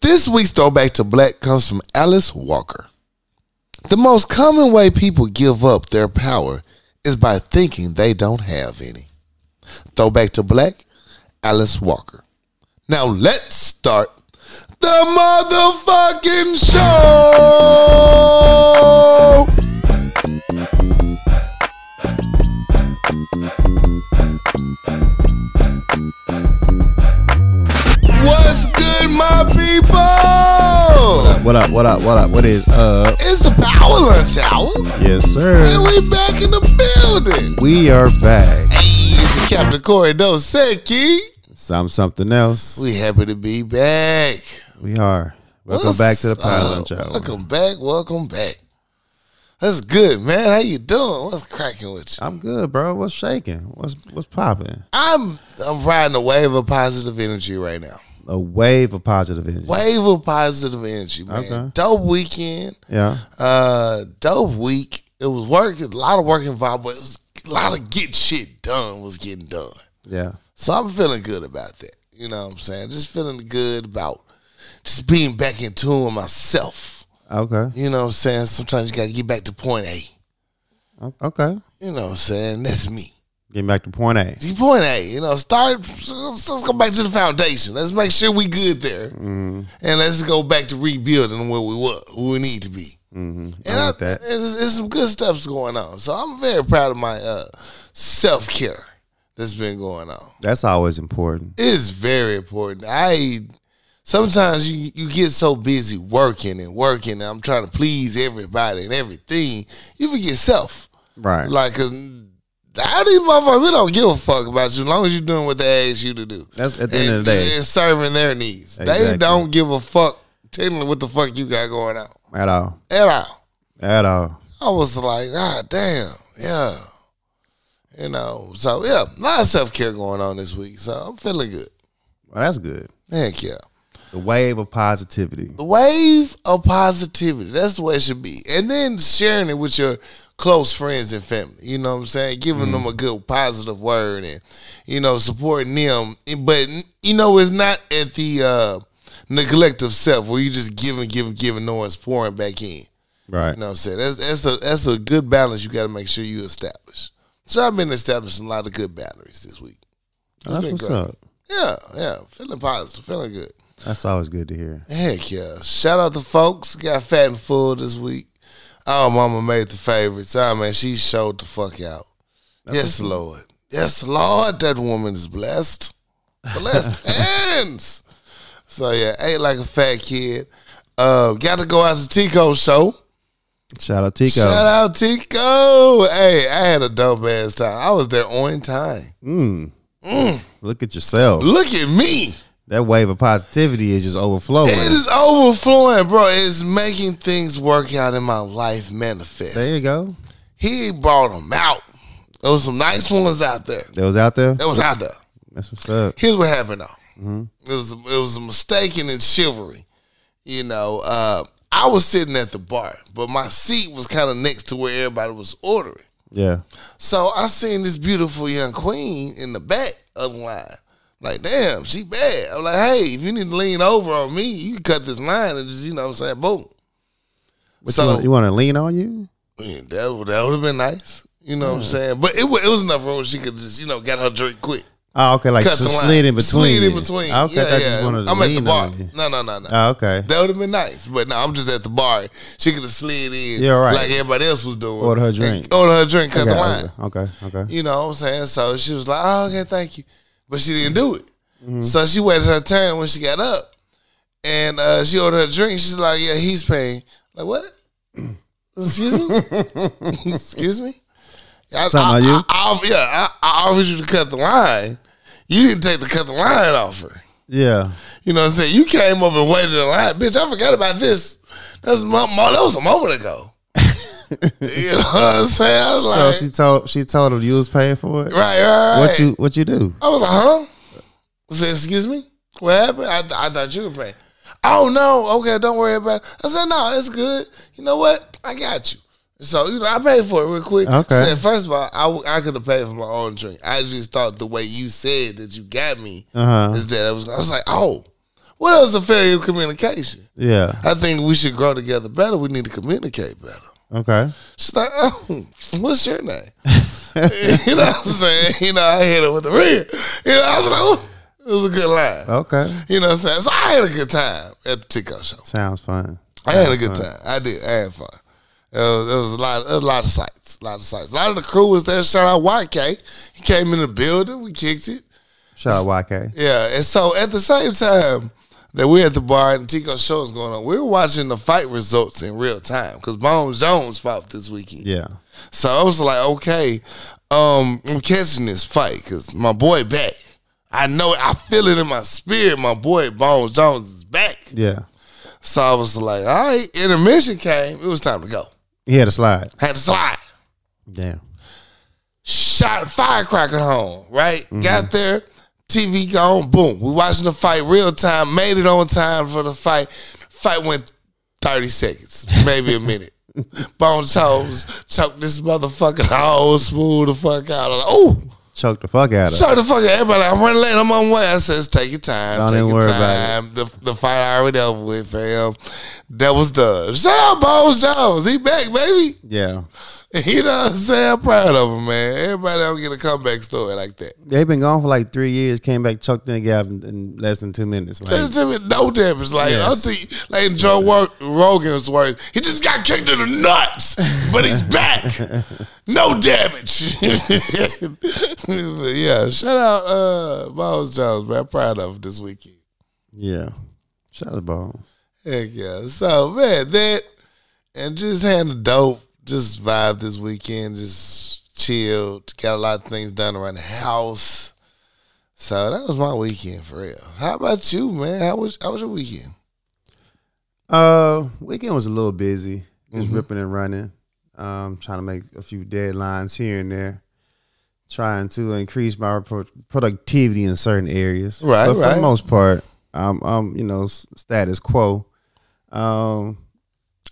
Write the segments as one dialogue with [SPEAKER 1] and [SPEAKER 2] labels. [SPEAKER 1] This week's throwback to black comes from Alice Walker. The most common way people give up their power is by thinking they don't have any. Throwback to black, Alice Walker. Now let's start the motherfucking show. What's good, my people?
[SPEAKER 2] What up? What up? What up? What is up?
[SPEAKER 1] It's the power lunch hour,
[SPEAKER 2] Yes,
[SPEAKER 1] and
[SPEAKER 2] sir.
[SPEAKER 1] we back in the building.
[SPEAKER 2] We are back.
[SPEAKER 1] Hey, it's your Captain Corey Dosecki.
[SPEAKER 2] Some something else.
[SPEAKER 1] We happy to be back.
[SPEAKER 2] We are. Welcome
[SPEAKER 1] What's
[SPEAKER 2] back to the
[SPEAKER 1] up?
[SPEAKER 2] Pylon Show.
[SPEAKER 1] Welcome back. Welcome back. That's good, man. How you doing? What's cracking with you?
[SPEAKER 2] I'm good, bro. What's shaking? What's what's popping?
[SPEAKER 1] I'm I'm riding a wave of positive energy right now.
[SPEAKER 2] A wave of positive energy.
[SPEAKER 1] Wave of positive energy, man.
[SPEAKER 2] Okay.
[SPEAKER 1] Dope weekend.
[SPEAKER 2] Yeah.
[SPEAKER 1] Uh, dope week. It was work. A lot of work involved, but it was a lot of get shit done was getting done.
[SPEAKER 2] Yeah.
[SPEAKER 1] So I'm feeling good about that. You know what I'm saying? Just feeling good about just being back in tune with myself.
[SPEAKER 2] Okay.
[SPEAKER 1] You know what I'm saying? Sometimes you got to get back to point A.
[SPEAKER 2] O- Okay.
[SPEAKER 1] You know what I'm saying? That's me.
[SPEAKER 2] Getting back to point A.
[SPEAKER 1] See, point A, you know, start, let's, let's go back to the foundation. Let's make sure we good there.
[SPEAKER 2] Mm-hmm.
[SPEAKER 1] And let's go back to rebuilding where we were, where we need to be.
[SPEAKER 2] Mm-hmm.
[SPEAKER 1] And
[SPEAKER 2] I like that.
[SPEAKER 1] There's, there's some good stuff's going on. So I'm very proud of my uh, self-care that's been going on.
[SPEAKER 2] That's always important.
[SPEAKER 1] It's very important. I sometimes you you get so busy working and working. And I'm trying to please everybody and everything. You forget self.
[SPEAKER 2] Right.
[SPEAKER 1] Like, 'cause how these motherfuckers, we don't give a fuck about you as long as you're doing what they ask you to do.
[SPEAKER 2] That's at the end of the day.
[SPEAKER 1] and serving their needs. They
[SPEAKER 2] Exactly.
[SPEAKER 1] don't give a fuck technically what the fuck you got going on
[SPEAKER 2] At all.
[SPEAKER 1] at all.
[SPEAKER 2] At all.
[SPEAKER 1] I was like, ah, damn, yeah. You know, so yeah, a lot of self care going on this week. So I'm feeling good.
[SPEAKER 2] Well, that's good.
[SPEAKER 1] Heck yeah.
[SPEAKER 2] The wave of positivity.
[SPEAKER 1] The wave of positivity. That's the way it should be. And then sharing it with your close friends and family. You know what I'm saying? Giving them a good positive word and, you know, supporting them. But, you know, it's not at the uh, neglect of self where you just giving, giving, giving, no one's pouring back in.
[SPEAKER 2] Right.
[SPEAKER 1] You know what I'm saying? That's, that's, a, that's a good balance you got to make sure you establish. So I've been establishing a lot of good boundaries this week.
[SPEAKER 2] That's
[SPEAKER 1] been
[SPEAKER 2] what's
[SPEAKER 1] great.
[SPEAKER 2] up.
[SPEAKER 1] Yeah, yeah. Feeling positive, feeling good.
[SPEAKER 2] That's always good to hear.
[SPEAKER 1] Heck yeah. Shout out to folks. Got fat and full this week. Our mama made the favorites. Ah man, she showed the fuck out. yes, Lord. Yes, Lord, that woman is blessed. Blessed hands. So yeah, ate like a fat kid. Uh, got to go out to Tico's show.
[SPEAKER 2] Shout out Tico.
[SPEAKER 1] Shout out Tico. Hey, I had a dope ass time. I was there on time.
[SPEAKER 2] Mm. Look at yourself.
[SPEAKER 1] Look at me.
[SPEAKER 2] That wave of positivity is just overflowing.
[SPEAKER 1] It is overflowing, bro. It's making things work out in my life manifest.
[SPEAKER 2] there you go.
[SPEAKER 1] He brought them out. There was some nice ones out there.
[SPEAKER 2] That was out there.
[SPEAKER 1] That was out there.
[SPEAKER 2] That's what's up.
[SPEAKER 1] Here's what happened though. It was it was a mistake in its chivalry. You know, uh, I was sitting at the bar, but my seat was kind of next to where everybody was ordering.
[SPEAKER 2] Yeah.
[SPEAKER 1] So I seen this beautiful young queen in the back of the line. Like, damn, she bad. I'm like, hey, if you need to lean over on me, you can cut this line and just, you know what I'm saying, boom.
[SPEAKER 2] What
[SPEAKER 1] So-
[SPEAKER 2] you, want, you want to lean on you?
[SPEAKER 1] Yeah, that would that would have been nice. You know what I'm saying? But it, wa- it was enough room she could just, you know, get her drink quick.
[SPEAKER 2] Oh, okay. Like
[SPEAKER 1] Cut
[SPEAKER 2] just
[SPEAKER 1] the line.
[SPEAKER 2] slid in between.
[SPEAKER 1] Slid in
[SPEAKER 2] you.
[SPEAKER 1] between.
[SPEAKER 2] Okay. I
[SPEAKER 1] Yeah,
[SPEAKER 2] thought
[SPEAKER 1] yeah.
[SPEAKER 2] you wanted to
[SPEAKER 1] I'm at
[SPEAKER 2] lean
[SPEAKER 1] the bar.
[SPEAKER 2] on you.
[SPEAKER 1] No, no, no, no.
[SPEAKER 2] Oh, okay.
[SPEAKER 1] that would have been nice. But no, I'm just at the bar. She could have slid in
[SPEAKER 2] Yeah, right.
[SPEAKER 1] like everybody else was doing.
[SPEAKER 2] Order her
[SPEAKER 1] And
[SPEAKER 2] drink.
[SPEAKER 1] Order her drink, cut
[SPEAKER 2] okay,
[SPEAKER 1] the line.
[SPEAKER 2] okay. Okay. Okay.
[SPEAKER 1] You know what I'm saying? So she was like, oh, okay, thank you. But she didn't do it. So she waited her turn when she got up. And uh, she ordered her drink. She's like, yeah, he's paying. Like, what? Excuse me? Excuse me? I,
[SPEAKER 2] Talking about you?
[SPEAKER 1] I- I- I- yeah, I, I offered you to cut the line. You didn't take the cut the line offer.
[SPEAKER 2] Yeah.
[SPEAKER 1] You know what I'm saying? You came up and waited in line. Bitch, I forgot about this. That was, mo- mo- that was a moment ago. you know what I'm saying? I was
[SPEAKER 2] So
[SPEAKER 1] like,
[SPEAKER 2] she told she told him you was paying for it.
[SPEAKER 1] right, right, right.
[SPEAKER 2] What you what you do?
[SPEAKER 1] I was like, huh? I said, excuse me? What happened? I, I thought you were paying. Oh, no. Okay, don't worry about it. I said, no, it's good. You know what? I got you. So, you know, I paid for it real quick.
[SPEAKER 2] Okay.
[SPEAKER 1] Said, first of all, I, w- I could have paid for my own drink. I just thought the way you said that you got me
[SPEAKER 2] Uh huh.
[SPEAKER 1] is that I was, I was like, oh, What else is a failure of communication?
[SPEAKER 2] Yeah.
[SPEAKER 1] I think we should grow together better. We need to communicate better.
[SPEAKER 2] Okay.
[SPEAKER 1] She's like, oh, what's your name? you know what I'm saying? You know, I hit her with the ring. You know, I was like, oh, it was a good line.
[SPEAKER 2] Okay.
[SPEAKER 1] You know what I'm saying? So I had a good time at the Tico show.
[SPEAKER 2] Sounds fun.
[SPEAKER 1] I had a good time. I did. I had fun. It was, it was a lot, a lot of sights, a lot of sights. A lot of the crew was there. Shout out YK. He came in the building. We kicked it.
[SPEAKER 2] Shout out YK.
[SPEAKER 1] Yeah, and so at the same time that we're at the bar and Tico show is going on, we're watching the fight results in real time because Bones Jones fought this weekend.
[SPEAKER 2] Yeah.
[SPEAKER 1] So I was like, okay, um, I'm catching this fight because my boy back. I know it. I feel it in my spirit. My boy Bones Jones is back.
[SPEAKER 2] Yeah.
[SPEAKER 1] So I was like, all right, intermission came. It was time to go.
[SPEAKER 2] He had a slide.
[SPEAKER 1] Had to slide.
[SPEAKER 2] Damn.
[SPEAKER 1] shot firecracker home, right? Got there, TV gone, boom. We watching the fight real time, made it on time for the fight. Fight went 30 seconds, maybe a minute. Bone toes, choked this motherfucking hole, smooth the fuck out. I'm like, oh,
[SPEAKER 2] Choked the fuck out of him.
[SPEAKER 1] choked the fuck out. Everybody, I'm running late, I'm on my way. I says, take your time,
[SPEAKER 2] Don't
[SPEAKER 1] take
[SPEAKER 2] even
[SPEAKER 1] your
[SPEAKER 2] worry about it.
[SPEAKER 1] time. The, the fight I already over with, fam. That was done. Shut up, Bones Jones. He back, baby.
[SPEAKER 2] Yeah.
[SPEAKER 1] You know what I'm saying? I'm proud of him, man. Everybody don't get a comeback story like that.
[SPEAKER 2] They've been gone for like three years, came back, chucked in a gap in, in less than two minutes. Like,
[SPEAKER 1] Listen to me, no damage. Like I
[SPEAKER 2] Mm. Yes.
[SPEAKER 1] think, like in Joe Wor- Rogan's words, he just got kicked in the nuts, but he's back. no damage. But yeah, shout out uh Miles Jones, man. Proud of him this weekend.
[SPEAKER 2] yeah. Shout out to Bones.
[SPEAKER 1] Heck yeah. So man, that and just had a dope, just vibe this weekend, just chilled, got a lot of things done around the house. So that was my weekend for real. How about you, man? How was how was your weekend?
[SPEAKER 2] Uh, weekend was a little busy, just
[SPEAKER 1] Mm-hmm.
[SPEAKER 2] ripping and running. Um, trying to make a few deadlines here and there, trying to increase my pro- productivity in certain areas.
[SPEAKER 1] Right,
[SPEAKER 2] but for
[SPEAKER 1] right.
[SPEAKER 2] the most part, I'm, I'm you know s- status quo. Um,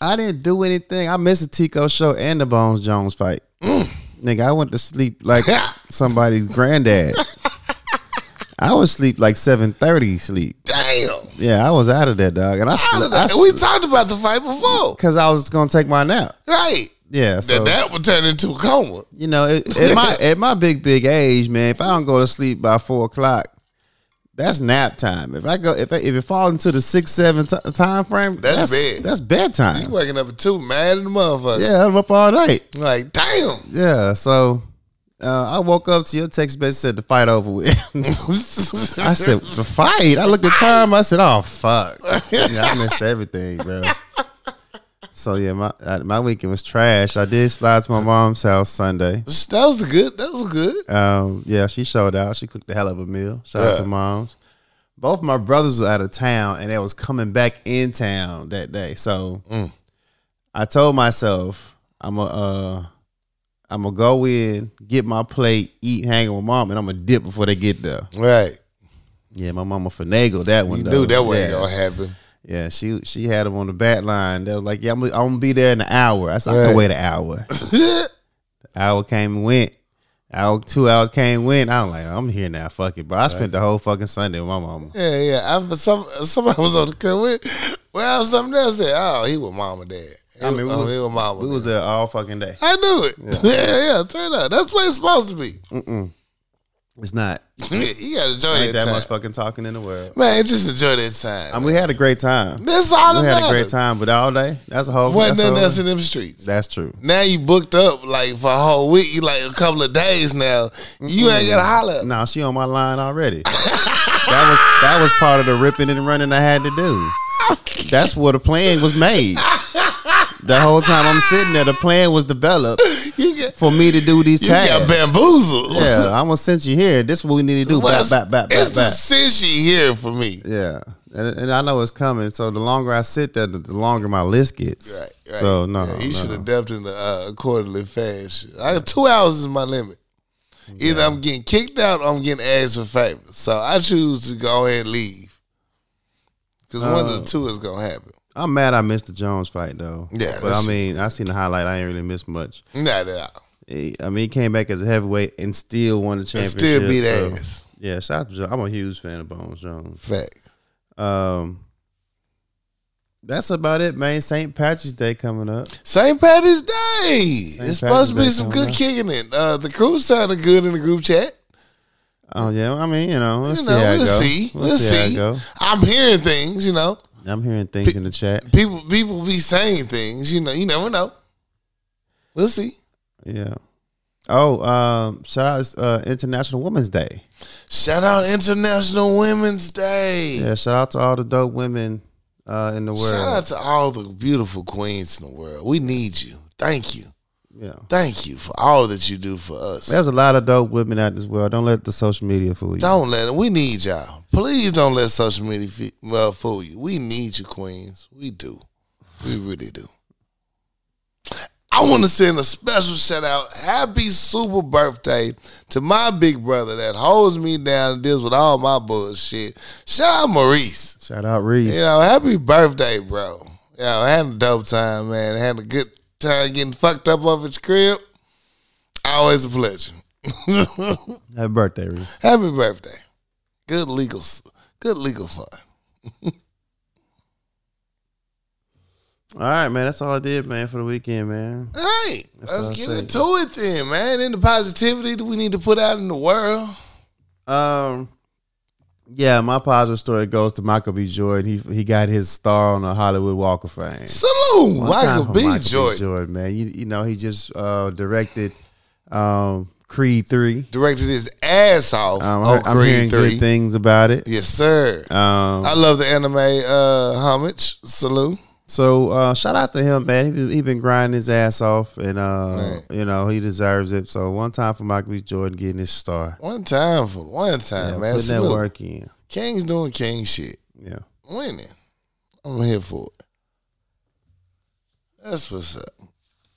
[SPEAKER 2] I didn't do anything. I missed the Tico show and the Bones Jones fight.
[SPEAKER 1] Mm.
[SPEAKER 2] Nigga, I went to sleep like somebody's granddad. I was sleep like seven thirty sleep.
[SPEAKER 1] Damn.
[SPEAKER 2] Yeah, I was out of that dog, and I, sl- I
[SPEAKER 1] we talked about the fight before.
[SPEAKER 2] because I was gonna take my nap.
[SPEAKER 1] Right.
[SPEAKER 2] Yeah,
[SPEAKER 1] Then
[SPEAKER 2] so
[SPEAKER 1] that would turn into a coma.
[SPEAKER 2] you know, at, at my at my big big age, man, if I don't go to sleep by four o'clock, that's nap time. If I go, if I, if it falls into the six seven t- time frame,
[SPEAKER 1] That's
[SPEAKER 2] that's
[SPEAKER 1] bed.
[SPEAKER 2] that's
[SPEAKER 1] You
[SPEAKER 2] bedtime.
[SPEAKER 1] waking up at two, mad in the motherfucker.
[SPEAKER 2] Yeah, I'm up all night.
[SPEAKER 1] Like, damn.
[SPEAKER 2] Yeah, so uh, I woke up to your text message said the fight over with. I said the fight. I looked at time. I said, oh fuck, yeah, I missed everything, bro. So yeah, my uh, my weekend was trash. I did slide to my mom's house Sunday.
[SPEAKER 1] that was good. That was good.
[SPEAKER 2] Um, yeah, she showed out. She cooked a hell of a meal. Shout out
[SPEAKER 1] Yeah.
[SPEAKER 2] to moms. Both my brothers were out of town, and they was coming back in town that day. So
[SPEAKER 1] Mm.
[SPEAKER 2] I told myself, I'm a, uh, I'm gonna go in, get my plate, eat, hang with mom, and I'm gonna dip before they get there.
[SPEAKER 1] Right.
[SPEAKER 2] Yeah, my mama finagled that one.
[SPEAKER 1] You
[SPEAKER 2] though.
[SPEAKER 1] knew that wasn't
[SPEAKER 2] yeah.
[SPEAKER 1] gonna happen.
[SPEAKER 2] Yeah, she she had him on the back line. They was like, "Yeah, I'm, gonna- I'm gonna be there in an hour." I said, "I
[SPEAKER 1] Right.
[SPEAKER 2] can wait an hour." hour came and went. Hour two hours came and went. I'm like, I'm here now. Fuck it, bro. I spent the whole fucking Sunday with my mama.
[SPEAKER 1] yeah, yeah. I, for some somebody was on the crib with well something else said, Oh, he with mom and dad. He
[SPEAKER 2] I mean, we
[SPEAKER 1] was, oh,
[SPEAKER 2] was-
[SPEAKER 1] he with mom
[SPEAKER 2] We
[SPEAKER 1] and
[SPEAKER 2] was
[SPEAKER 1] dad.
[SPEAKER 2] there all fucking day.
[SPEAKER 1] I knew it. Yeah, yeah, turn up. That's what it's supposed to be.
[SPEAKER 2] It's not
[SPEAKER 1] you gotta enjoy that,
[SPEAKER 2] ain't that
[SPEAKER 1] time.
[SPEAKER 2] much fucking talking in the world.
[SPEAKER 1] Man, just enjoy that time.
[SPEAKER 2] I mean, we had a great time.
[SPEAKER 1] That's all
[SPEAKER 2] We
[SPEAKER 1] that
[SPEAKER 2] had a great
[SPEAKER 1] matters.
[SPEAKER 2] time, but all day that's a whole.
[SPEAKER 1] Wasn't
[SPEAKER 2] That's,
[SPEAKER 1] nothing
[SPEAKER 2] all-
[SPEAKER 1] else in them streets.
[SPEAKER 2] that's true.
[SPEAKER 1] Now you booked up like for a whole week, you like a couple of days now. You ain't gotta holler.
[SPEAKER 2] No, she on my line already. that was that was part of the ripping and running I had to do. That's where the plan was made. The whole time I'm sitting there, the plan was developed
[SPEAKER 1] You got,
[SPEAKER 2] for me to do these
[SPEAKER 1] you got
[SPEAKER 2] tasks.
[SPEAKER 1] bamboozled.
[SPEAKER 2] yeah, I'm gonna send you here. This is what we need to do.
[SPEAKER 1] Well,
[SPEAKER 2] Back, back, back,
[SPEAKER 1] it's the
[SPEAKER 2] back, back.
[SPEAKER 1] sissy here for me.
[SPEAKER 2] Yeah, and, and I know it's coming. So the longer I sit there, the, the longer my list gets.
[SPEAKER 1] Right, right.
[SPEAKER 2] So no,
[SPEAKER 1] Yeah, you
[SPEAKER 2] no.
[SPEAKER 1] should have dealt in the uh, quarterly fashion. I got two hours is my limit. Either I'm getting kicked out or I'm getting asked for favors. So I choose to go ahead and leave. Because one
[SPEAKER 2] Uh.
[SPEAKER 1] of the two is going to happen.
[SPEAKER 2] I'm mad I missed the Jones fight though.
[SPEAKER 1] Yeah,
[SPEAKER 2] but I
[SPEAKER 1] that's-
[SPEAKER 2] mean, I seen the highlight. I ain't really missed much.
[SPEAKER 1] Not at all.
[SPEAKER 2] He- I mean, he came back as a heavyweight and still won the
[SPEAKER 1] And
[SPEAKER 2] championship.
[SPEAKER 1] still beat
[SPEAKER 2] so-
[SPEAKER 1] ass.
[SPEAKER 2] Yeah, shout out to Jones. I'm a huge fan of Bones Jones.
[SPEAKER 1] Fact.
[SPEAKER 2] Um, that's about it, man. St. Patrick's Day coming up.
[SPEAKER 1] St. Patty's Day. it's supposed to be
[SPEAKER 2] Patrick's Day
[SPEAKER 1] some
[SPEAKER 2] coming
[SPEAKER 1] good
[SPEAKER 2] up.
[SPEAKER 1] kicking it. Uh, the crew sounded good in the group chat.
[SPEAKER 2] Oh yeah, I mean you know, we'll
[SPEAKER 1] you
[SPEAKER 2] see
[SPEAKER 1] know,
[SPEAKER 2] how it
[SPEAKER 1] we'll
[SPEAKER 2] go.
[SPEAKER 1] see. We'll,
[SPEAKER 2] how it
[SPEAKER 1] see.
[SPEAKER 2] go.
[SPEAKER 1] I'm hearing things, you know.
[SPEAKER 2] I'm hearing things in the chat.
[SPEAKER 1] People people be saying things, you know, you never know. We'll see.
[SPEAKER 2] Yeah. Oh, um, shout out it's, uh, International Women's Day.
[SPEAKER 1] Shout out International Women's Day.
[SPEAKER 2] Yeah, shout out to all the dope women uh, in the world.
[SPEAKER 1] Shout out to all the beautiful queens in the world. We need you. Thank you.
[SPEAKER 2] Yeah.
[SPEAKER 1] Thank you for all that you do for us.
[SPEAKER 2] There's a lot of dope women out this world. Don't let the social media fool you.
[SPEAKER 1] Don't let it. We need y'all. Please don't let social media fe- well, fool you. We need you, queens. We do. We really do. I want to send a special shout out. Happy super birthday to my big brother that holds me down and deals with all my bullshit. Shout out Maurice.
[SPEAKER 2] Shout out Reese.
[SPEAKER 1] You know, happy birthday, bro. Yeah, I had a dope time, man. had a good time getting fucked up off his crib. Always a pleasure.
[SPEAKER 2] Happy birthday, Reese.
[SPEAKER 1] Happy birthday. Good legal good legal fun.
[SPEAKER 2] All right, man. That's all I did, man, for the weekend, man.
[SPEAKER 1] All right.
[SPEAKER 2] That's what I
[SPEAKER 1] let's get
[SPEAKER 2] said.
[SPEAKER 1] into it then, man. And the positivity that we need to put out in the world.
[SPEAKER 2] Um, yeah, my positive story goes to Michael B. Jordan. He he got his star on the Hollywood Walk of Fame.
[SPEAKER 1] Salute,
[SPEAKER 2] One time
[SPEAKER 1] Michael
[SPEAKER 2] for
[SPEAKER 1] B. Jordan.
[SPEAKER 2] man. You, you know, he just uh, directed um, Creed 3.
[SPEAKER 1] Directed his ass off
[SPEAKER 2] Um, I
[SPEAKER 1] on
[SPEAKER 2] heard- I'm hearing
[SPEAKER 1] Oh, Creed
[SPEAKER 2] good
[SPEAKER 1] 3.
[SPEAKER 2] things about it.
[SPEAKER 1] Yes, sir.
[SPEAKER 2] Um,
[SPEAKER 1] I love the anime uh, homage. Salute.
[SPEAKER 2] so uh, shout out to him, man. He been- he been grinding his ass off, and uh,
[SPEAKER 1] Man.
[SPEAKER 2] you know he deserves it. So one time for Michael B. Jordan getting his star,
[SPEAKER 1] One time for one
[SPEAKER 2] yeah,
[SPEAKER 1] time, man.
[SPEAKER 2] putting that
[SPEAKER 1] Salute.
[SPEAKER 2] work in.
[SPEAKER 1] King's doing king shit.
[SPEAKER 2] Yeah,
[SPEAKER 1] winning. I'm here for it. That's what's up.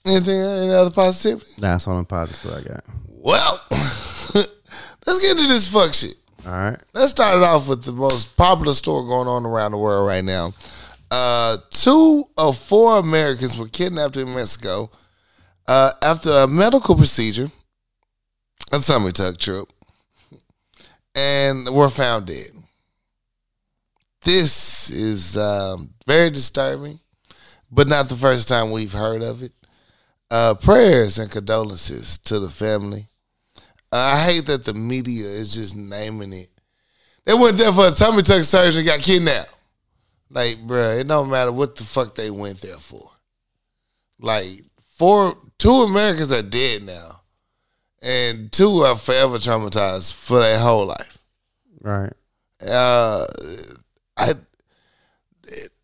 [SPEAKER 1] Anything any other positivity?
[SPEAKER 2] that's all the positive story I got.
[SPEAKER 1] Well, let's get into this fuck shit.
[SPEAKER 2] All right,
[SPEAKER 1] Let's start it off with the most popular story going on around the world right now. Uh, two of four Americans were kidnapped in Mexico uh, after a medical procedure, a tummy tuck trip, and were found dead. This is um, very disturbing, but not the first time we've heard of it. Uh, prayers and condolences to the family. Uh, I hate that the media is just naming it. They went there for a tummy tuck surgery and got kidnapped. Like, bruh, it don't matter what the fuck they went there for. Like, four, two Americans are dead now, and two are forever traumatized for their whole life.
[SPEAKER 2] right.
[SPEAKER 1] Uh, I,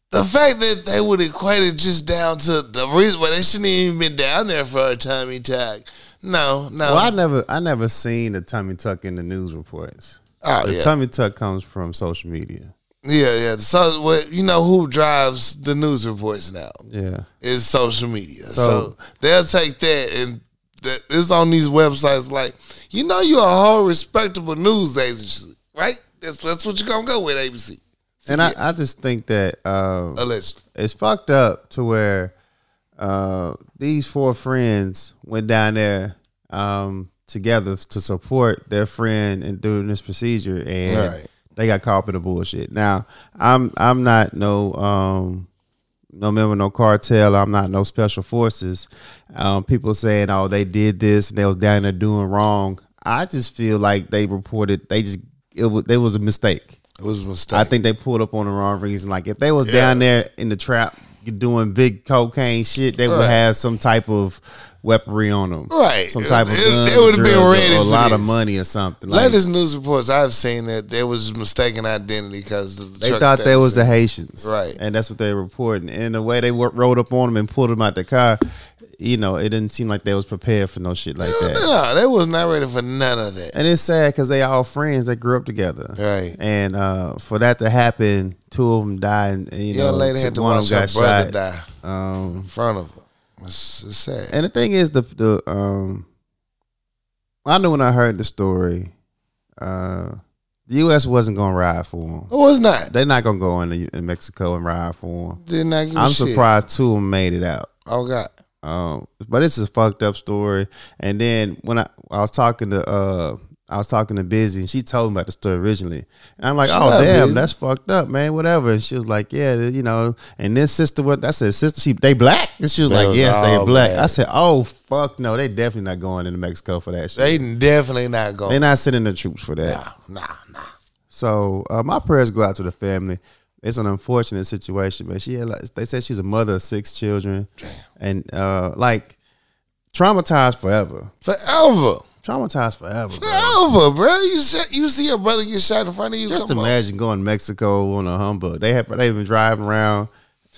[SPEAKER 1] the fact that they would equate it just down to the reason why they shouldn't even been down there for a tummy tuck. No, no.
[SPEAKER 2] Well, I never, I never seen the tummy tuck in the news reports.
[SPEAKER 1] oh,
[SPEAKER 2] The
[SPEAKER 1] yeah.
[SPEAKER 2] tummy tuck comes from social media.
[SPEAKER 1] yeah, yeah. So, what you know who drives the news reports now?
[SPEAKER 2] Yeah,
[SPEAKER 1] is social media. So,
[SPEAKER 2] So-
[SPEAKER 1] they'll take that and that it's on these websites like, you know you're a whole respectable news agency, right? That's that's what you're gonna go with, ABC.
[SPEAKER 2] and I, I just think that um,
[SPEAKER 1] Allegedly.
[SPEAKER 2] it's fucked up to where uh, these four friends went down there um, together to support their friend in doing this procedure, and
[SPEAKER 1] Right.
[SPEAKER 2] they got caught up in the bullshit. Now, I'm I'm not no um, no member, no cartel. I'm not no special forces. Um, people saying, "Oh, they did this and they was down there doing wrong." I just feel like they reported they just it was it was a mistake.
[SPEAKER 1] It was a mistake.
[SPEAKER 2] I think they pulled up on the wrong reason. Like if they was
[SPEAKER 1] Yeah.
[SPEAKER 2] down there in the trap doing big cocaine shit, they
[SPEAKER 1] Right.
[SPEAKER 2] would have some type of weaponry on them,
[SPEAKER 1] Right.
[SPEAKER 2] Some type of
[SPEAKER 1] It-
[SPEAKER 2] gun,
[SPEAKER 1] they would've been
[SPEAKER 2] drugs, or
[SPEAKER 1] ready
[SPEAKER 2] a
[SPEAKER 1] for
[SPEAKER 2] lot of
[SPEAKER 1] this.
[SPEAKER 2] money or something. Like,
[SPEAKER 1] Latest news reports I've seen that there was mistaken identity because the
[SPEAKER 2] they
[SPEAKER 1] truck
[SPEAKER 2] thought
[SPEAKER 1] that
[SPEAKER 2] they was the
[SPEAKER 1] in-
[SPEAKER 2] Haitians,
[SPEAKER 1] Right.
[SPEAKER 2] And that's what they were reporting. And the way they wa- rode up on them and pulled them out the car, you know, it didn't seem like they was prepared for no shit like that.
[SPEAKER 1] No, they was not ready for none of that.
[SPEAKER 2] And it's sad because they all friends that grew up together,
[SPEAKER 1] Right.
[SPEAKER 2] And uh, for that to happen, two of them died, and, you
[SPEAKER 1] Young
[SPEAKER 2] know,
[SPEAKER 1] lady had to
[SPEAKER 2] one
[SPEAKER 1] watch
[SPEAKER 2] of them
[SPEAKER 1] her
[SPEAKER 2] got
[SPEAKER 1] brother
[SPEAKER 2] shot.
[SPEAKER 1] die
[SPEAKER 2] Um,
[SPEAKER 1] in front of her. It's, it's sad.
[SPEAKER 2] And the thing is, the the um, I knew when I heard the story, uh, the U.S. wasn't gonna ride for him.
[SPEAKER 1] It was not.
[SPEAKER 2] They're not gonna go in, the, in Mexico and ride for him.
[SPEAKER 1] Did not give a
[SPEAKER 2] I'm
[SPEAKER 1] Oh, shit.
[SPEAKER 2] surprised two of them made it out.
[SPEAKER 1] Oh God.
[SPEAKER 2] Um, but it's a fucked up story. And then when I, I was talking to uh I was talking to Busy, and she told me about the story originally. And I'm like,
[SPEAKER 1] Shut
[SPEAKER 2] oh,
[SPEAKER 1] up,
[SPEAKER 2] damn,
[SPEAKER 1] Busy."
[SPEAKER 2] that's fucked up, man, whatever. And she was like, yeah, th- you know, and this sister, what I said, sister, she, they black? And she was
[SPEAKER 1] They
[SPEAKER 2] like,
[SPEAKER 1] was
[SPEAKER 2] yes, they
[SPEAKER 1] all
[SPEAKER 2] black.
[SPEAKER 1] black.
[SPEAKER 2] I said, oh, fuck no, they definitely not going into Mexico for that shit.
[SPEAKER 1] They definitely not
[SPEAKER 2] They, are
[SPEAKER 1] going.
[SPEAKER 2] not sending the troops for that.
[SPEAKER 1] Nah, nah, nah.
[SPEAKER 2] So uh, my prayers go out to the family. It's an unfortunate situation, but she had like they said she's a mother of six children, and uh, like traumatized forever.
[SPEAKER 1] Forever,
[SPEAKER 2] Traumatized forever. bro.
[SPEAKER 1] forever, bro. You sh- you see your brother get shot in front of you.
[SPEAKER 2] Just
[SPEAKER 1] Come on.
[SPEAKER 2] imagine going to Mexico on a humbug. They have they been driving around,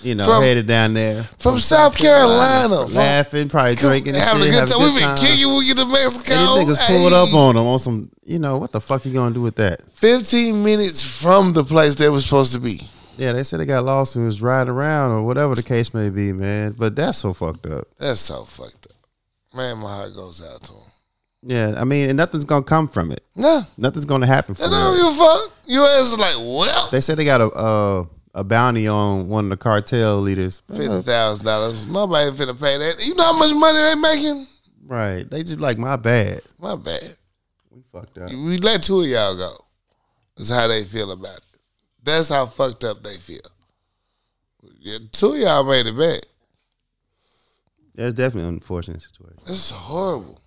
[SPEAKER 2] you know,
[SPEAKER 1] From-
[SPEAKER 2] headed down there
[SPEAKER 1] from South Carolina, from-
[SPEAKER 2] laughing, probably drinking, and
[SPEAKER 1] having
[SPEAKER 2] shit,
[SPEAKER 1] a good time.
[SPEAKER 2] having
[SPEAKER 1] We been kicking when we get to Mexico.
[SPEAKER 2] And these niggas pulled
[SPEAKER 1] Hey.
[SPEAKER 2] up on them on some, you know, what the fuck you gonna do with that?
[SPEAKER 1] Fifteen minutes from the place they were supposed to be.
[SPEAKER 2] Yeah, they said they got lost and was riding around or whatever the case may be, man. But that's so fucked up.
[SPEAKER 1] That's so fucked up. Man, my heart goes out to him.
[SPEAKER 2] Yeah, I mean, and nothing's gonna come from it.
[SPEAKER 1] Nah,
[SPEAKER 2] Nothing's gonna happen
[SPEAKER 1] they
[SPEAKER 2] from
[SPEAKER 1] don't
[SPEAKER 2] it.
[SPEAKER 1] give a fuck. You ass is like, well,
[SPEAKER 2] They said they got a uh, a bounty on one of the cartel leaders.
[SPEAKER 1] fifty thousand dollars. Nobody finna pay that. You know how much money they making?
[SPEAKER 2] Right? They just like my bad.
[SPEAKER 1] My bad.
[SPEAKER 2] We fucked up.
[SPEAKER 1] We let two of y'all go. That's how they feel about it. That's how fucked up they feel. Yeah, two of y'all made it back.
[SPEAKER 2] That's definitely an unfortunate situation.
[SPEAKER 1] That's horrible.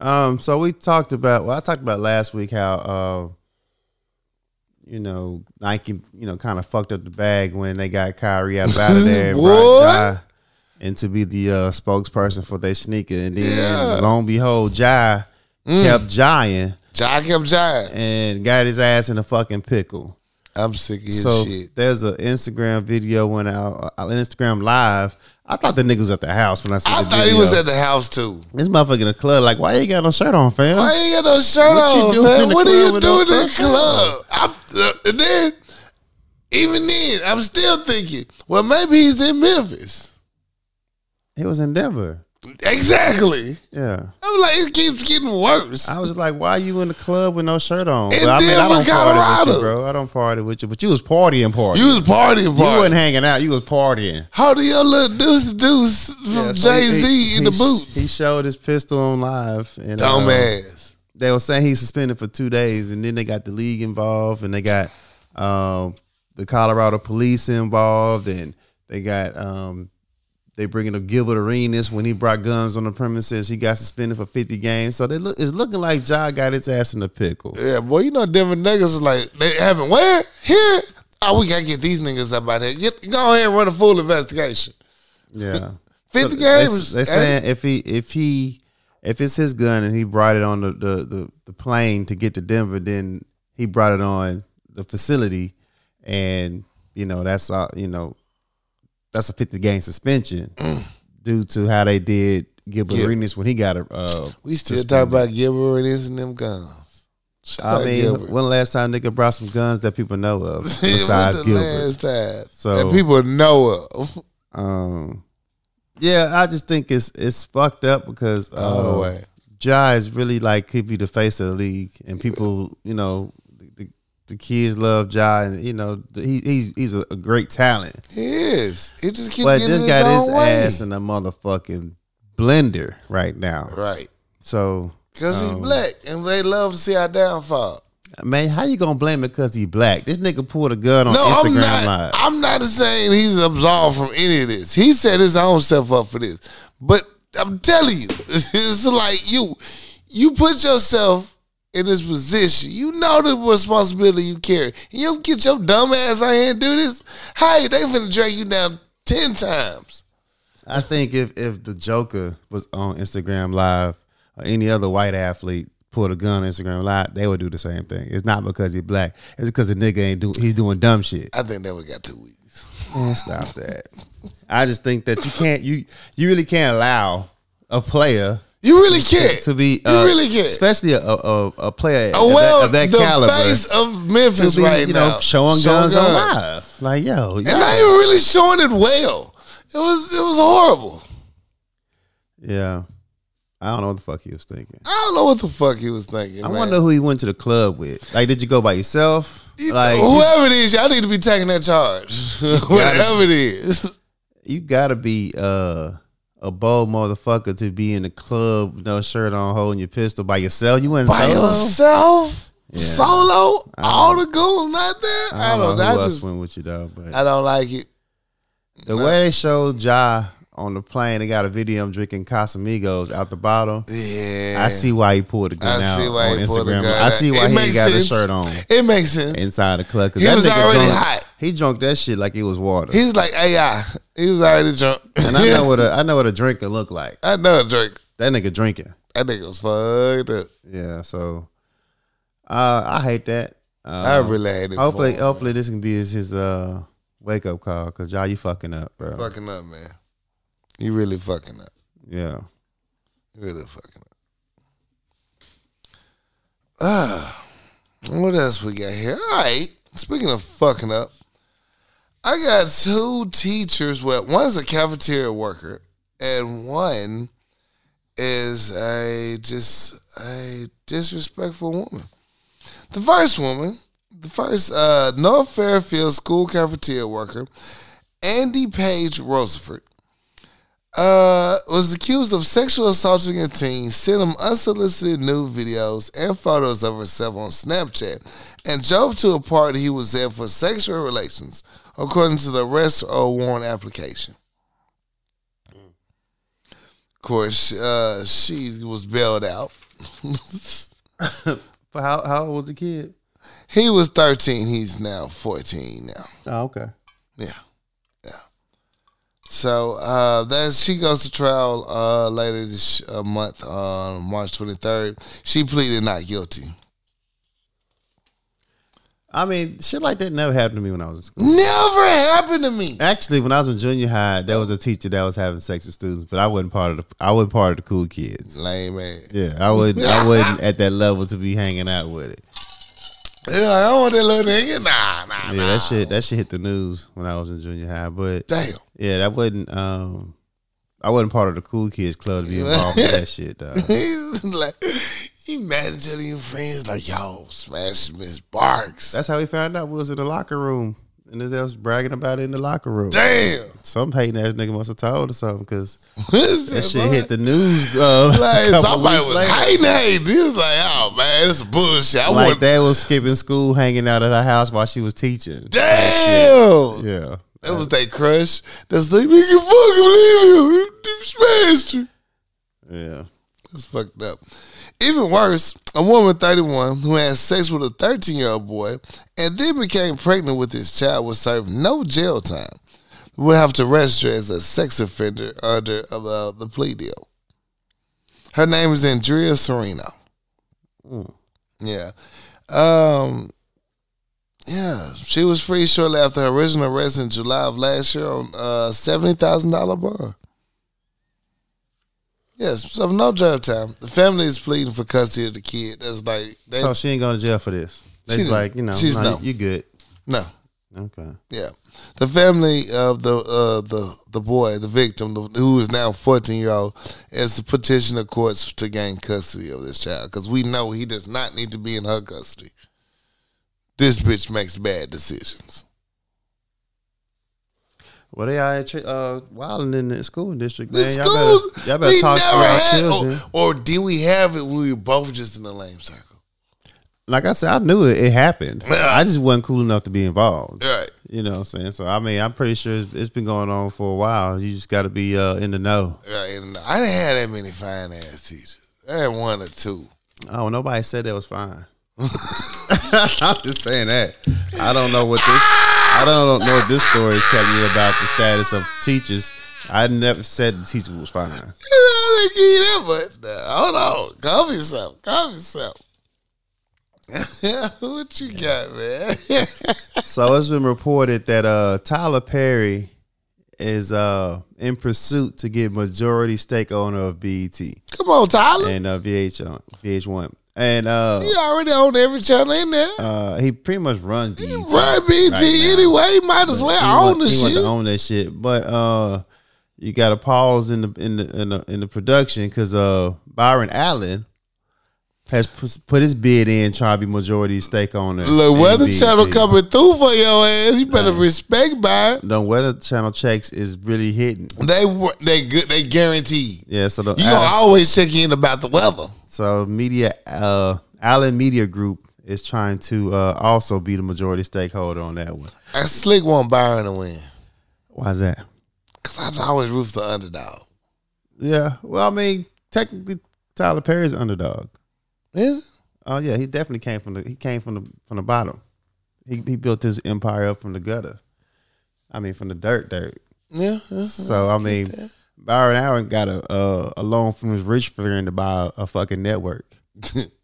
[SPEAKER 2] Um, so we talked about. Well, I talked about last week how, uh, you know, Nike, you know, kind of fucked up the bag when they got Kyrie out of there and
[SPEAKER 1] What?
[SPEAKER 2] brought Jai and to be the uh, spokesperson for their sneaker, and then uh,
[SPEAKER 1] Yeah. Mm.
[SPEAKER 2] lo and behold, Jai kept jying
[SPEAKER 1] John kept giant.
[SPEAKER 2] and got his ass in a fucking pickle.
[SPEAKER 1] I'm sick of his
[SPEAKER 2] so
[SPEAKER 1] shit.
[SPEAKER 2] there's an Instagram video went out, uh, Instagram live. I thought the nigga was at the house when I saw
[SPEAKER 1] I
[SPEAKER 2] the
[SPEAKER 1] thought
[SPEAKER 2] video.
[SPEAKER 1] he was at the house too.
[SPEAKER 2] this motherfucker in the club. Like, why you got no shirt on, fam?
[SPEAKER 1] Why you got no shirt
[SPEAKER 2] What you
[SPEAKER 1] on,
[SPEAKER 2] doing in
[SPEAKER 1] man?
[SPEAKER 2] the
[SPEAKER 1] What are
[SPEAKER 2] club
[SPEAKER 1] you
[SPEAKER 2] with
[SPEAKER 1] doing
[SPEAKER 2] no
[SPEAKER 1] in the
[SPEAKER 2] fucking
[SPEAKER 1] club? I'm, uh, and then, even then, I'm still thinking, well, maybe he's in Memphis.
[SPEAKER 2] It was in Denver.
[SPEAKER 1] Exactly.
[SPEAKER 2] Yeah,
[SPEAKER 1] I'm like, it keeps getting worse.
[SPEAKER 2] I was just like, why you in the club with no shirt on?
[SPEAKER 1] In
[SPEAKER 2] Well, I I
[SPEAKER 1] Denver,
[SPEAKER 2] don't party with
[SPEAKER 1] Colorado.
[SPEAKER 2] you, bro. I don't party with you, but you was partying, partying.
[SPEAKER 1] you
[SPEAKER 2] You,
[SPEAKER 1] was partying,
[SPEAKER 2] wasn't
[SPEAKER 1] partying.
[SPEAKER 2] hanging out. You was partying.
[SPEAKER 1] How do your little deuce deuce from
[SPEAKER 2] Yeah, so
[SPEAKER 1] Jay
[SPEAKER 2] he-
[SPEAKER 1] Z
[SPEAKER 2] he-
[SPEAKER 1] in the
[SPEAKER 2] he sh-
[SPEAKER 1] boots?
[SPEAKER 2] He showed his pistol on live, and uh,
[SPEAKER 1] Dumbass.
[SPEAKER 2] they were saying he's suspended for two days, and then they got the league involved, and they got um, the Colorado police involved, and they got um, they bringing up Gilbert Arenas when he brought guns on the premises. He got suspended for fifty games, so they look it's looking like Ja got his ass in the pickle.
[SPEAKER 1] Yeah, boy, you know Denver niggas is like they haven't where here. Oh, we gotta get these niggas up out here. Get, go ahead and run a full investigation.
[SPEAKER 2] Yeah,
[SPEAKER 1] Fifty
[SPEAKER 2] So they-
[SPEAKER 1] games.
[SPEAKER 2] They, saying if he if he if it's his gun and he brought it on the the, the, the plane to get to Denver, then he brought it on the facility, and you know that's all you know. That's a fifty game suspension due to how they did Gilbert
[SPEAKER 1] Yeah.
[SPEAKER 2] Arenas when he got a. Uh,
[SPEAKER 1] We still
[SPEAKER 2] Suspended.
[SPEAKER 1] talk about Gilbert and this and them guns. Shout
[SPEAKER 2] I
[SPEAKER 1] out
[SPEAKER 2] mean,
[SPEAKER 1] Gilbert.
[SPEAKER 2] when last time nigga brought some guns that people know of
[SPEAKER 1] When
[SPEAKER 2] besides
[SPEAKER 1] the
[SPEAKER 2] Gilbert?
[SPEAKER 1] last time
[SPEAKER 2] So-
[SPEAKER 1] that people know of
[SPEAKER 2] Um, yeah, I just think it's it's fucked up because
[SPEAKER 1] all
[SPEAKER 2] uh,
[SPEAKER 1] the way.
[SPEAKER 2] Ja is really like could be the face of the league, and people, you know, the, the kids love Ja, and you know the- he, he's he's a, a great talent,
[SPEAKER 1] He is. He just keep
[SPEAKER 2] but
[SPEAKER 1] getting
[SPEAKER 2] this
[SPEAKER 1] his
[SPEAKER 2] got
[SPEAKER 1] own
[SPEAKER 2] his
[SPEAKER 1] way.
[SPEAKER 2] ass in a motherfucking blender right now.
[SPEAKER 1] right,
[SPEAKER 2] So,
[SPEAKER 1] because
[SPEAKER 2] Um,
[SPEAKER 1] he's black and they love to see our downfall.
[SPEAKER 2] man, how you gonna blame it because he black? This nigga pulled a gun on
[SPEAKER 1] No,
[SPEAKER 2] Instagram
[SPEAKER 1] I'm not.
[SPEAKER 2] live.
[SPEAKER 1] I'm not saying he's absolved from any of this. He set his own self up for this. But I'm telling you, it's like you, you put yourself in this position. You know the responsibility you carry. And you don't get your dumb ass out here and do this. Hey, they finna drag you down ten times.
[SPEAKER 2] I think if if the Joker was on Instagram Live or any other white athlete pulled a gun on Instagram Live, they would do the same thing. It's not because he's black. It's because the nigga ain't do he's doing dumb shit.
[SPEAKER 1] I think they would got two weeks.
[SPEAKER 2] Man, stop that. I just think that you can't you you really can't allow a player
[SPEAKER 1] You really can't.
[SPEAKER 2] to be
[SPEAKER 1] You
[SPEAKER 2] uh,
[SPEAKER 1] really can't.
[SPEAKER 2] especially a, a, a player
[SPEAKER 1] Oh well,
[SPEAKER 2] of that, of that
[SPEAKER 1] the
[SPEAKER 2] caliber
[SPEAKER 1] face of
[SPEAKER 2] to
[SPEAKER 1] Memphis
[SPEAKER 2] be
[SPEAKER 1] right
[SPEAKER 2] you know
[SPEAKER 1] now
[SPEAKER 2] showing guns, on live. Like yo, yeah.
[SPEAKER 1] and not even really showing it well. It was it was horrible.
[SPEAKER 2] yeah. I don't know what the fuck he was thinking.
[SPEAKER 1] I don't know what the fuck he was thinking.
[SPEAKER 2] I
[SPEAKER 1] man.
[SPEAKER 2] wonder who he went to the club with. Like, did you go by yourself?
[SPEAKER 1] You-
[SPEAKER 2] Like, you,
[SPEAKER 1] whoever it is, y'all need to be taking that charge. Whatever it is.
[SPEAKER 2] you gotta be uh, a bold motherfucker to be in the club, no shirt on, holding your pistol by yourself. You went
[SPEAKER 1] by
[SPEAKER 2] solo.
[SPEAKER 1] yourself,
[SPEAKER 2] Yeah. Uh-huh.
[SPEAKER 1] solo. All the goons not there.
[SPEAKER 2] I don't, know
[SPEAKER 1] I
[SPEAKER 2] who else
[SPEAKER 1] just,
[SPEAKER 2] went with you though, but
[SPEAKER 1] I don't like it.
[SPEAKER 2] the way they showed Ja on the plane, they got a video of him drinking Casamigos out the bottle.
[SPEAKER 1] Yeah,
[SPEAKER 2] I see why he pulled the gun
[SPEAKER 1] I
[SPEAKER 2] out
[SPEAKER 1] see why
[SPEAKER 2] on
[SPEAKER 1] he pulled the
[SPEAKER 2] Instagram.
[SPEAKER 1] gun
[SPEAKER 2] I
[SPEAKER 1] out.
[SPEAKER 2] see why
[SPEAKER 1] It
[SPEAKER 2] he ain't
[SPEAKER 1] makes
[SPEAKER 2] got his
[SPEAKER 1] sense.
[SPEAKER 2] shirt on
[SPEAKER 1] It makes sense.
[SPEAKER 2] inside the club. 'cause
[SPEAKER 1] He
[SPEAKER 2] that
[SPEAKER 1] was
[SPEAKER 2] nigga
[SPEAKER 1] already
[SPEAKER 2] drunk-
[SPEAKER 1] hot.
[SPEAKER 2] He drunk that shit like it was water.
[SPEAKER 1] He's like AI. He was already drunk.
[SPEAKER 2] and I know what a I know what a drinker look like.
[SPEAKER 1] I know Drake.
[SPEAKER 2] That nigga drinking.
[SPEAKER 1] That nigga was fucked up.
[SPEAKER 2] Yeah, so uh, I hate that.
[SPEAKER 1] I
[SPEAKER 2] Uh,
[SPEAKER 1] really hated.
[SPEAKER 2] hopefully,
[SPEAKER 1] for him.
[SPEAKER 2] hopefully this can be his, his uh, wake up call because y'all you fucking up, bro.
[SPEAKER 1] fucking up, man. You really fucking up.
[SPEAKER 2] Yeah,
[SPEAKER 1] You really fucking up. Ah, what else we got here? All right. Speaking of fucking up, I got two teachers. Well, one is a cafeteria worker, and one is a just a disrespectful woman. The first woman, the first uh, North Fairfield school cafeteria worker, Andy Page Roseford, uh, was accused of sexual assaulting a teen, sent him unsolicited nude videos and photos of herself on Snapchat, and drove to a party he was at for sexual relations, according to the arrest or warrant application. Of course, uh, she was bailed out.
[SPEAKER 2] but how how old was the kid?
[SPEAKER 1] he was 13. He's now 14 now.
[SPEAKER 2] Oh, okay.
[SPEAKER 1] Yeah, yeah. So uh, that she goes to trial uh, later this uh, month on March 23rd. She pleaded not guilty.
[SPEAKER 2] I mean, shit like that never happened to me when I was in school.
[SPEAKER 1] Never happened to me.
[SPEAKER 2] Actually, when I was in junior high, there was a teacher that was having sex with students, but I wasn't part of the I wasn't part of the cool kids.
[SPEAKER 1] Lame man.
[SPEAKER 2] Yeah, I wouldn't I wasn't at that level to be hanging out with it.
[SPEAKER 1] They're like, I want that little nigga. Nah, nah,
[SPEAKER 2] Yeah,
[SPEAKER 1] nah.
[SPEAKER 2] that shit that shit hit the news when I was in junior high, but
[SPEAKER 1] Damn.
[SPEAKER 2] Yeah, that wasn't. Um, I wasn't part of the cool kids club to be involved with that shit. Dog.
[SPEAKER 1] He's like, he mad at telling your friends, like, yo, smash Miss Barks.
[SPEAKER 2] That's how we found out we was in the locker room, and they was bragging about it in the locker room.
[SPEAKER 1] Damn.
[SPEAKER 2] Some hating ass nigga must have told or something because that
[SPEAKER 1] that
[SPEAKER 2] shit hit the news. Uh,
[SPEAKER 1] Like,
[SPEAKER 2] a couple
[SPEAKER 1] somebody
[SPEAKER 2] weeks
[SPEAKER 1] was
[SPEAKER 2] later.
[SPEAKER 1] hating, hating. He was like, oh, man, this is bullshit. I
[SPEAKER 2] Like
[SPEAKER 1] want
[SPEAKER 2] they was skipping school, hanging out at her house while she was teaching.
[SPEAKER 1] Damn.
[SPEAKER 2] Yeah,
[SPEAKER 1] That was that crush. That was like, we can fucking believe you. You smashed you.
[SPEAKER 2] yeah.
[SPEAKER 1] That's fucked up. Even worse, a woman 31 who had sex with a 13 year old boy and then became pregnant with his child would serve no jail time. Would have to register as a sex offender under uh, the, the plea deal. Her name is Andrea Sereno.
[SPEAKER 2] Mm.
[SPEAKER 1] Yeah. Um yeah, she was free shortly after her original arrest in July of last year on uh seventy thousand dollar bond. Yes, so no jail time. The family is pleading for custody of the kid. That's like they,
[SPEAKER 2] So she ain't going to jail for this.
[SPEAKER 1] She
[SPEAKER 2] They's
[SPEAKER 1] didn't.
[SPEAKER 2] like, you know,
[SPEAKER 1] She's
[SPEAKER 2] nah,
[SPEAKER 1] no.
[SPEAKER 2] you good.
[SPEAKER 1] no,
[SPEAKER 2] Okay.
[SPEAKER 1] yeah. The family of the uh, the the boy, the victim, the, who is now fourteen year old, is to petition the courts to gain custody of this child because we know he does not need to be in her custody. This bitch makes bad decisions.
[SPEAKER 2] Well, they out here uh, wilding in the school district,
[SPEAKER 1] The
[SPEAKER 2] man. Y'all
[SPEAKER 1] schools,
[SPEAKER 2] better, y'all better
[SPEAKER 1] we
[SPEAKER 2] talk to
[SPEAKER 1] never
[SPEAKER 2] our
[SPEAKER 1] had,
[SPEAKER 2] children.
[SPEAKER 1] Or, or did we have it when we were both just in the lame circle?
[SPEAKER 2] like I said, I knew it, it happened. I just wasn't cool enough to be involved.
[SPEAKER 1] All right,
[SPEAKER 2] You know what I'm saying? So I mean, I'm pretty sure it's, it's been going on for a while. You just got to be uh, in the know.
[SPEAKER 1] all right. And I didn't have that many fine ass teachers. I had one or two.
[SPEAKER 2] Oh, nobody said that was fine. I'm just saying that. I don't know what this. I don't know what this story is telling you about the status of teachers. I never said the teacher was fine.
[SPEAKER 1] I didn't give you that much. Now, uh, Hold on, calm yourself, calm yourself. what you got, man?
[SPEAKER 2] So it's been reported that uh, Tyler Perry is uh, in pursuit to get majority stake owner of BET.
[SPEAKER 1] Come on, Tyler.
[SPEAKER 2] E and uh, VH1, VH1, and uh,
[SPEAKER 1] You already own every channel in there.
[SPEAKER 2] uh, he pretty much runs E BET.
[SPEAKER 1] You Run BT
[SPEAKER 2] now.
[SPEAKER 1] anyway. You might as
[SPEAKER 2] he
[SPEAKER 1] well own
[SPEAKER 2] want-
[SPEAKER 1] the
[SPEAKER 2] he want to
[SPEAKER 1] shit.
[SPEAKER 2] own that shit, but uh, you got to pause in the in the in the, in the production because uh, Byron Allen has pu- put his bid in trying to be majority stakeholder.
[SPEAKER 1] Look, Weather
[SPEAKER 2] NBC.
[SPEAKER 1] Channel coming through for your ass. You better respect Byron.
[SPEAKER 2] The Weather Channel checks is really hitting.
[SPEAKER 1] They wor- they good. They guaranteed.
[SPEAKER 2] Yeah, so the
[SPEAKER 1] You gonna always check in about the weather.
[SPEAKER 2] so media uh Allen Media Group is trying to uh also be the majority stakeholder on that one.
[SPEAKER 1] I slick want Byron to win
[SPEAKER 2] Why is that?
[SPEAKER 1] because I always root for the underdog.
[SPEAKER 2] Yeah. Well, I mean, technically Tyler Perry's underdog.
[SPEAKER 1] Is it?
[SPEAKER 2] Oh yeah, he definitely came from the he came from the from the bottom. He he built his empire up from the gutter. I mean, from the dirt, dirt.
[SPEAKER 1] Yeah. yeah.
[SPEAKER 2] So I mean, Byron Allen got a a, a loan from his rich friend to buy a, a fucking network.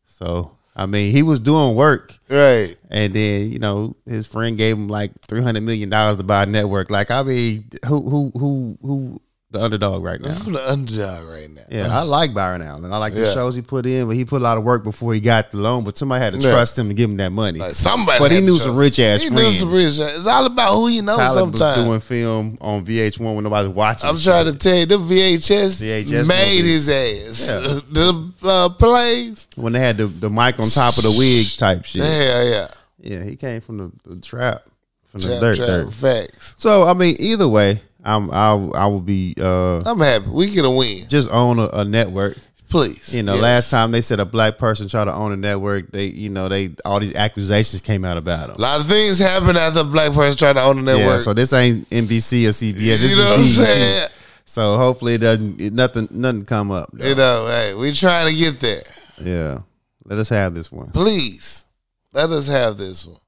[SPEAKER 2] So I mean, he was doing work,
[SPEAKER 1] right.
[SPEAKER 2] and then you know his friend gave him like three hundred million dollars to buy a network. Like I mean, who who who who the underdog right now?
[SPEAKER 1] I'm the underdog right now.
[SPEAKER 2] Yeah, I like Byron Allen. I like the
[SPEAKER 1] Yeah.
[SPEAKER 2] shows he put in, but he put a lot of work before he got the loan. But somebody had to
[SPEAKER 1] Yeah.
[SPEAKER 2] trust him to give him that money.
[SPEAKER 1] Like somebody.
[SPEAKER 2] But he
[SPEAKER 1] had to
[SPEAKER 2] knew
[SPEAKER 1] show-
[SPEAKER 2] some rich-ass
[SPEAKER 1] He knew some rich
[SPEAKER 2] friends.
[SPEAKER 1] ass. It's all about who you know.
[SPEAKER 2] Tyler was
[SPEAKER 1] sometimes
[SPEAKER 2] doing film on VH1 when nobody's watching.
[SPEAKER 1] Oh, I'm trying to tell you, the VHS,
[SPEAKER 2] VHS
[SPEAKER 1] made
[SPEAKER 2] movies.
[SPEAKER 1] his ass.
[SPEAKER 2] Yeah.
[SPEAKER 1] the uh, plays.
[SPEAKER 2] when they had the, the mic on top of the wig type shit.
[SPEAKER 1] Yeah, yeah.
[SPEAKER 2] Yeah, he came from the, the trap, from the
[SPEAKER 1] Trap,
[SPEAKER 2] dirt,
[SPEAKER 1] trap,
[SPEAKER 2] dirt.
[SPEAKER 1] Facts.
[SPEAKER 2] So I mean, either way, I'm I I will be uh
[SPEAKER 1] I'm happy. We get a win.
[SPEAKER 2] just own a, a network.
[SPEAKER 1] Please.
[SPEAKER 2] You know,
[SPEAKER 1] Yeah.
[SPEAKER 2] last time they said a black person tried to own a network, they you know they all these accusations came out about
[SPEAKER 1] A
[SPEAKER 2] them.
[SPEAKER 1] lot of things happen after a black person trying to own the
[SPEAKER 2] Yeah,
[SPEAKER 1] network.
[SPEAKER 2] so this ain't NBC or CBS. This
[SPEAKER 1] you know what I'm
[SPEAKER 2] is BET.
[SPEAKER 1] saying?
[SPEAKER 2] So hopefully it doesn't it, nothing nothing come up. though.
[SPEAKER 1] You know, hey, we trying to get there.
[SPEAKER 2] Yeah, let us have this one.
[SPEAKER 1] Please, let us have this one.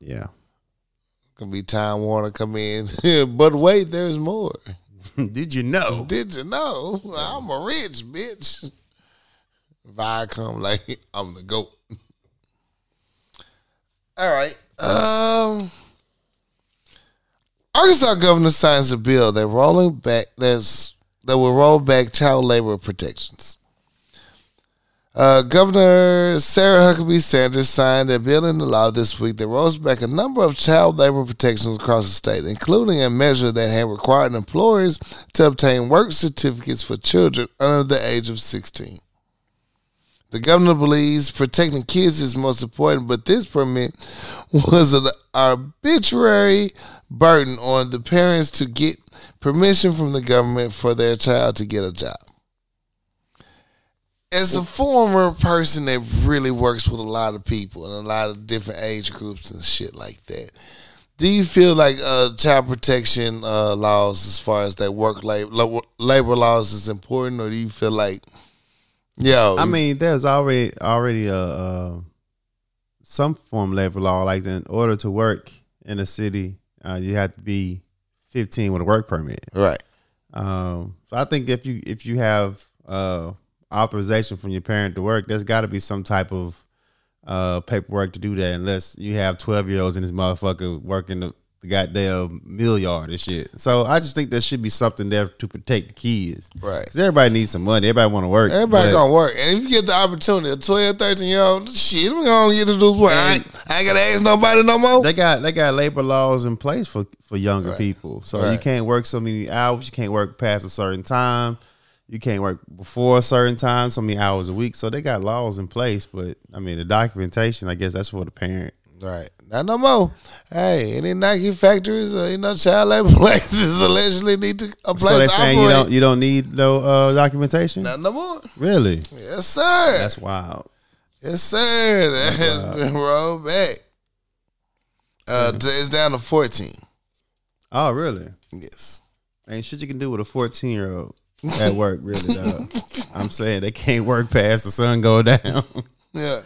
[SPEAKER 2] Yeah,
[SPEAKER 1] Could be Time Warner come in, but wait, there's more.
[SPEAKER 2] did you know?
[SPEAKER 1] Did you know I'm a rich bitch? Viacom, like I'm the goat. All right. Um, Arkansas governor signs a bill that rolling back that's that will roll back child labor protections. Uh, Governor Sarah Huckabee Sanders signed a bill into law this week that rolls back a number of child labor protections across the state, including a measure that had required employers to obtain work certificates for children under the age of 16. The governor believes protecting kids is most important, but this permit was an arbitrary burden on the parents to get permission from the government for their child to get a job. As a former person that really works with a lot of people and a lot of different age groups and shit like that, do you feel like uh, child protection uh, laws, as far as that work labor, labor laws, is important, or do you feel like, yo,
[SPEAKER 2] I
[SPEAKER 1] you-
[SPEAKER 2] mean, there's already already a, uh some form of labor law. Like in order to work in a city, uh, you have to be 15 with a work permit.
[SPEAKER 1] right?
[SPEAKER 2] Um, so I think if you if you have uh, authorization from your parent to work, there's got to be some type of uh, paperwork to do that, unless you have 12 year olds in this motherfucker working the, the goddamn mill yard and shit. So I just think there should be something there to protect the kids.
[SPEAKER 1] Right.
[SPEAKER 2] 'Cause everybody needs some money. Everybody want to work.
[SPEAKER 1] Everybody
[SPEAKER 2] but-
[SPEAKER 1] gonna work, and if you get the opportunity, a 12, 13 year old, shit, we gonna get to do work. I ain't, I ain't gotta ask nobody no more.
[SPEAKER 2] they got they got labor laws in place for for younger people. So you
[SPEAKER 1] Right.
[SPEAKER 2] can't work so many hours. You can't work past a certain time. You can't work before a certain time, so many hours a week. So they got laws in place, but I mean the documentation. I guess that's for the parent.
[SPEAKER 1] Right, not no more. Hey, any Nike factories or you know child labor places allegedly need to a place
[SPEAKER 2] so they
[SPEAKER 1] to
[SPEAKER 2] saying
[SPEAKER 1] operate.
[SPEAKER 2] you don't you don't need no uh, documentation.
[SPEAKER 1] not no more.
[SPEAKER 2] Really,
[SPEAKER 1] Yes, sir.
[SPEAKER 2] that's wild.
[SPEAKER 1] yes, sir. That has been rolled back. Uh,
[SPEAKER 2] Mm-hmm.
[SPEAKER 1] t- it's down to fourteen.
[SPEAKER 2] Oh, really?
[SPEAKER 1] Yes.
[SPEAKER 2] Ain't shit you can do with a fourteen year old at work, really. Dog. I'm saying they can't work past the sun go down.
[SPEAKER 1] Yeah.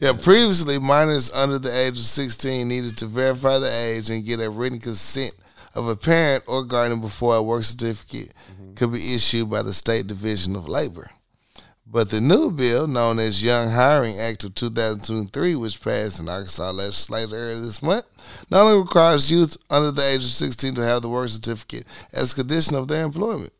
[SPEAKER 1] Yeah, previously minors under the age of 16 needed to verify the age and get a written consent of a parent or guardian before a work certificate
[SPEAKER 2] Mm-hmm.
[SPEAKER 1] could be issued by the State Division of Labor. But the new bill, known as Young Hiring Act of 2023, which passed in Arkansas legislature earlier this month, not only requires youth under the age of 16 to have the work certificate as a condition of their employment.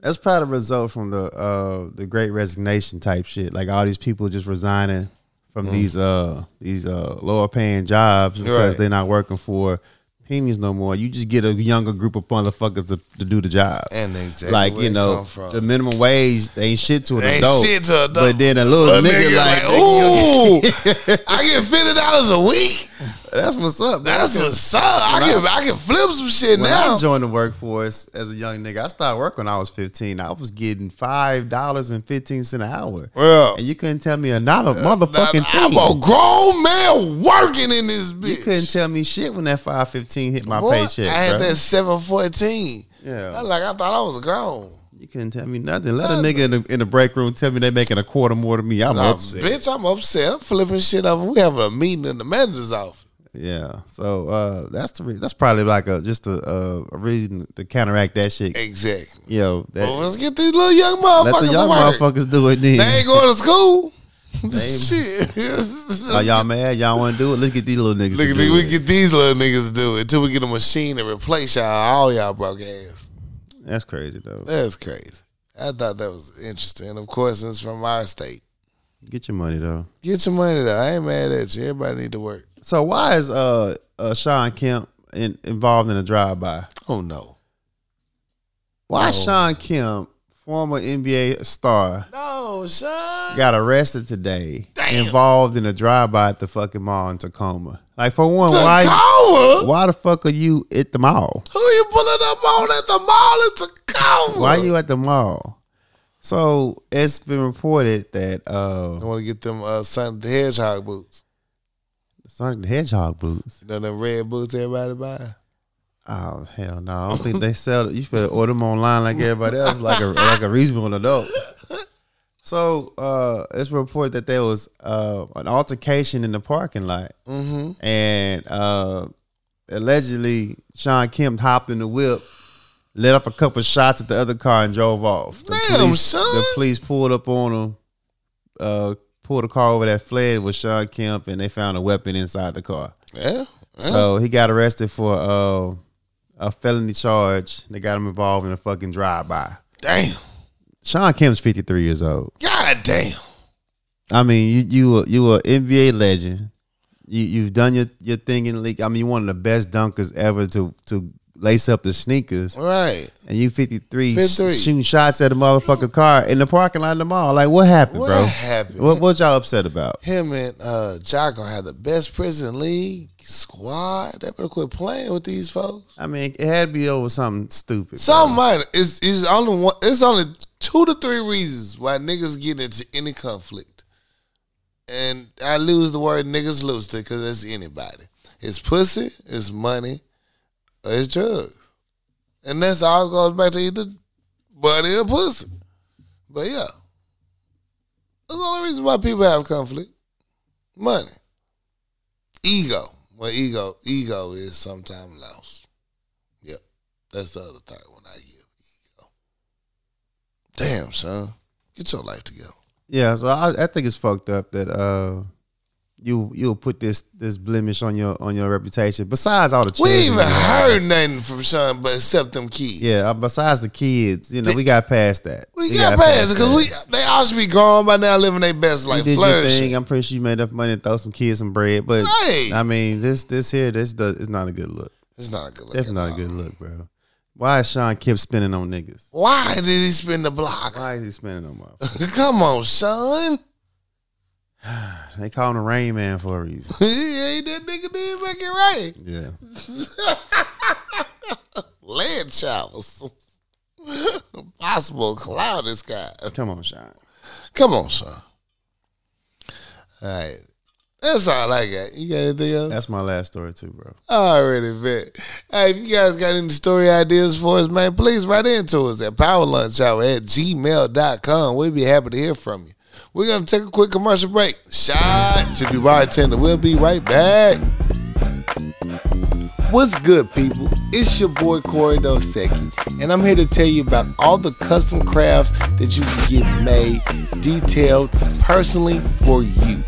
[SPEAKER 2] That's probably a result from the uh the great resignation type shit. Like all these people just resigning
[SPEAKER 1] Mm.
[SPEAKER 2] from these uh these uh lower paying jobs because
[SPEAKER 1] Right.
[SPEAKER 2] they're not working for opinions no more. You just get a younger group of motherfuckers to, to do the job.
[SPEAKER 1] And exactly
[SPEAKER 2] like
[SPEAKER 1] where
[SPEAKER 2] you
[SPEAKER 1] it
[SPEAKER 2] know,
[SPEAKER 1] come from.
[SPEAKER 2] the minimum wage they ain't shit to an
[SPEAKER 1] They ain't
[SPEAKER 2] adult.
[SPEAKER 1] shit to an adult.
[SPEAKER 2] But then a little
[SPEAKER 1] But
[SPEAKER 2] nigga, like,
[SPEAKER 1] ooh, I get fifty dollars a week.
[SPEAKER 2] that's what's up. man.
[SPEAKER 1] That's what's up. I
[SPEAKER 2] When I-
[SPEAKER 1] can I can flip some shit
[SPEAKER 2] When
[SPEAKER 1] now.
[SPEAKER 2] I joined the workforce as a young nigga, I started work when I was 15. I was getting five dollars and fifteen cent an hour,
[SPEAKER 1] Yeah.
[SPEAKER 2] and you couldn't tell me a not a motherfucking
[SPEAKER 1] uh, I'm
[SPEAKER 2] thing.
[SPEAKER 1] a grown man working in this bitch.
[SPEAKER 2] you couldn't tell me shit when that five fifteen hit my
[SPEAKER 1] Boy,
[SPEAKER 2] paycheck.
[SPEAKER 1] I had
[SPEAKER 2] bruh.
[SPEAKER 1] that seven fourteen.
[SPEAKER 2] Yeah.
[SPEAKER 1] I like I thought I was grown.
[SPEAKER 2] You couldn't tell me nothing. Let a nigga in the, in the break room tell me they making a quarter more than me. I'm
[SPEAKER 1] Nah,
[SPEAKER 2] upset.
[SPEAKER 1] bitch, I'm upset. I'm flipping shit over. We having a meeting in the manager's office.
[SPEAKER 2] Yeah. So uh, that's the re- that's probably like a just a, a, a reason to counteract that shit.
[SPEAKER 1] Exactly.
[SPEAKER 2] You know, that,
[SPEAKER 1] Well, let's get these little young
[SPEAKER 2] let
[SPEAKER 1] motherfuckers
[SPEAKER 2] the young
[SPEAKER 1] to work.
[SPEAKER 2] motherfuckers do it then.
[SPEAKER 1] They ain't going to school.
[SPEAKER 2] ain't-
[SPEAKER 1] shit.
[SPEAKER 2] Are y'all mad? Y'all want to do it? Let's get these little niggas.
[SPEAKER 1] Look
[SPEAKER 2] to
[SPEAKER 1] at
[SPEAKER 2] do
[SPEAKER 1] these, we
[SPEAKER 2] it.
[SPEAKER 1] get these little niggas to do it until we get a machine to replace y'all. All y'all broke ass.
[SPEAKER 2] That's crazy though.
[SPEAKER 1] That's crazy. I thought that was interesting. And of course, it's from our state.
[SPEAKER 2] Get your money though.
[SPEAKER 1] Get your money though. I ain't mad at you. Everybody need to work.
[SPEAKER 2] So why is uh, uh Sean Kemp in, involved in a drive by?
[SPEAKER 1] Oh no.
[SPEAKER 2] Why
[SPEAKER 1] No.
[SPEAKER 2] Sean Kemp, former NBA star,
[SPEAKER 1] No, Sean.
[SPEAKER 2] got arrested today,
[SPEAKER 1] Damn.
[SPEAKER 2] involved in a drive by at the fucking mall in Tacoma? Like for one, why
[SPEAKER 1] Tacoma?
[SPEAKER 2] why the fuck are you at the mall?
[SPEAKER 1] Who you pulling up on at the mall in Tacoma?
[SPEAKER 2] Why you at the mall? So it's been reported that
[SPEAKER 1] I
[SPEAKER 2] uh
[SPEAKER 1] want to get them uh, Sonic the Hedgehog boots.
[SPEAKER 2] Sonic the Hedgehog boots.
[SPEAKER 1] You know them red boots everybody buy.
[SPEAKER 2] Oh hell no! I don't think they sell it. You should order them online like everybody else, like a like a reasonable adult. So uh, it's reported that there was uh, an altercation in the parking lot,
[SPEAKER 1] Mm-hmm.
[SPEAKER 2] and uh, allegedly Sean Kim hopped in the whip, let off a couple shots at the other car, and drove off. The
[SPEAKER 1] Damn,
[SPEAKER 2] police,
[SPEAKER 1] son.
[SPEAKER 2] the police pulled up on him, uh, pulled a car over that fled with Sean Kemp, and they found a weapon inside the car.
[SPEAKER 1] Yeah.
[SPEAKER 2] So he got arrested for uh, a felony charge. They got him involved in a fucking drive by.
[SPEAKER 1] Damn.
[SPEAKER 2] Sean Kemp's fifty three years old.
[SPEAKER 1] God damn.
[SPEAKER 2] I mean, you you a, you a NBA legend. You you've done your, your thing in the league. I mean, you're one of the best dunkers ever to to lace up the sneakers,
[SPEAKER 1] Right.
[SPEAKER 2] and you fifty three
[SPEAKER 1] 53.
[SPEAKER 2] shooting shots at a motherfucking car in the parking lot of the mall. Like, what happened,
[SPEAKER 1] What
[SPEAKER 2] bro?
[SPEAKER 1] happened?
[SPEAKER 2] What what y'all upset about?
[SPEAKER 1] Him and uh, Jocko had the best prison league squad. They better quit playing with these folks.
[SPEAKER 2] I mean, it had to be over something stupid. bro.
[SPEAKER 1] Some minor. It's, it's only one. It's only two to three reasons why niggas get into any conflict. And I lose the word niggas loosely because it's anybody. It's pussy. It's money. Or it's drugs. And that's all goes back to either money or pussy. But yeah, that's the only reason why people have conflict. Money, ego. Well, ego, ego is sometimes lost. Yep. That's the other thing when I give ego. Damn, son. Get your life together.
[SPEAKER 2] Yeah, so I, I think it's fucked up that uh you you'll put this this blemish on your on your reputation. Besides all the
[SPEAKER 1] We
[SPEAKER 2] children,
[SPEAKER 1] ain't even
[SPEAKER 2] you know.
[SPEAKER 1] heard nothing from Sean but except them kids.
[SPEAKER 2] Yeah, uh, besides the kids, you know, we got past that.
[SPEAKER 1] We, got past it because we they all should be gone by now living their best
[SPEAKER 2] You
[SPEAKER 1] life,
[SPEAKER 2] did your thing.
[SPEAKER 1] flourishing.
[SPEAKER 2] I'm pretty sure you made enough money to throw some kids some bread, but
[SPEAKER 1] Right.
[SPEAKER 2] I mean, this this here this does it's not a good look.
[SPEAKER 1] It's not a good look.
[SPEAKER 2] That's
[SPEAKER 1] at
[SPEAKER 2] not a
[SPEAKER 1] all.
[SPEAKER 2] good look, bro. Why is Sean Kemp spinning on niggas?
[SPEAKER 1] Why did he spin the block?
[SPEAKER 2] Why is he spinning on my?
[SPEAKER 1] Come on, son.
[SPEAKER 2] They call him the Rain Man for a reason.
[SPEAKER 1] yeah, that nigga did make it right.
[SPEAKER 2] Yeah,
[SPEAKER 1] Land showers. Possible cloudy skies.
[SPEAKER 2] come on, Sean.
[SPEAKER 1] Come on, son. All right. That's all I got. You got anything else?
[SPEAKER 2] That's my last story too, bro.
[SPEAKER 1] I already bet. Hey, if you guys got any story ideas for us, man, please write into us at powerlunchhour at gmail.com. We'll be happy to hear from you. We're going to take a quick commercial break. Shot to be bartender. We'll be right back. What's good, people? It's your boy Corey Dosecki, and I'm here to tell you about all the custom crafts that you can get made, detailed, personally for you.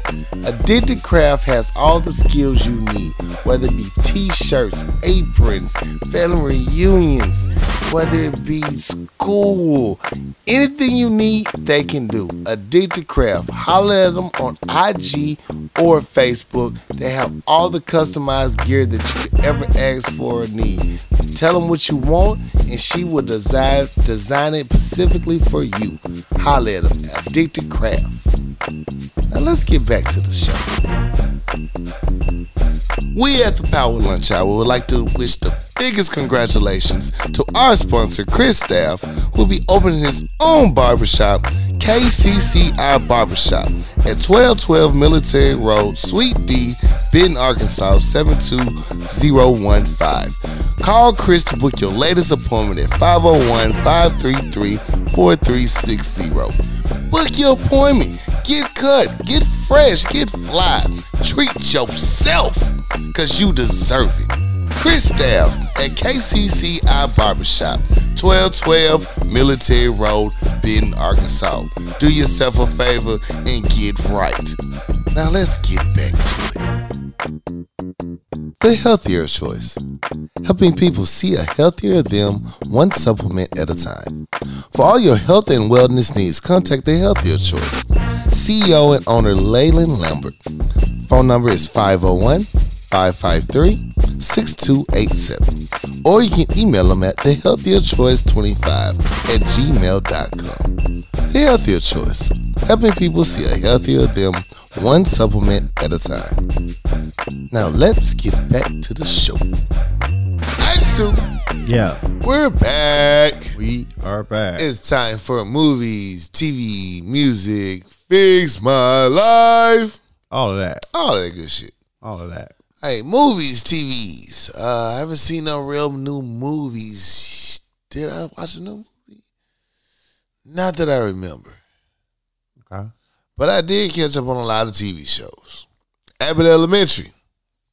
[SPEAKER 1] Addicted Craft has all the skills you need, whether it be t shirts, aprons, family reunions whether it be school, anything you need, they can do. Addicted Craft, holler at them on IG or Facebook. They have all the customized gear that you could ever ask for or need. Tell them what you want, and she will design, design it specifically for you. Holler at them, Addicted Craft. Now let's get back to the show. We at the Power Lunch Hour would like to wish the biggest congratulations to our sponsor, Chris Staff, who will be opening his own barbershop, KCCI Barbershop, at 1212 Military Road, Suite D, Benton, Arkansas, 72015. Call Chris to book your latest appointment at 501 533 4360. Book your appointment. Get cut. Get fresh. Get fly. Treat yourself because you deserve it. Chris Staff at KCCI Barbershop, 1212 Military Road, Benton, Arkansas. Do yourself a favor and get right. Now let's get back to it. The healthier choice helping people see a healthier them one supplement at a time. For all your health and wellness needs, contact the Healthier Choice. CEO and owner Leyland Lambert. Phone number is 501 553 6287. Or you can email them at thehealthierchoice25 at gmail.com. The Healthier Choice, helping people see a healthier them one supplement at a time. Now let's get back to the show. Act
[SPEAKER 2] Yeah,
[SPEAKER 1] two, we're back.
[SPEAKER 2] we are back.
[SPEAKER 1] It's time for movies, TV, music, fix my life,
[SPEAKER 2] all of that.
[SPEAKER 1] all that good shit.
[SPEAKER 2] All of that.
[SPEAKER 1] Hey, movies, TVs. Uh, I haven't seen no real new movies. Did I watch a new movie? Not that I remember,
[SPEAKER 2] Okay.
[SPEAKER 1] but I did catch up on a lot of TV shows. Abbott Elementary.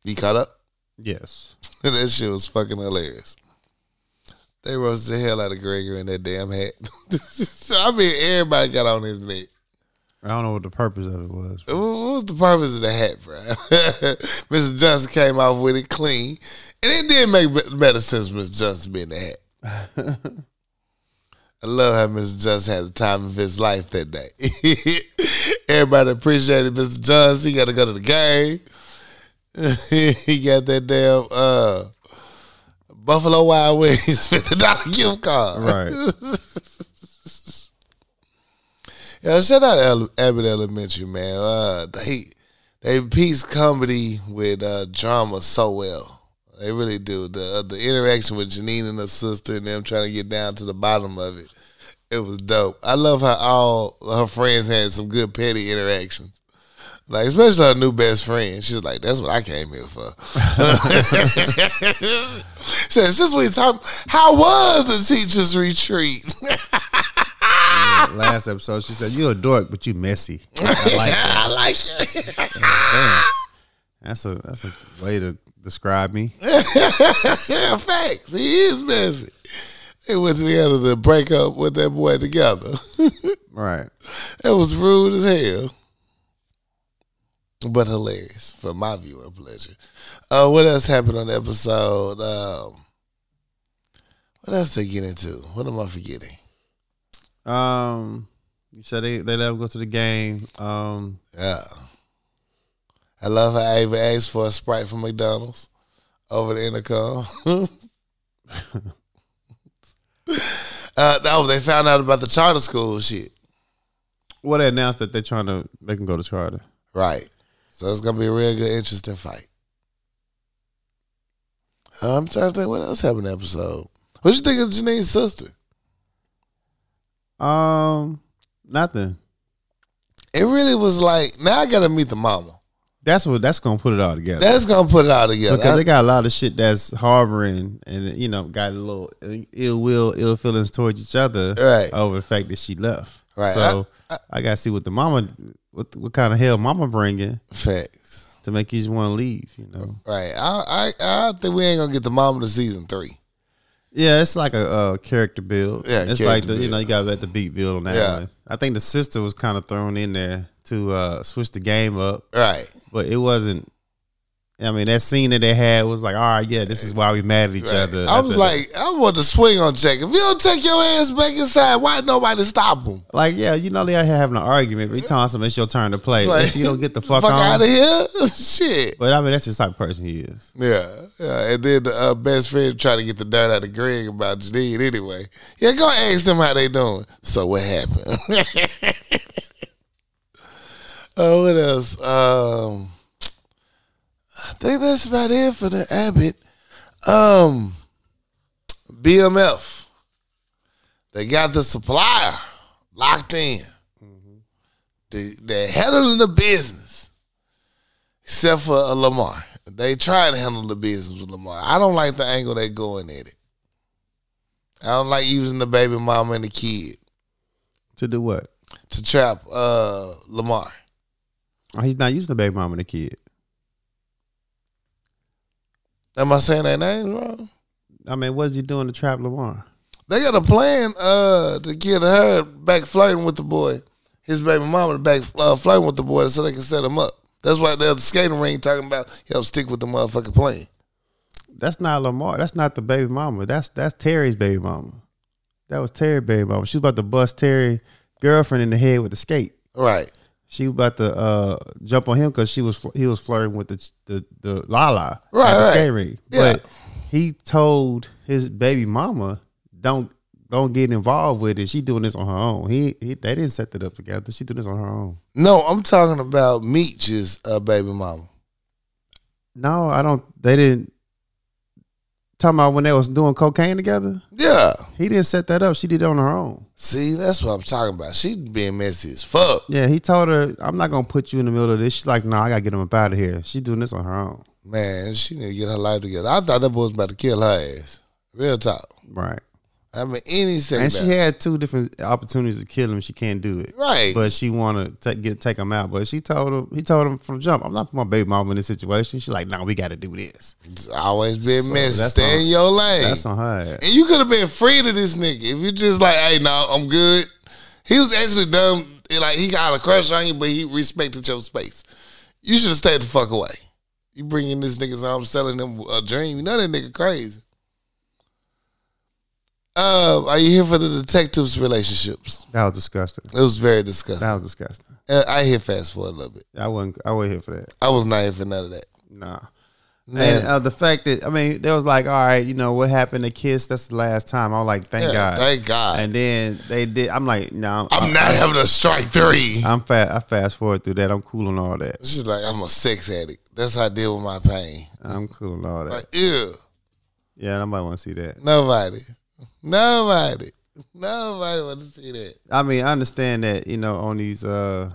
[SPEAKER 1] You caught up?
[SPEAKER 2] Yes.
[SPEAKER 1] that shit was fucking hilarious. They roasted the hell out of Gregor in that damn hat. so I mean, everybody got on his neck.
[SPEAKER 2] I don't know what the purpose of it was.
[SPEAKER 1] What what was the purpose of the hat, bro? Mr. Johnson came off with it clean, and it did make be- better sense. Mr. Johnson being the hat. I love how Mr. Johnson had the time of his life that day. Everybody appreciated Mr. Johnson. He got to go to the game. he got that damn uh, Buffalo Wild Wings fifty dollar gift card.
[SPEAKER 2] Right.
[SPEAKER 1] Yeah, shout out to Ele- Abbott Elementary, man. Uh, they they piece comedy with uh, drama so well. They really do. The uh, the interaction with Janine and her sister and them trying to get down to the bottom of it. It was dope. I love how all her friends had some good petty interactions. Like especially her new best friend. She's like, "That's what I came here for." she said, "Since we talking, how was the teachers' retreat?"
[SPEAKER 2] Last episode, she said, "You a dork, but you messy." I like that.
[SPEAKER 1] I like it.
[SPEAKER 2] Damn. That's a that's a way to describe me.
[SPEAKER 1] yeah, facts. He is messy. They went together to break up with that boy together.
[SPEAKER 2] Right.
[SPEAKER 1] that was rude as hell. But hilarious for my viewer pleasure. Uh, what else happened on the episode? Um, what else they get into? What am I forgetting?
[SPEAKER 2] Um, you said they they let him go to the game. Um,
[SPEAKER 1] Yeah. I love how I even asked for a Sprite from McDonald's over the intercom. uh, no, they found out about the charter school shit.
[SPEAKER 2] well, they announced that they're trying to make him go to charter.
[SPEAKER 1] Right. So it's going to be a real good, interesting fight. I'm trying to think what else happened in the episode. What you think of Janine's sister?
[SPEAKER 2] Um, nothing.
[SPEAKER 1] It really was like, now I got to meet the mama.
[SPEAKER 2] That's what that's gonna put it all together.
[SPEAKER 1] That's going to put it all together.
[SPEAKER 2] because they got a lot of shit that's harboring and you know got a little ill will, ill feelings towards each other
[SPEAKER 1] Right.
[SPEAKER 2] over the fact that she left.
[SPEAKER 1] Right.
[SPEAKER 2] So I, gotta see what the mama, what what kind of hell mama bringing
[SPEAKER 1] I, facts.
[SPEAKER 2] to make you just want to leave. You know.
[SPEAKER 1] Right. I, I I think we ain't gonna get the mama to season three.
[SPEAKER 2] Yeah, it's like a uh, character build.
[SPEAKER 1] Yeah,
[SPEAKER 2] it's
[SPEAKER 1] character
[SPEAKER 2] like the you
[SPEAKER 1] build.
[SPEAKER 2] know you gotta let the beat build on that
[SPEAKER 1] Yeah.
[SPEAKER 2] one. I think the sister was kind of thrown in there to uh, switch the game up,
[SPEAKER 1] Right.
[SPEAKER 2] but it wasn't. I mean, that scene that they had was like, all right, yeah, this is why we mad at each other.
[SPEAKER 1] I was like, I want to swing on Jack. If you don't take your ass back inside, why nobody stop him?
[SPEAKER 2] like, yeah, you know, they out here having an argument. Every time something, it's your turn to play.
[SPEAKER 1] Like,
[SPEAKER 2] if you don't get the fuck,
[SPEAKER 1] Fuck
[SPEAKER 2] on.
[SPEAKER 1] out of here, shit.
[SPEAKER 2] But I mean, that's just type of person he is.
[SPEAKER 1] Yeah, yeah. And then the uh, best friend tried to get the dirt out of Greg about Janine anyway. Yeah, go ask them how they doing. So what happened? oh, what else? Um, I think that's about it for the Abbott. Um, BMF. They got the supplier locked in. They, they're handling the business except for uh, Lamar. They try to handle the business with Lamar. I don't like the angle they going at it. I don't like using the baby mama and the kid
[SPEAKER 2] To do what?
[SPEAKER 1] to trap uh, Lamar.
[SPEAKER 2] Oh, He's not using the baby mama and the kid.
[SPEAKER 1] Am I saying their names wrong?
[SPEAKER 2] I mean, what is he doing to trap Lamar?
[SPEAKER 1] They got a plan uh, to get her back flirting with the boy, his baby mama to back uh, flirting with the boy so they can set him up. That's why the skating ring talking about help stick with the motherfucking plan.
[SPEAKER 2] That's not Lamar. That's not the baby mama. That's that's Terry's baby mama. That was Terry's baby mama. She was about to bust Terry girlfriend in the head with a skate.
[SPEAKER 1] Right.
[SPEAKER 2] She was about to uh, jump on him because she was he was flirting with the the, the Lala at
[SPEAKER 1] Right,
[SPEAKER 2] the
[SPEAKER 1] right.
[SPEAKER 2] skate ring.
[SPEAKER 1] Yeah.
[SPEAKER 2] But he told his baby mama don't don't get involved with it. She doing this on her own. He, he they didn't set that up together. She doing this on her own.
[SPEAKER 1] No, I'm talking about Meech's uh, baby mama.
[SPEAKER 2] No, I don't. They didn't. Talking about when they was doing cocaine together,
[SPEAKER 1] Yeah.
[SPEAKER 2] he didn't set that up. She did it on her own.
[SPEAKER 1] See, that's what I'm talking about. She being messy as fuck.
[SPEAKER 2] Yeah, he told her, "I'm not gonna put you in the middle of this." She's like, "No, I gotta get him up out of here." She doing this on her own,
[SPEAKER 1] Man, she need to get her life together. I thought that boy was about to kill her ass. Real talk.
[SPEAKER 2] right?
[SPEAKER 1] I mean, any second.
[SPEAKER 2] And she
[SPEAKER 1] now.
[SPEAKER 2] had two different opportunities to kill him. She can't do it,
[SPEAKER 1] right.
[SPEAKER 2] but she want to get take him out. But she told him, he told him from jump, "I'm not for my baby mama in this situation." She's like, "No, we got to do this."
[SPEAKER 1] It's always been
[SPEAKER 2] So
[SPEAKER 1] messy.
[SPEAKER 2] that's
[SPEAKER 1] Stay
[SPEAKER 2] on-
[SPEAKER 1] in your lane.
[SPEAKER 2] That's on her. ass.
[SPEAKER 1] and you could have been free to this nigga if you just like, hey, no, I'm good. He was actually dumb. Like he got a crush on you, but he respected your space. You should have stayed the fuck away. You bringing this nigga's home, selling them a dream. You know that nigga crazy. Uh, are you here for the detectives' relationships?
[SPEAKER 2] That was disgusting.
[SPEAKER 1] It was very disgusting.
[SPEAKER 2] That was disgusting.
[SPEAKER 1] Uh, I hit fast forward a little bit.
[SPEAKER 2] I wasn't. I wasn't here for that.
[SPEAKER 1] I was not here for none of that.
[SPEAKER 2] Nah.
[SPEAKER 1] Man.
[SPEAKER 2] And uh, the fact that I mean, they was like, all right, you know what happened to Kiss? That's the last time. I was like,
[SPEAKER 1] Yeah,
[SPEAKER 2] thank God. uh,
[SPEAKER 1] Thank God.
[SPEAKER 2] and then they did. I'm like, no,
[SPEAKER 1] I'm
[SPEAKER 2] I'm,
[SPEAKER 1] not having a strike three.
[SPEAKER 2] I'm fat. I fast forward through that. I'm cool on all that.
[SPEAKER 1] She's like, I'm a sex addict. That's how I deal with my pain.
[SPEAKER 2] I'm cool on all that.
[SPEAKER 1] Like, ew.
[SPEAKER 2] yeah, nobody want to see that.
[SPEAKER 1] Nobody. Nobody. Nobody want to see that.
[SPEAKER 2] I mean, I understand that you know on these uh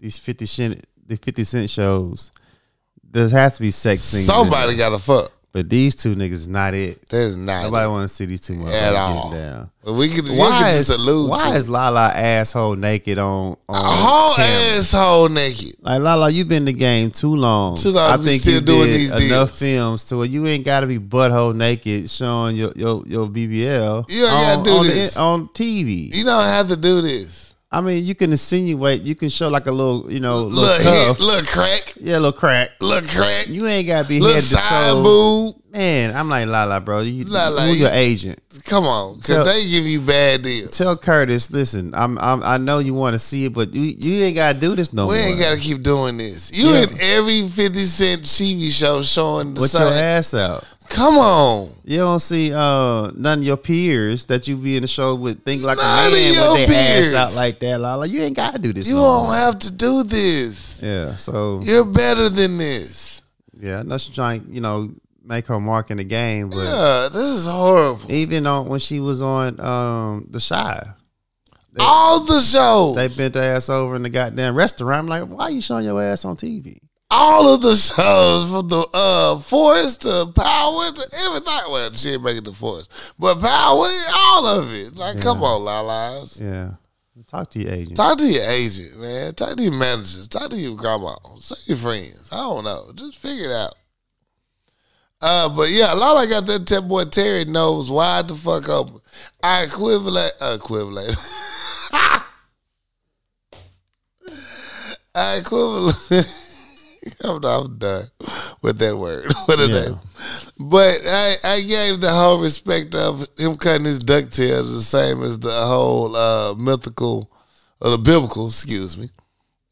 [SPEAKER 2] these fifty cent the fifty cent shows, there has to be sex scenes. in it.
[SPEAKER 1] Somebody got to fuck.
[SPEAKER 2] but these two niggas is not it.
[SPEAKER 1] That is not. it.
[SPEAKER 2] Nobody want to see these two motherfuckers
[SPEAKER 1] At
[SPEAKER 2] getting
[SPEAKER 1] all.
[SPEAKER 2] down.
[SPEAKER 1] But we could, you
[SPEAKER 2] Why
[SPEAKER 1] could
[SPEAKER 2] is
[SPEAKER 1] just allude
[SPEAKER 2] why
[SPEAKER 1] to
[SPEAKER 2] is Lala asshole naked on, on
[SPEAKER 1] a whole
[SPEAKER 2] camera?
[SPEAKER 1] asshole naked.
[SPEAKER 2] Like Lala, you've been in the game too long.
[SPEAKER 1] Too long.
[SPEAKER 2] I
[SPEAKER 1] We
[SPEAKER 2] think
[SPEAKER 1] still
[SPEAKER 2] you
[SPEAKER 1] doing
[SPEAKER 2] did
[SPEAKER 1] these
[SPEAKER 2] enough
[SPEAKER 1] deals.
[SPEAKER 2] films to where you ain't got to be butthole naked showing your your, your BBL.
[SPEAKER 1] You ain't gotta
[SPEAKER 2] on-
[SPEAKER 1] do
[SPEAKER 2] on the-
[SPEAKER 1] this.
[SPEAKER 2] on TV.
[SPEAKER 1] You don't have to do this.
[SPEAKER 2] I mean, you can insinuate, you can show like a little, you know, little,
[SPEAKER 1] Look,
[SPEAKER 2] cuff,
[SPEAKER 1] hit, look, crack,
[SPEAKER 2] yeah, little crack.
[SPEAKER 1] look, crack,
[SPEAKER 2] You ain't got to be
[SPEAKER 1] look,
[SPEAKER 2] head to
[SPEAKER 1] side
[SPEAKER 2] toe.
[SPEAKER 1] boob.
[SPEAKER 2] Man, I'm like Lala, bro. You,
[SPEAKER 1] Lala,
[SPEAKER 2] who
[SPEAKER 1] you-
[SPEAKER 2] your agent?
[SPEAKER 1] Come on, because
[SPEAKER 2] Tell-
[SPEAKER 1] they give you bad deals.
[SPEAKER 2] Tell Curtis, listen, I'm, I'm I know you want to see it, but you you ain't got to do this no
[SPEAKER 1] we
[SPEAKER 2] more.
[SPEAKER 1] ain't got to keep doing this. You
[SPEAKER 2] Yeah.
[SPEAKER 1] in every 50 Cent TV show showing the
[SPEAKER 2] With your
[SPEAKER 1] sun.
[SPEAKER 2] ass out.
[SPEAKER 1] Come on.
[SPEAKER 2] You don't see uh, none of your peers that you be in the show with think like
[SPEAKER 1] None
[SPEAKER 2] a
[SPEAKER 1] of
[SPEAKER 2] man
[SPEAKER 1] your
[SPEAKER 2] with their ass
[SPEAKER 1] peers.
[SPEAKER 2] out like that. Lala, you ain't gotta do this.
[SPEAKER 1] You
[SPEAKER 2] no
[SPEAKER 1] don't
[SPEAKER 2] more.
[SPEAKER 1] have to do this.
[SPEAKER 2] Yeah. So
[SPEAKER 1] You're better than this.
[SPEAKER 2] yeah, I know she's trying, you know, make her mark in the game, but
[SPEAKER 1] Yeah, this is horrible.
[SPEAKER 2] even on when she was on um the shy,
[SPEAKER 1] All the shows.
[SPEAKER 2] they bent their ass over in the goddamn restaurant. I'm like, why you showing your ass on TV?
[SPEAKER 1] all of the shows from the uh forest to power to everything. Well, she didn't make it to forest, but power, all of it. Like, come on, Lala's.
[SPEAKER 2] Yeah. Talk to your agent.
[SPEAKER 1] Talk to your agent, man. Talk to your managers. Talk to your grandma. Say your friends. I don't know. Just figure it out. Uh, but yeah, Lala got that tip boy Terry knows wide the fuck open. I equivalent, equivalent. I equivalent. I'm, I'm done. with that word. What a
[SPEAKER 2] Yeah.
[SPEAKER 1] name. But I, I gave the whole respect of him cutting his ducktail the same as the whole uh, mythical, or the biblical, excuse me,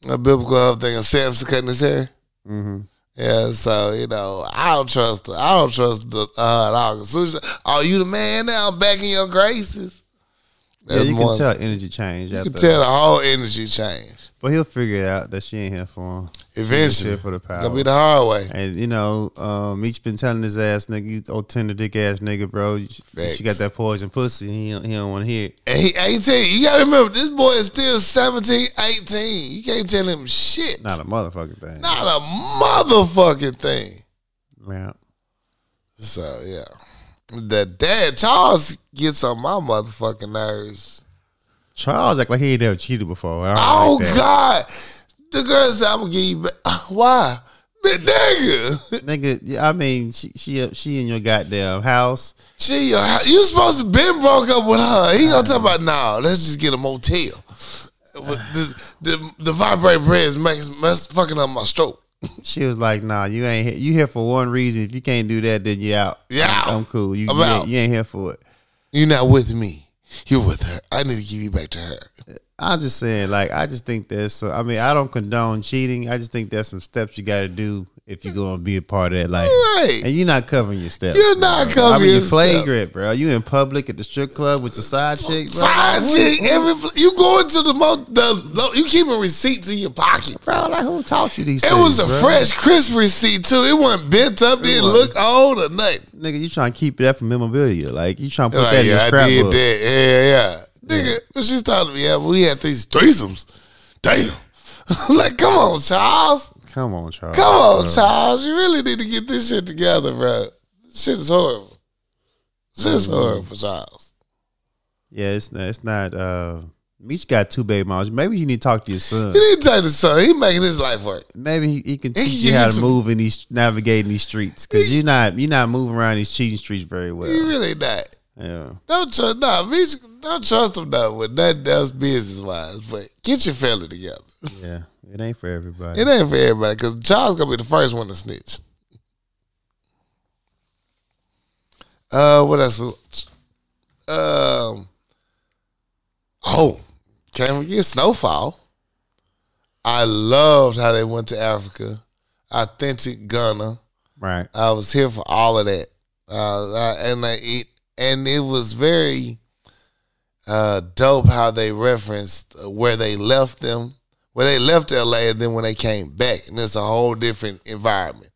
[SPEAKER 1] a biblical whole thing of Samson cutting his hair.
[SPEAKER 2] Mm-hmm.
[SPEAKER 1] Yeah, so you know, I don't trust. I don't trust the uh, at all. As soon as- oh, you the man now? Back in your graces.
[SPEAKER 2] Yeah, you
[SPEAKER 1] more-
[SPEAKER 2] can tell energy change.
[SPEAKER 1] You
[SPEAKER 2] after,
[SPEAKER 1] can tell the whole energy change
[SPEAKER 2] But he'll figure it out that she ain't here for him. She's
[SPEAKER 1] eventually.
[SPEAKER 2] here
[SPEAKER 1] It's
[SPEAKER 2] for the power.
[SPEAKER 1] gonna be the hard way.
[SPEAKER 2] And you know, um, Meech been telling his ass nigga, you old tender dick ass nigga, bro. you-
[SPEAKER 1] Facts.
[SPEAKER 2] She got that poison pussy. He don't, he don't want to hear it.
[SPEAKER 1] And he 18. You gotta remember, this boy is still 17, 18. You can't tell him shit.
[SPEAKER 2] Not a motherfucking thing.
[SPEAKER 1] Not a motherfucking thing.
[SPEAKER 2] Yeah.
[SPEAKER 1] So yeah, the dad Charles gets on my motherfucking nerves.
[SPEAKER 2] Charles act like he ain't never cheated before. I don't
[SPEAKER 1] Oh
[SPEAKER 2] like that.
[SPEAKER 1] God, the girl said, "I'm gonna give you back." Why, Big nigga?
[SPEAKER 2] nigga. Yeah, I mean, she she uh, she in your goddamn house.
[SPEAKER 1] She, uh, you supposed to been broke up with her. He gonna talk about no. Let's just get a motel. The the, the vibrate bread is making mess fucking up my stroke.
[SPEAKER 2] She was like, "Nah, you ain't here. you here for one reason. If you can't do that, then you out.
[SPEAKER 1] Yeah.
[SPEAKER 2] I'm, I'm cool. You
[SPEAKER 1] I'm
[SPEAKER 2] you,
[SPEAKER 1] out.
[SPEAKER 2] ain't, you ain't here for it.
[SPEAKER 1] You're not with me. You're with her. I need to give you back to her.
[SPEAKER 2] I'm just saying, like, I just think there's. Some, I mean, I don't condone cheating. I just think there's some steps you got to do if you're gonna be a part of that. Like,
[SPEAKER 1] Right.
[SPEAKER 2] and you're not covering your steps.
[SPEAKER 1] You're not
[SPEAKER 2] bro. I
[SPEAKER 1] covering
[SPEAKER 2] mean,
[SPEAKER 1] your
[SPEAKER 2] you're
[SPEAKER 1] steps.
[SPEAKER 2] flagrant, bro. You in public at the strip club with your side chick, bro.
[SPEAKER 1] Side chick, every pl- you going to the mo the lo- you keeping receipts in your pocket.
[SPEAKER 2] Bro, like who taught you these?
[SPEAKER 1] It
[SPEAKER 2] things,
[SPEAKER 1] was a
[SPEAKER 2] bro?
[SPEAKER 1] fresh, crisp receipt too. It wasn't bent up. Didn't
[SPEAKER 2] wasn't.
[SPEAKER 1] look old or nothing.
[SPEAKER 2] nigga. You trying to keep that from memorabilia? Like you trying to put
[SPEAKER 1] Like,
[SPEAKER 2] that in your
[SPEAKER 1] yeah, I did
[SPEAKER 2] scrapbook?
[SPEAKER 1] that. Yeah, yeah. Nigga, when she's talking to me, yeah, we had these threesomes. Damn. like, come on, Charles.
[SPEAKER 2] Come on, Charles.
[SPEAKER 1] Come on,
[SPEAKER 2] bro.
[SPEAKER 1] Charles. You really need to get this shit together, bro. This Shit is horrible. Shit's horrible, Charles.
[SPEAKER 2] Yeah, it's not. It's not. Uh, Meech got two baby moms. Maybe you need to talk to your son.
[SPEAKER 1] You need to take the son. He making his life work.
[SPEAKER 2] Maybe he, he can
[SPEAKER 1] He
[SPEAKER 2] teach
[SPEAKER 1] give
[SPEAKER 2] you how
[SPEAKER 1] you
[SPEAKER 2] to
[SPEAKER 1] some-
[SPEAKER 2] move in these navigating these streets because you're not you're not moving around these cheating streets very
[SPEAKER 1] He
[SPEAKER 2] well.
[SPEAKER 1] really not.
[SPEAKER 2] Yeah,
[SPEAKER 1] Don't trust nah, bitch, don't trust him though with nothing else business wise. But get your family together.
[SPEAKER 2] yeah. It ain't for everybody.
[SPEAKER 1] It ain't for everybody because Charles gonna be the first one to snitch. Uh, what else? we watch? Um, oh, can't forget Snowfall. I loved how they went to Africa, authentic Ghana.
[SPEAKER 2] Right.
[SPEAKER 1] I was here for all of that, uh, I- and I, it and it was very uh, dope how they referenced where they left them, where they left LA, and then when they came back, and it's a whole different environment.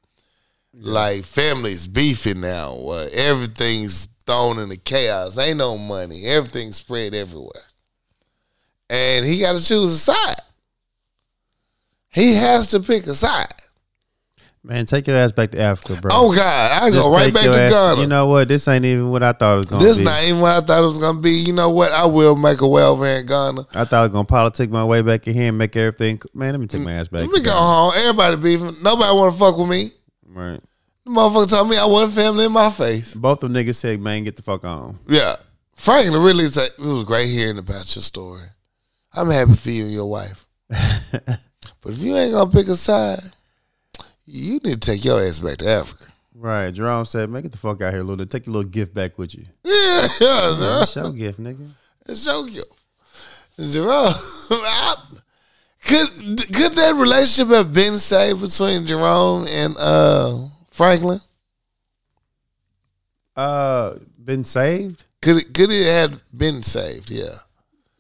[SPEAKER 1] Like families beefing now, where everything's thrown into chaos. Ain't no money. Everything's spread everywhere, and he got to choose a side. He has to pick a side.
[SPEAKER 2] Man, take your ass back to Africa, bro.
[SPEAKER 1] Oh God, I
[SPEAKER 2] Just
[SPEAKER 1] go right
[SPEAKER 2] take
[SPEAKER 1] back to
[SPEAKER 2] your ass-
[SPEAKER 1] Ghana.
[SPEAKER 2] You know what? This ain't even what I thought it was gonna
[SPEAKER 1] This
[SPEAKER 2] be.
[SPEAKER 1] not even what I thought it was gonna be. You know what? I will make a way over here in Ghana.
[SPEAKER 2] I thought I was gonna politic my way back in here and make everything. Man, let me take my ass back.
[SPEAKER 1] Mm, Let me go home. Everybody beefing. Nobody wanna fuck with me.
[SPEAKER 2] Right.
[SPEAKER 1] The motherfucker told me I wasn't family in my face.
[SPEAKER 2] Both them niggas said, "Man, get the fuck on."
[SPEAKER 1] Yeah. Franklin really said it was great hearing about your story. I'm happy for you and your wife. but if you ain't gonna pick a side, you need to take your ass back to Africa.
[SPEAKER 2] Right. Jerome said, "Man, get the fuck out here, little. Take your little gift back with you.
[SPEAKER 1] Yeah, yeah,
[SPEAKER 2] Man,
[SPEAKER 1] bro.
[SPEAKER 2] it's your gift, nigga."
[SPEAKER 1] Show you. Jerome, I, could could that relationship have been saved between Jerome and uh, Franklin?
[SPEAKER 2] Uh, been saved.
[SPEAKER 1] Could it, could it have been saved? Yeah.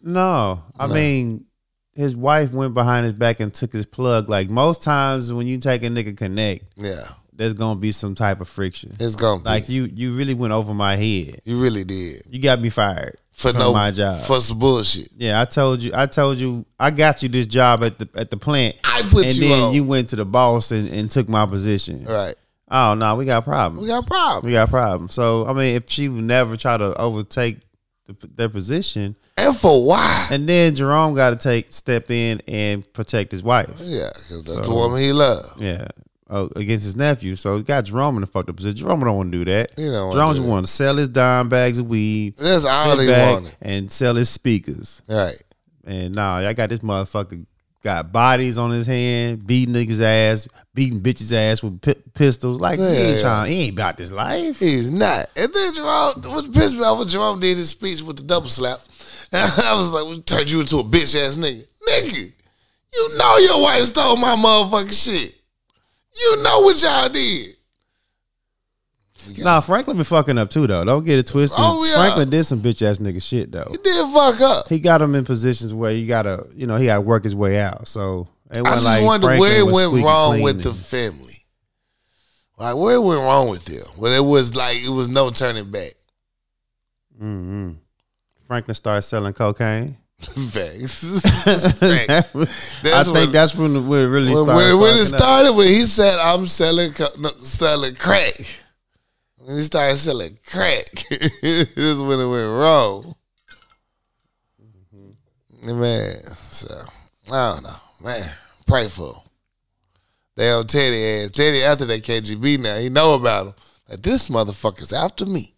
[SPEAKER 2] No, I mean, his wife went behind his back and took his plug. Like most times when you take a nigga connect,
[SPEAKER 1] Yeah.
[SPEAKER 2] there's gonna be some type of friction.
[SPEAKER 1] It's gonna
[SPEAKER 2] Like
[SPEAKER 1] be.
[SPEAKER 2] you, you really went over my head.
[SPEAKER 1] You really did.
[SPEAKER 2] You got me fired
[SPEAKER 1] For
[SPEAKER 2] from
[SPEAKER 1] no
[SPEAKER 2] my job.
[SPEAKER 1] For some bullshit.
[SPEAKER 2] yeah, I told you, I told you, I got you this job at the at the plant,
[SPEAKER 1] I put
[SPEAKER 2] and
[SPEAKER 1] you
[SPEAKER 2] then
[SPEAKER 1] on.
[SPEAKER 2] you went to the boss and, and took my position.
[SPEAKER 1] right.
[SPEAKER 2] Oh no, we got problems.
[SPEAKER 1] We got problems.
[SPEAKER 2] we got problems. So I mean, if she would never try to overtake the, their position,
[SPEAKER 1] And for why?
[SPEAKER 2] And then Jerome got to take step in and protect his wife.
[SPEAKER 1] Yeah, because that's the
[SPEAKER 2] So-
[SPEAKER 1] woman he loved.
[SPEAKER 2] Yeah, oh, against his nephew. So he got Jerome in the fucked up position. Jerome don't want to do that.
[SPEAKER 1] He don't wanna
[SPEAKER 2] Jerome
[SPEAKER 1] do
[SPEAKER 2] just
[SPEAKER 1] that.
[SPEAKER 2] want to sell his dime bags of weed,
[SPEAKER 1] That's all
[SPEAKER 2] sit
[SPEAKER 1] he
[SPEAKER 2] back,
[SPEAKER 1] wanted.
[SPEAKER 2] and sell his speakers.
[SPEAKER 1] Right.
[SPEAKER 2] And nah, I got this motherfucker got bodies on his hand, beating niggas ass, beating bitches ass with pi- pistols. Like he ain't
[SPEAKER 1] Yeah.
[SPEAKER 2] trying, he ain't about this life.
[SPEAKER 1] He's not. And then Jerome, what pissed me off when Jerome did his speech with the double slap. I was like, we turned you into a bitch ass nigga. Nigga, you know your wife stole my motherfucking shit. You know what y'all did.
[SPEAKER 2] Nah, Franklin been fucking up too though. Don't get it twisted.
[SPEAKER 1] Oh, yeah.
[SPEAKER 2] Franklin did some bitch ass nigga shit though.
[SPEAKER 1] You did fuck up.
[SPEAKER 2] He got him in positions where you gotta, you know, he gotta work his way out. So it
[SPEAKER 1] I
[SPEAKER 2] wasn't
[SPEAKER 1] just
[SPEAKER 2] like
[SPEAKER 1] wonder
[SPEAKER 2] Franklin
[SPEAKER 1] where it
[SPEAKER 2] was
[SPEAKER 1] went
[SPEAKER 2] squeaky
[SPEAKER 1] wrong
[SPEAKER 2] clean
[SPEAKER 1] with the
[SPEAKER 2] and-
[SPEAKER 1] family. Like where it went wrong with them. Well, it was like it was no turning back.
[SPEAKER 2] Mhm. Franklin started selling cocaine.
[SPEAKER 1] Facts.
[SPEAKER 2] That's I think
[SPEAKER 1] what-
[SPEAKER 2] that's when where it really
[SPEAKER 1] when,
[SPEAKER 2] started.
[SPEAKER 1] when, when it
[SPEAKER 2] fucking up.
[SPEAKER 1] started, when he said, "I'm selling co- no, selling crack," when he started selling crack, this is when it went wrong. Mm-hmm. Man, so I don't know, man. Pray for him. They on Teddy ass. Teddy after that KGB now. He know about him. Like this motherfucker's after me.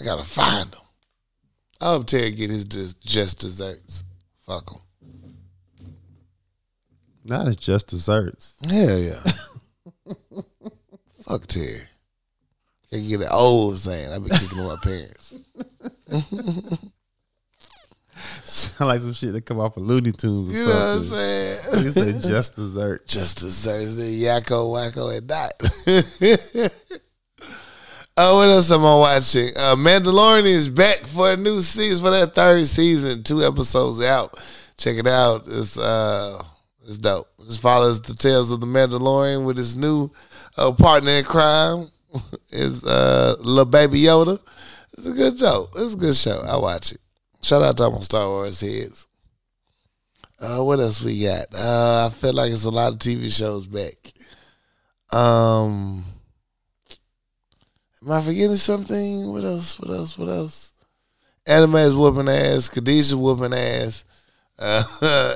[SPEAKER 1] I gotta find him. I hope Teddy get his just, just desserts. Fuck him.
[SPEAKER 2] Not as just desserts.
[SPEAKER 1] Hell yeah. Fuck Terry. Can't get an old saying. I've been kicking with my parents.
[SPEAKER 2] Sound like some shit that come off of Looney Tunes or
[SPEAKER 1] You know what I'm
[SPEAKER 2] something.
[SPEAKER 1] saying?
[SPEAKER 2] You said just dessert.
[SPEAKER 1] Just to serve the Yakko, Wacko, and Dot. Oh, what else am I watching? Uh, Mandalorian is back for a new season for that third season. Two episodes out. Check it out. It's uh, it's dope. It follows the tales of the Mandalorian with his new uh, partner in crime. is uh, little baby Yoda. It's a good show. It's a good show. I watch it. Shout out to all my Star Wars heads. Uh, what else we got? Uh, I feel like it's a lot of TV shows back. Um. Am I forgetting something? What else? What else? What else? Anime is whooping ass. Khadijah whooping ass. Uh,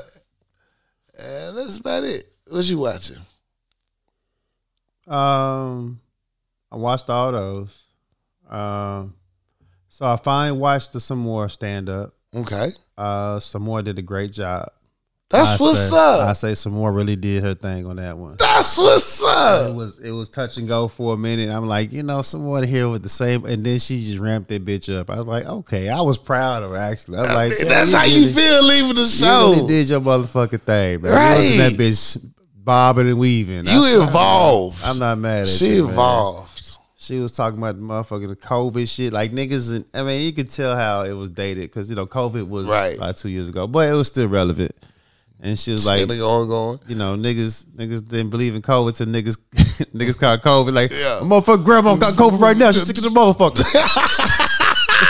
[SPEAKER 1] and that's about it. What you watching?
[SPEAKER 2] Um, I watched all those. Um, so I finally watched the, some more stand up.
[SPEAKER 1] Okay,
[SPEAKER 2] Uh, some more did a great job.
[SPEAKER 1] that's
[SPEAKER 2] I
[SPEAKER 1] what's
[SPEAKER 2] say,
[SPEAKER 1] up.
[SPEAKER 2] I say some more really did her thing on that one.
[SPEAKER 1] that's what's
[SPEAKER 2] It
[SPEAKER 1] up.
[SPEAKER 2] was it was touch and go for a minute. I'm like, you know, someone here with the same, and then she just ramped that bitch up. I was like, okay, I was proud of her, actually. I was like,
[SPEAKER 1] Man,
[SPEAKER 2] damn,
[SPEAKER 1] that's how you
[SPEAKER 2] really-
[SPEAKER 1] feel leaving the
[SPEAKER 2] You
[SPEAKER 1] show. You,
[SPEAKER 2] really did your motherfucking thing, man.
[SPEAKER 1] Right.
[SPEAKER 2] You wasn't that bitch bobbing and weaving. I-
[SPEAKER 1] involved.
[SPEAKER 2] I'm not mad at
[SPEAKER 1] she
[SPEAKER 2] you, man.
[SPEAKER 1] involved.
[SPEAKER 2] She was talking about the motherfucking COVID shit. Like niggas, and, I mean, you could tell how it was dated because you know COVID was
[SPEAKER 1] Right.
[SPEAKER 2] about two years ago, but it was still relevant. And she was like,
[SPEAKER 1] Like, on, going.
[SPEAKER 2] you know, niggas, niggas didn't believe in COVID till niggas, niggas caught COVID. Like,
[SPEAKER 1] Yeah.
[SPEAKER 2] yeah. motherfucker, grandma got COVID right now. She's sick as a motherfucker.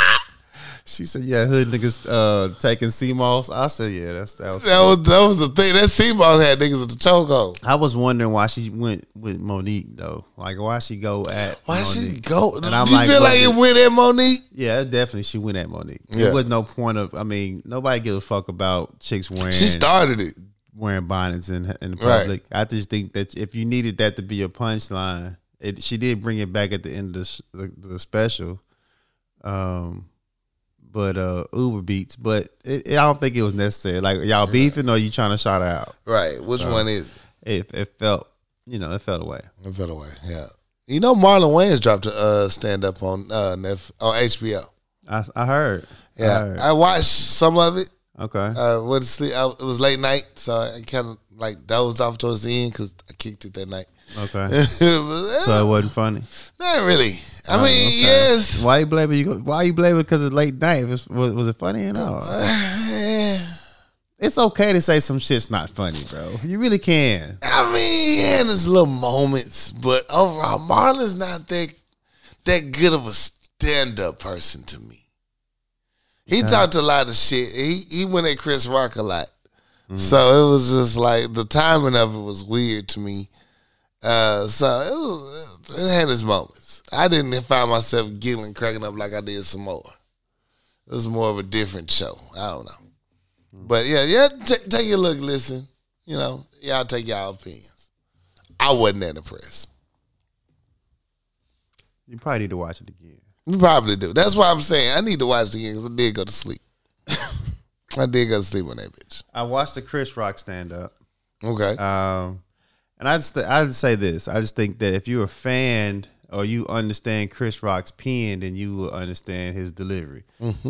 [SPEAKER 2] she said, yeah, hood niggas uh, taking sea moss. I said, yeah, that's that was
[SPEAKER 1] That was that was the thing. That C-Boss had niggas at the chokehold.
[SPEAKER 2] I was wondering why she went with Monique though. Like why she go at
[SPEAKER 1] Why
[SPEAKER 2] Monique.
[SPEAKER 1] she go? Do
[SPEAKER 2] And I'm
[SPEAKER 1] you
[SPEAKER 2] like,
[SPEAKER 1] feel like
[SPEAKER 2] was
[SPEAKER 1] it
[SPEAKER 2] it-
[SPEAKER 1] went at Monique?
[SPEAKER 2] Yeah, definitely she went at Monique.
[SPEAKER 1] Yeah.
[SPEAKER 2] There was no point of I mean, nobody give a fuck about chicks wearing
[SPEAKER 1] She started it.
[SPEAKER 2] wearing bonnets in in the
[SPEAKER 1] Right.
[SPEAKER 2] public. I just think that if you needed that to be a punchline, it she did bring it back at the end of the, sh- the, the special. Um but uh Uber beats, but it, it- I don't think it was necessary. Like y'all beefing or you trying to shout her out.
[SPEAKER 1] Right. Which one is it?
[SPEAKER 2] It it felt, you know, it felt away.
[SPEAKER 1] I fell away. Yeah. You know Marlon Wayans dropped a uh, stand up on uh Netf- on HBO.
[SPEAKER 2] I, I heard.
[SPEAKER 1] Yeah.
[SPEAKER 2] I heard.
[SPEAKER 1] I watched some of it.
[SPEAKER 2] Okay.
[SPEAKER 1] Uh went to sleep. I, it was late night, so I kind of like dozed off towards the end cuz I kicked it that night.
[SPEAKER 2] Okay.
[SPEAKER 1] But, eh,
[SPEAKER 2] So it wasn't funny.
[SPEAKER 1] not really. I mean,
[SPEAKER 2] Okay.
[SPEAKER 1] yes.
[SPEAKER 2] Why you blaming you? Why you blaming? Because it's late night. It Was, was was it funny or no?
[SPEAKER 1] Eh,
[SPEAKER 2] It's okay to say some shit's not funny, bro. You really can.
[SPEAKER 1] I mean, yeah, there's little moments, but overall Marlon's not that that good of a stand up person to me. He talked a lot of shit. He he went at Chris Rock a lot. So it was just like the timing of it was weird to me. Uh, so it was it had its moments. I didn't find myself giggling, cracking up like I did some more. It was more of a different show. I don't know, but yeah, yeah. T- take a look, listen. You know, y'all take y'all opinions. I wasn't that impressed.
[SPEAKER 2] You probably need to watch it again.
[SPEAKER 1] You probably do. That's why I'm saying I need to watch it again because I did go to sleep. I did go to sleep on that bitch.
[SPEAKER 2] I watched the Chris Rock stand up.
[SPEAKER 1] Okay.
[SPEAKER 2] Um, and I just I'd say this. I just think that if you're a fan or you understand Chris Rock's pen, then you will understand his delivery.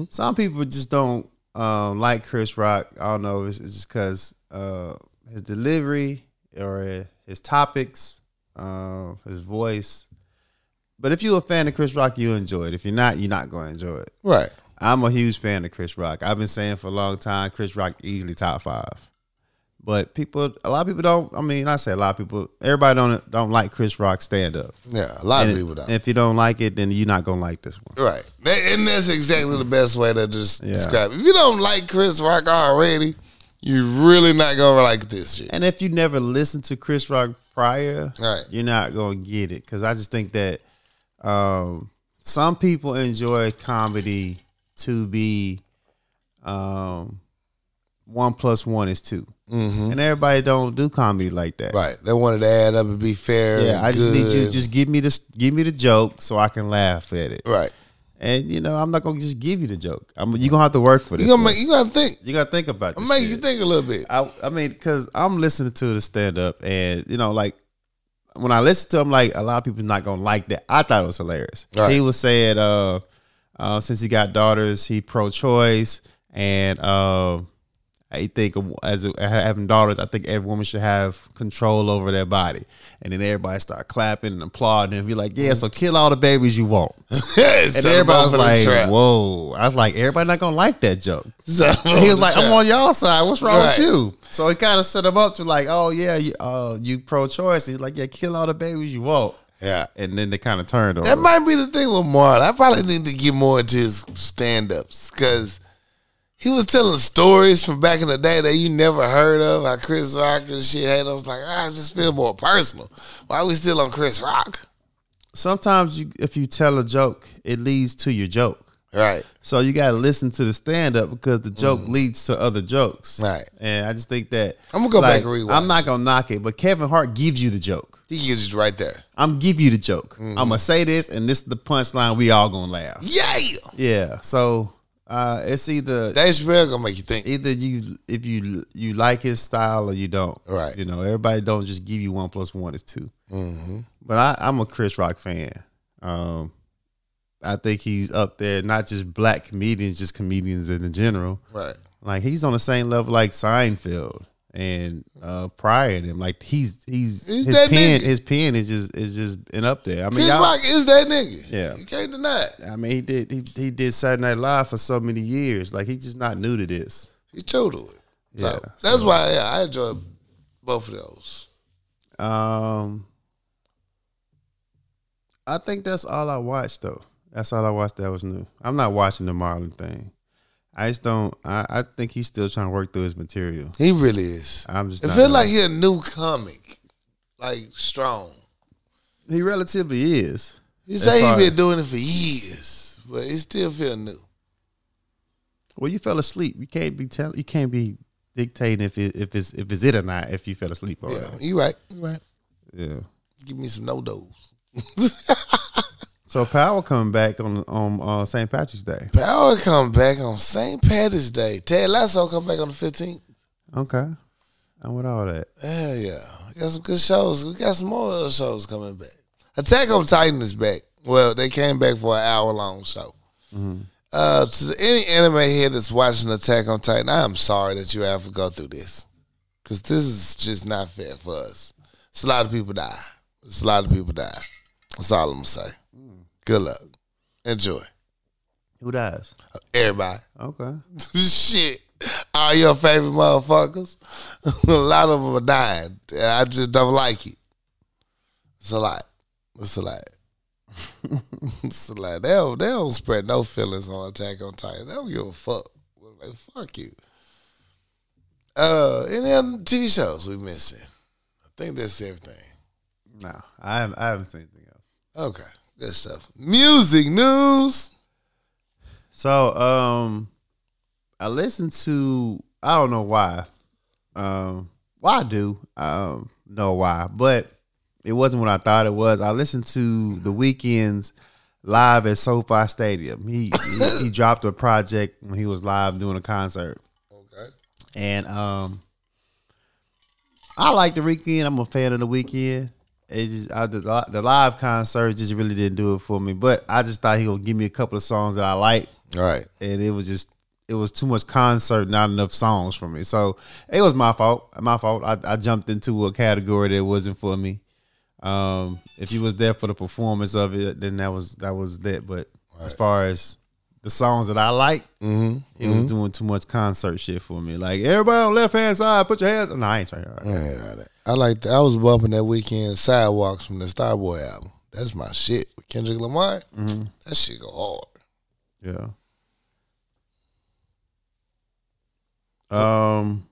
[SPEAKER 2] Some people just don't um, like Chris Rock. I don't know. It's, it's just because uh, his delivery or his topics, um, his voice. But if you're a fan of Chris Rock, you enjoy it. If you're not, you're not going to enjoy it.
[SPEAKER 1] right.
[SPEAKER 2] I'm a huge fan of Chris Rock. I've been saying for a long time, Chris Rock easily top five. But people, a lot of people don't. I mean, I say a lot of people. Everybody don't don't like Chris Rock stand up.
[SPEAKER 1] Yeah, a lot
[SPEAKER 2] And
[SPEAKER 1] of people don't.
[SPEAKER 2] if you don't like it, then you're not gonna like this one.
[SPEAKER 1] Right. That, and that's exactly the best way to just
[SPEAKER 2] Yeah.
[SPEAKER 1] describe it. If you don't like Chris Rock already, you're really not going to like this shit.
[SPEAKER 2] And if you never listened to Chris Rock prior,
[SPEAKER 1] Right.
[SPEAKER 2] you're not gonna get it. Because I just think that um, some people enjoy comedy to be um, one plus one is 2
[SPEAKER 1] Mm-hmm.
[SPEAKER 2] and everybody don't do comedy like that.
[SPEAKER 1] Right. They wanted to add up and be fair.
[SPEAKER 2] Yeah,
[SPEAKER 1] and
[SPEAKER 2] I just need you
[SPEAKER 1] good.
[SPEAKER 2] just give me this give me the joke so I can laugh at it.
[SPEAKER 1] Right.
[SPEAKER 2] And you know, I'm not gonna just give you the joke. I'm you're gonna have to work for this.
[SPEAKER 1] you
[SPEAKER 2] You
[SPEAKER 1] going to make, you got to think.
[SPEAKER 2] gotta think about this.
[SPEAKER 1] Make
[SPEAKER 2] shit.
[SPEAKER 1] you think a little bit.
[SPEAKER 2] I I mean, cause I'm listening to the stand up and you know, like when I listen to him, like a lot of people's not gonna like that. I thought it was hilarious.
[SPEAKER 1] Right.
[SPEAKER 2] He was saying uh uh since he got daughters, he pro choice and um I think a- as a, having daughters, I think every woman should have control over their body. And then everybody start clapping and applauding and be like, "Yeah, so kill all the babies you want."
[SPEAKER 1] Yes.
[SPEAKER 2] And everybody was like, "Whoa!" I was like, "Everybody not gonna like that joke." And he was like, "I'm on y'all side. What's wrong
[SPEAKER 1] Right.
[SPEAKER 2] with you?" So he kind of set him up to like, "Oh yeah, you, uh, you pro-choice." He's like, "Yeah, kill all the babies you want."
[SPEAKER 1] Yeah.
[SPEAKER 2] And then they kind of turned on.
[SPEAKER 1] That
[SPEAKER 2] him.
[SPEAKER 1] might be the thing with Marlon. I probably need to get more into his stand ups because he was telling stories from back in the day that you never heard of, how Chris Rock and shit had. I was like, ah, I just feel more personal. Why we still on Chris Rock?
[SPEAKER 2] Sometimes you, if you tell a joke, it leads to your joke.
[SPEAKER 1] Right.
[SPEAKER 2] So you got to listen to the stand up because the joke leads to other jokes.
[SPEAKER 1] Right.
[SPEAKER 2] And I just think that
[SPEAKER 1] I'm gonna go back and rewatch
[SPEAKER 2] I'm not gonna knock it, but Kevin Hart gives you the joke.
[SPEAKER 1] He gives you right there.
[SPEAKER 2] I'm give you the joke. I'm gonna say this, and this is the punchline. We all gonna laugh.
[SPEAKER 1] Yeah.
[SPEAKER 2] Yeah. So uh, it's either
[SPEAKER 1] Dave Chappelle gonna make you think.
[SPEAKER 2] either you if you you like his style or you don't.
[SPEAKER 1] Right.
[SPEAKER 2] You know, everybody don't just give you one plus one is 2 Mm-hmm. But I, I'm a Chris Rock fan. Um, I think he's up there, not just black comedians, just comedians in general.
[SPEAKER 1] Right.
[SPEAKER 2] Like he's on the same level like Seinfeld and uh prior to him. Like he's he's,
[SPEAKER 1] He's
[SPEAKER 2] his
[SPEAKER 1] that
[SPEAKER 2] pen
[SPEAKER 1] nigga.
[SPEAKER 2] his pen is just is just and up there. I mean
[SPEAKER 1] Chris
[SPEAKER 2] y'all-
[SPEAKER 1] Rock is that nigga.
[SPEAKER 2] Yeah.
[SPEAKER 1] You can't deny it.
[SPEAKER 2] I mean he did he, he did Saturday Night Live for so many years. Like he's just not new to this.
[SPEAKER 1] He true to it. So
[SPEAKER 2] Yeah,
[SPEAKER 1] that's why yeah, I enjoy both of those.
[SPEAKER 2] Um, I think that's all I watched though. That's all I watched that was new. I'm not watching the Marlon thing. I just don't. I, I think he's still trying to work through his material.
[SPEAKER 1] He really is.
[SPEAKER 2] I'm just.
[SPEAKER 1] It
[SPEAKER 2] not
[SPEAKER 1] feels
[SPEAKER 2] gonna-
[SPEAKER 1] like he a new comic. Like strong.
[SPEAKER 2] he relatively is.
[SPEAKER 1] You
[SPEAKER 2] As
[SPEAKER 1] say
[SPEAKER 2] far-
[SPEAKER 1] he been doing it for years, but it still feel new.
[SPEAKER 2] Well, you fell asleep. You can't be telling. You can't be dictating if it, if it's if it's it or not. If you fell asleep on
[SPEAKER 1] Yeah,
[SPEAKER 2] it.
[SPEAKER 1] you right. You right.
[SPEAKER 2] Yeah.
[SPEAKER 1] Give me some no dos.
[SPEAKER 2] So power coming back on on uh, St. Patrick's Day.
[SPEAKER 1] Power come back on St. Patty's Day. Ted Lasso come back on the fifteenth.
[SPEAKER 2] Okay. I'm with all that.
[SPEAKER 1] Hell yeah. We got some good shows. We got some more other shows coming back. Attack on Titan is back. Well, they came back for an hour long show. Uh, to the, any anime here that's watching Attack on Titan, I am sorry that you have to go through this. Because this is just not fair for us. It's a lot of people die. It's a lot of people die. That's all I'm going to say. Good luck. Enjoy.
[SPEAKER 2] Who dies?
[SPEAKER 1] Everybody.
[SPEAKER 2] Okay.
[SPEAKER 1] Shit. All your favorite motherfuckers. a lot of them are dying. I just don't like it. It's a lot. It's a lot. it's a lot. They don't, they don't spread no feelings on Attack on Titan. They don't give a fuck. Like, fuck you. Uh, any other TV shows we missing? I think that's everything.
[SPEAKER 2] No, I haven't, I haven't seen anything else.
[SPEAKER 1] Okay, good stuff. Music news.
[SPEAKER 2] So um I listened to I don't know why. Um well I do. Um know why, but it wasn't what I thought it was. I listened to the weekends live at SoFi Stadium. He he, he dropped a project when he was live doing a concert. And um, I like the weekend. I'm a fan of the weekend. It just I, the, li- the live concert just really didn't do it for me. But I just thought he would give me a couple of songs that I like,
[SPEAKER 1] Right.
[SPEAKER 2] and it was just it was too much concert, not enough songs for me. So it was my fault. My fault. I, I jumped into a category that wasn't for me. Um, if you was there for the performance of it, then that was that was that. But as far as the songs that I like,
[SPEAKER 1] Mm-hmm.
[SPEAKER 2] it was doing too much concert shit for me. Like everybody on left hand side, put your hands. No, I ain't trying.
[SPEAKER 1] I ain't had that. I like that. I was bumping that weekend sidewalks from the Starboy album. That's my shit with Kendrick Lamar.
[SPEAKER 2] Mm-hmm.
[SPEAKER 1] That shit go hard.
[SPEAKER 2] Yeah. Um.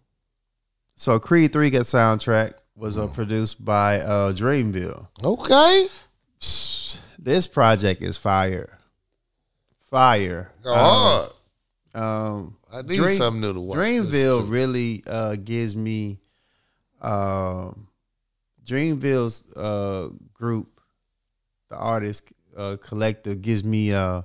[SPEAKER 2] So Creed Three got soundtrack was
[SPEAKER 1] Mm.
[SPEAKER 2] uh, produced by uh, Dreamville.
[SPEAKER 1] Okay.
[SPEAKER 2] This project is fire, fire.
[SPEAKER 1] Go hard.
[SPEAKER 2] Um,
[SPEAKER 1] I need
[SPEAKER 2] Uh, Dream-
[SPEAKER 1] something new to watch.
[SPEAKER 2] Dreamville
[SPEAKER 1] Listen
[SPEAKER 2] really uh, gives me. Um, Dreamville's uh, group, the artist uh, collective, gives me uh,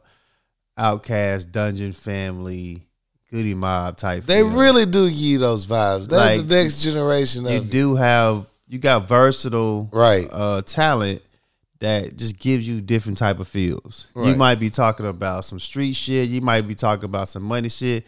[SPEAKER 2] Outcast, Dungeon Family, Goody Mob type.
[SPEAKER 1] to. They
[SPEAKER 2] feel.
[SPEAKER 1] really do give you those vibes. That's
[SPEAKER 2] Like,
[SPEAKER 1] the next generation of
[SPEAKER 2] you
[SPEAKER 1] it.
[SPEAKER 2] do have you got versatile
[SPEAKER 1] Right.
[SPEAKER 2] uh, talent that just gives you different type of feels. You
[SPEAKER 1] Right.
[SPEAKER 2] might be talking about some street shit. You might be talking about some money shit.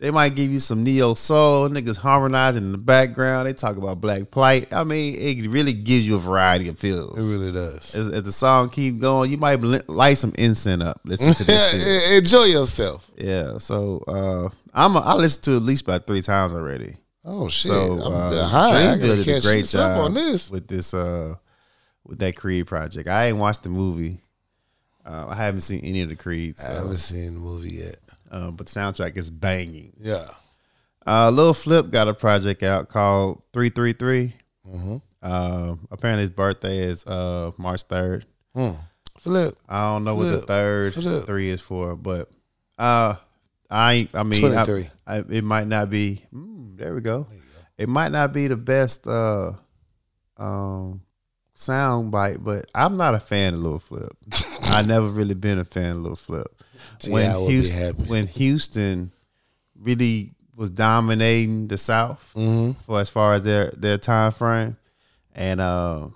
[SPEAKER 2] They might give you some neo soul niggas harmonizing in the background. They talk about black plight. I mean, it really gives you a variety of
[SPEAKER 1] It
[SPEAKER 2] feels.
[SPEAKER 1] really does.
[SPEAKER 2] As, as the song keep going, you might li- light some incense up. Listen to this shit.
[SPEAKER 1] Yeah, Enjoy yourself.
[SPEAKER 2] Yeah. So uh, I'm a, I listened to it at least about three times already.
[SPEAKER 1] Oh shit!
[SPEAKER 2] So
[SPEAKER 1] I'm
[SPEAKER 2] uh,
[SPEAKER 1] high. I gotta
[SPEAKER 2] Dreamville did a
[SPEAKER 1] catch
[SPEAKER 2] great
[SPEAKER 1] this up
[SPEAKER 2] job
[SPEAKER 1] on this.
[SPEAKER 2] with this uh with that Creed project. I ain't watched the movie. Uh, I haven't seen any of the Creeds,
[SPEAKER 1] I haven't seen the movie yet.
[SPEAKER 2] uh, but the soundtrack is banging.
[SPEAKER 1] Yeah.
[SPEAKER 2] Uh, Lil Flip got a project out called Three Three Three.
[SPEAKER 1] Mm-hmm.
[SPEAKER 2] Uh, Apparently, his birthday is uh, March third.
[SPEAKER 1] Hmm. Flip.
[SPEAKER 2] I don't know what the
[SPEAKER 1] Flip.
[SPEAKER 2] third
[SPEAKER 1] Flip.
[SPEAKER 2] three is for, but uh, I I mean I-
[SPEAKER 1] 23.
[SPEAKER 2] I, it might not be. Mm, there we go. It might not be the best uh, um, sound bite, but I'm not a fan of Lil Flip. I never really been a fan of Lil Flip.
[SPEAKER 1] See, I would be happy.
[SPEAKER 2] when Houston really was dominating the South
[SPEAKER 1] Mm-hmm.
[SPEAKER 2] for as far as their their time frame, and uh,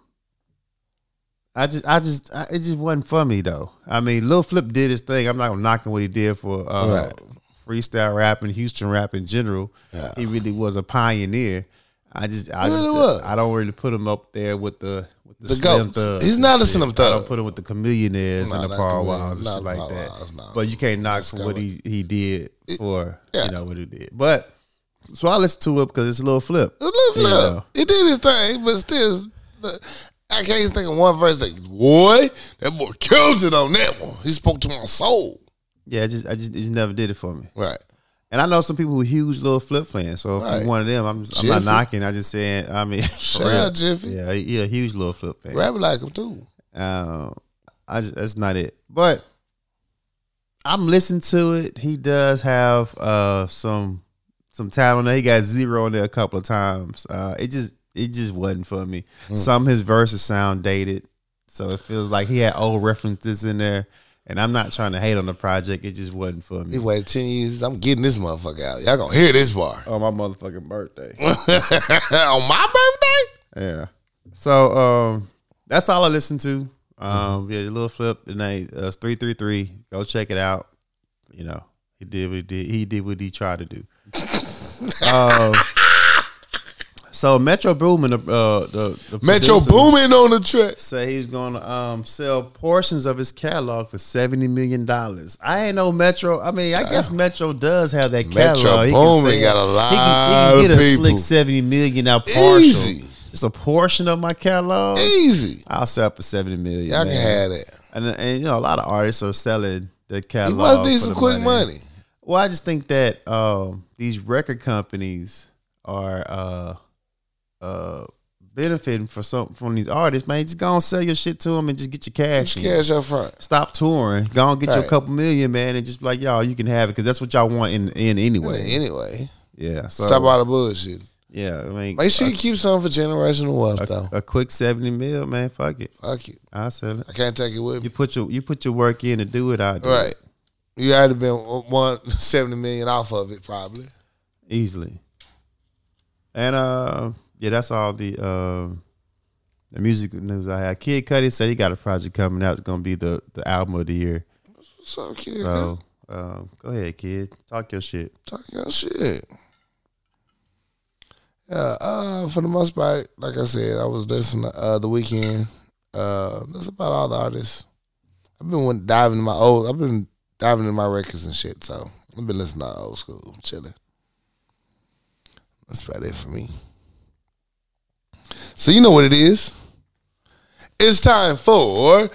[SPEAKER 2] I just I just I, it just wasn't for me though. I mean, Lil Flip did his thing. I'm not knocking what he did for uh,
[SPEAKER 1] Right.
[SPEAKER 2] freestyle rap and Houston rap in general.
[SPEAKER 1] Yeah.
[SPEAKER 2] He really was a pioneer. I just I
[SPEAKER 1] He
[SPEAKER 2] just
[SPEAKER 1] really was.
[SPEAKER 2] I don't really put him up there with the with the,
[SPEAKER 1] The
[SPEAKER 2] Slim
[SPEAKER 1] goats.
[SPEAKER 2] Thugs
[SPEAKER 1] He's
[SPEAKER 2] and
[SPEAKER 1] not a
[SPEAKER 2] shit.
[SPEAKER 1] Slim
[SPEAKER 2] I
[SPEAKER 1] Thug.
[SPEAKER 2] don't put him with the Chameleonaires
[SPEAKER 1] Nah,
[SPEAKER 2] and the
[SPEAKER 1] not
[SPEAKER 2] Paul
[SPEAKER 1] Chameleon-
[SPEAKER 2] Wilds and
[SPEAKER 1] not
[SPEAKER 2] shit like
[SPEAKER 1] Paul
[SPEAKER 2] that.
[SPEAKER 1] Wilds, nah.
[SPEAKER 2] But you can't knock what he he did for
[SPEAKER 1] yeah.
[SPEAKER 2] you know what he did. But so I listened to it because it's a little flip.
[SPEAKER 1] It looked
[SPEAKER 2] You
[SPEAKER 1] look.
[SPEAKER 2] know.
[SPEAKER 1] He did his thing, but still, look, I can't even think of one verse like, boy, that boy killed it on that one. He spoke to my soul.
[SPEAKER 2] Yeah, I just I just it just never did it for me.
[SPEAKER 1] Right.
[SPEAKER 2] And I know some people who huge little flip fans. So if
[SPEAKER 1] Right.
[SPEAKER 2] you're one of them, I'm just, I'm not
[SPEAKER 1] Jiffy.
[SPEAKER 2] knocking. I just saying. I mean, for
[SPEAKER 1] Shout
[SPEAKER 2] real.
[SPEAKER 1] out Jiffy.
[SPEAKER 2] Yeah, he, he a huge little flip fan.
[SPEAKER 1] Rap like him too.
[SPEAKER 2] Um, I just, that's not it. But I'm listening to it. He does have uh some some talent. there. He got zero in there a couple of times. Uh, it just it just wasn't for me. Some of his verses sound dated, so it feels like he had old references in there. And I'm not trying to hate on the project. It just wasn't for
[SPEAKER 1] He
[SPEAKER 2] me.
[SPEAKER 1] waited 10 years. I'm getting this motherfucker out. Y'all gonna hear this bar.
[SPEAKER 2] Oh my motherfucking birthday.
[SPEAKER 1] on my birthday?
[SPEAKER 2] Yeah. So um, that's all I listen to. Um, yeah, the little flip tonight. Uh, three three three. Go check it out. You know, he did what he did. He did what he tried to do. um, so Metro Boomin, uh, the, the
[SPEAKER 1] Metro
[SPEAKER 2] producer,
[SPEAKER 1] booming on the track.
[SPEAKER 2] said he's going to um, sell portions of his catalog for seventy million dollars. I ain't know Metro. I mean, I guess Metro does have that catalog.
[SPEAKER 1] Metro
[SPEAKER 2] He can
[SPEAKER 1] Boomin
[SPEAKER 2] sell-
[SPEAKER 1] got a
[SPEAKER 2] he
[SPEAKER 1] lot
[SPEAKER 2] can, he can
[SPEAKER 1] of
[SPEAKER 2] get a slick
[SPEAKER 1] people.
[SPEAKER 2] seventy million now. Partial.
[SPEAKER 1] Easy.
[SPEAKER 2] It's a portion of my catalog.
[SPEAKER 1] Easy.
[SPEAKER 2] I'll sell it for seventy million.
[SPEAKER 1] Y'all can
[SPEAKER 2] man.
[SPEAKER 1] have that.
[SPEAKER 2] and and you know a lot of artists are selling their
[SPEAKER 1] He
[SPEAKER 2] catalog.
[SPEAKER 1] must need
[SPEAKER 2] for
[SPEAKER 1] some
[SPEAKER 2] the
[SPEAKER 1] quick money.
[SPEAKER 2] Well, I just think that um, these record companies are uh, uh, benefiting for some from these artists. Man, just go and sell your shit to them and just get your cash. in.
[SPEAKER 1] Cash up front.
[SPEAKER 2] Stop touring. Go and get you a
[SPEAKER 1] Right.
[SPEAKER 2] couple million, man, and just be like y'all, you can have it because that's what y'all want in in anyway.
[SPEAKER 1] Anyway,
[SPEAKER 2] Yeah. So
[SPEAKER 1] stop all the bullshit.
[SPEAKER 2] yeah, I mean,
[SPEAKER 1] Make sure you keep something for generational wealth, though.
[SPEAKER 2] a, a quick seventy mil, man. Fuck it,
[SPEAKER 1] Fuck it.
[SPEAKER 2] I'll sell it.
[SPEAKER 1] I can't take it with
[SPEAKER 2] You
[SPEAKER 1] me.
[SPEAKER 2] put your you put your work in to do it. I do it.
[SPEAKER 1] Right. You already been one seventy million off of it, probably.
[SPEAKER 2] easily. And uh, yeah, that's all the uh, the musical news I had. Kid Cudi said he got a project coming out. It's gonna be the the album of the year.
[SPEAKER 1] What's up, kid?
[SPEAKER 2] So um, go ahead, kid, talk your shit.
[SPEAKER 1] Talk your shit. Yeah, uh, for the most part, like I said, I was listening to, uh, the weekend. Uh, that's about all the artists. I've been went diving in my old. I've been diving in my records and shit. So I've been listening to old school, chilling. That's about it for me. So you know what it is. It's time for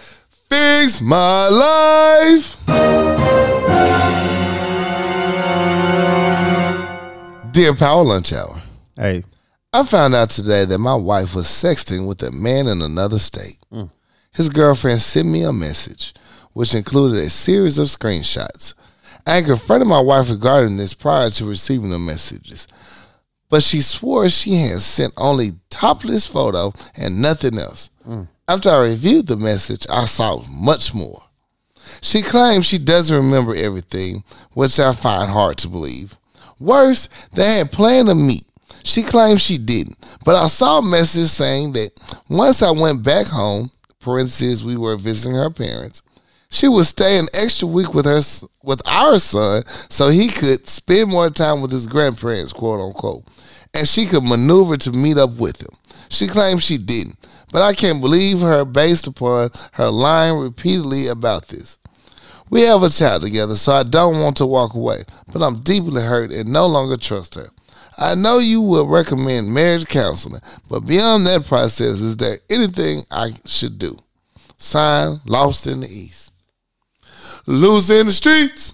[SPEAKER 1] fix my life. Dear Power Lunch Hour.
[SPEAKER 2] Hey,
[SPEAKER 1] I found out today that my wife was sexting with a man in another state. His girlfriend sent me a message, which included a series of screenshots. I had confronted my wife regarding this prior to receiving the messages, but she swore she had sent only topless photo and nothing else. After I reviewed the message, I saw much more. She claims she doesn't remember everything, which I find hard to believe. Worse, they had planned to meet. She claims she didn't, but I saw a message saying that once I went back home, parentheses, we were visiting her parents, she would stay an extra week with her s- with our son so he could spend more time with his grandparents, quote unquote, and she could maneuver to meet up with him. She claims she didn't, but I can't believe her based upon her lying repeatedly about this. We have a child together, so I don't want to walk away, but I'm deeply hurt and no longer trust her. I know you will recommend marriage counseling, but beyond that process, is there anything I should do? Sign Lost in the East. Loose in the streets.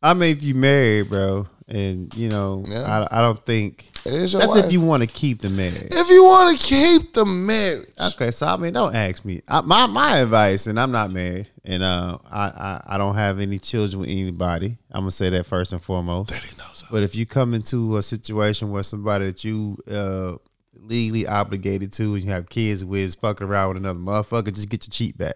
[SPEAKER 2] I mean, if you married, bro, and you know,
[SPEAKER 1] Yeah.
[SPEAKER 2] I, I don't think
[SPEAKER 1] It is your
[SPEAKER 2] that's
[SPEAKER 1] wife.
[SPEAKER 2] if you want to keep the marriage.
[SPEAKER 1] if you want to keep the marriage.
[SPEAKER 2] Okay, so I mean, don't ask me. I, my my advice, and I'm not married, and uh, I, I I don't have any children with anybody. I'm gonna say that first and foremost.
[SPEAKER 1] He knows her.
[SPEAKER 2] But if you come into a situation where somebody that you uh, legally obligated to and you have kids with is fucking around with another motherfucker, just get your cheat back.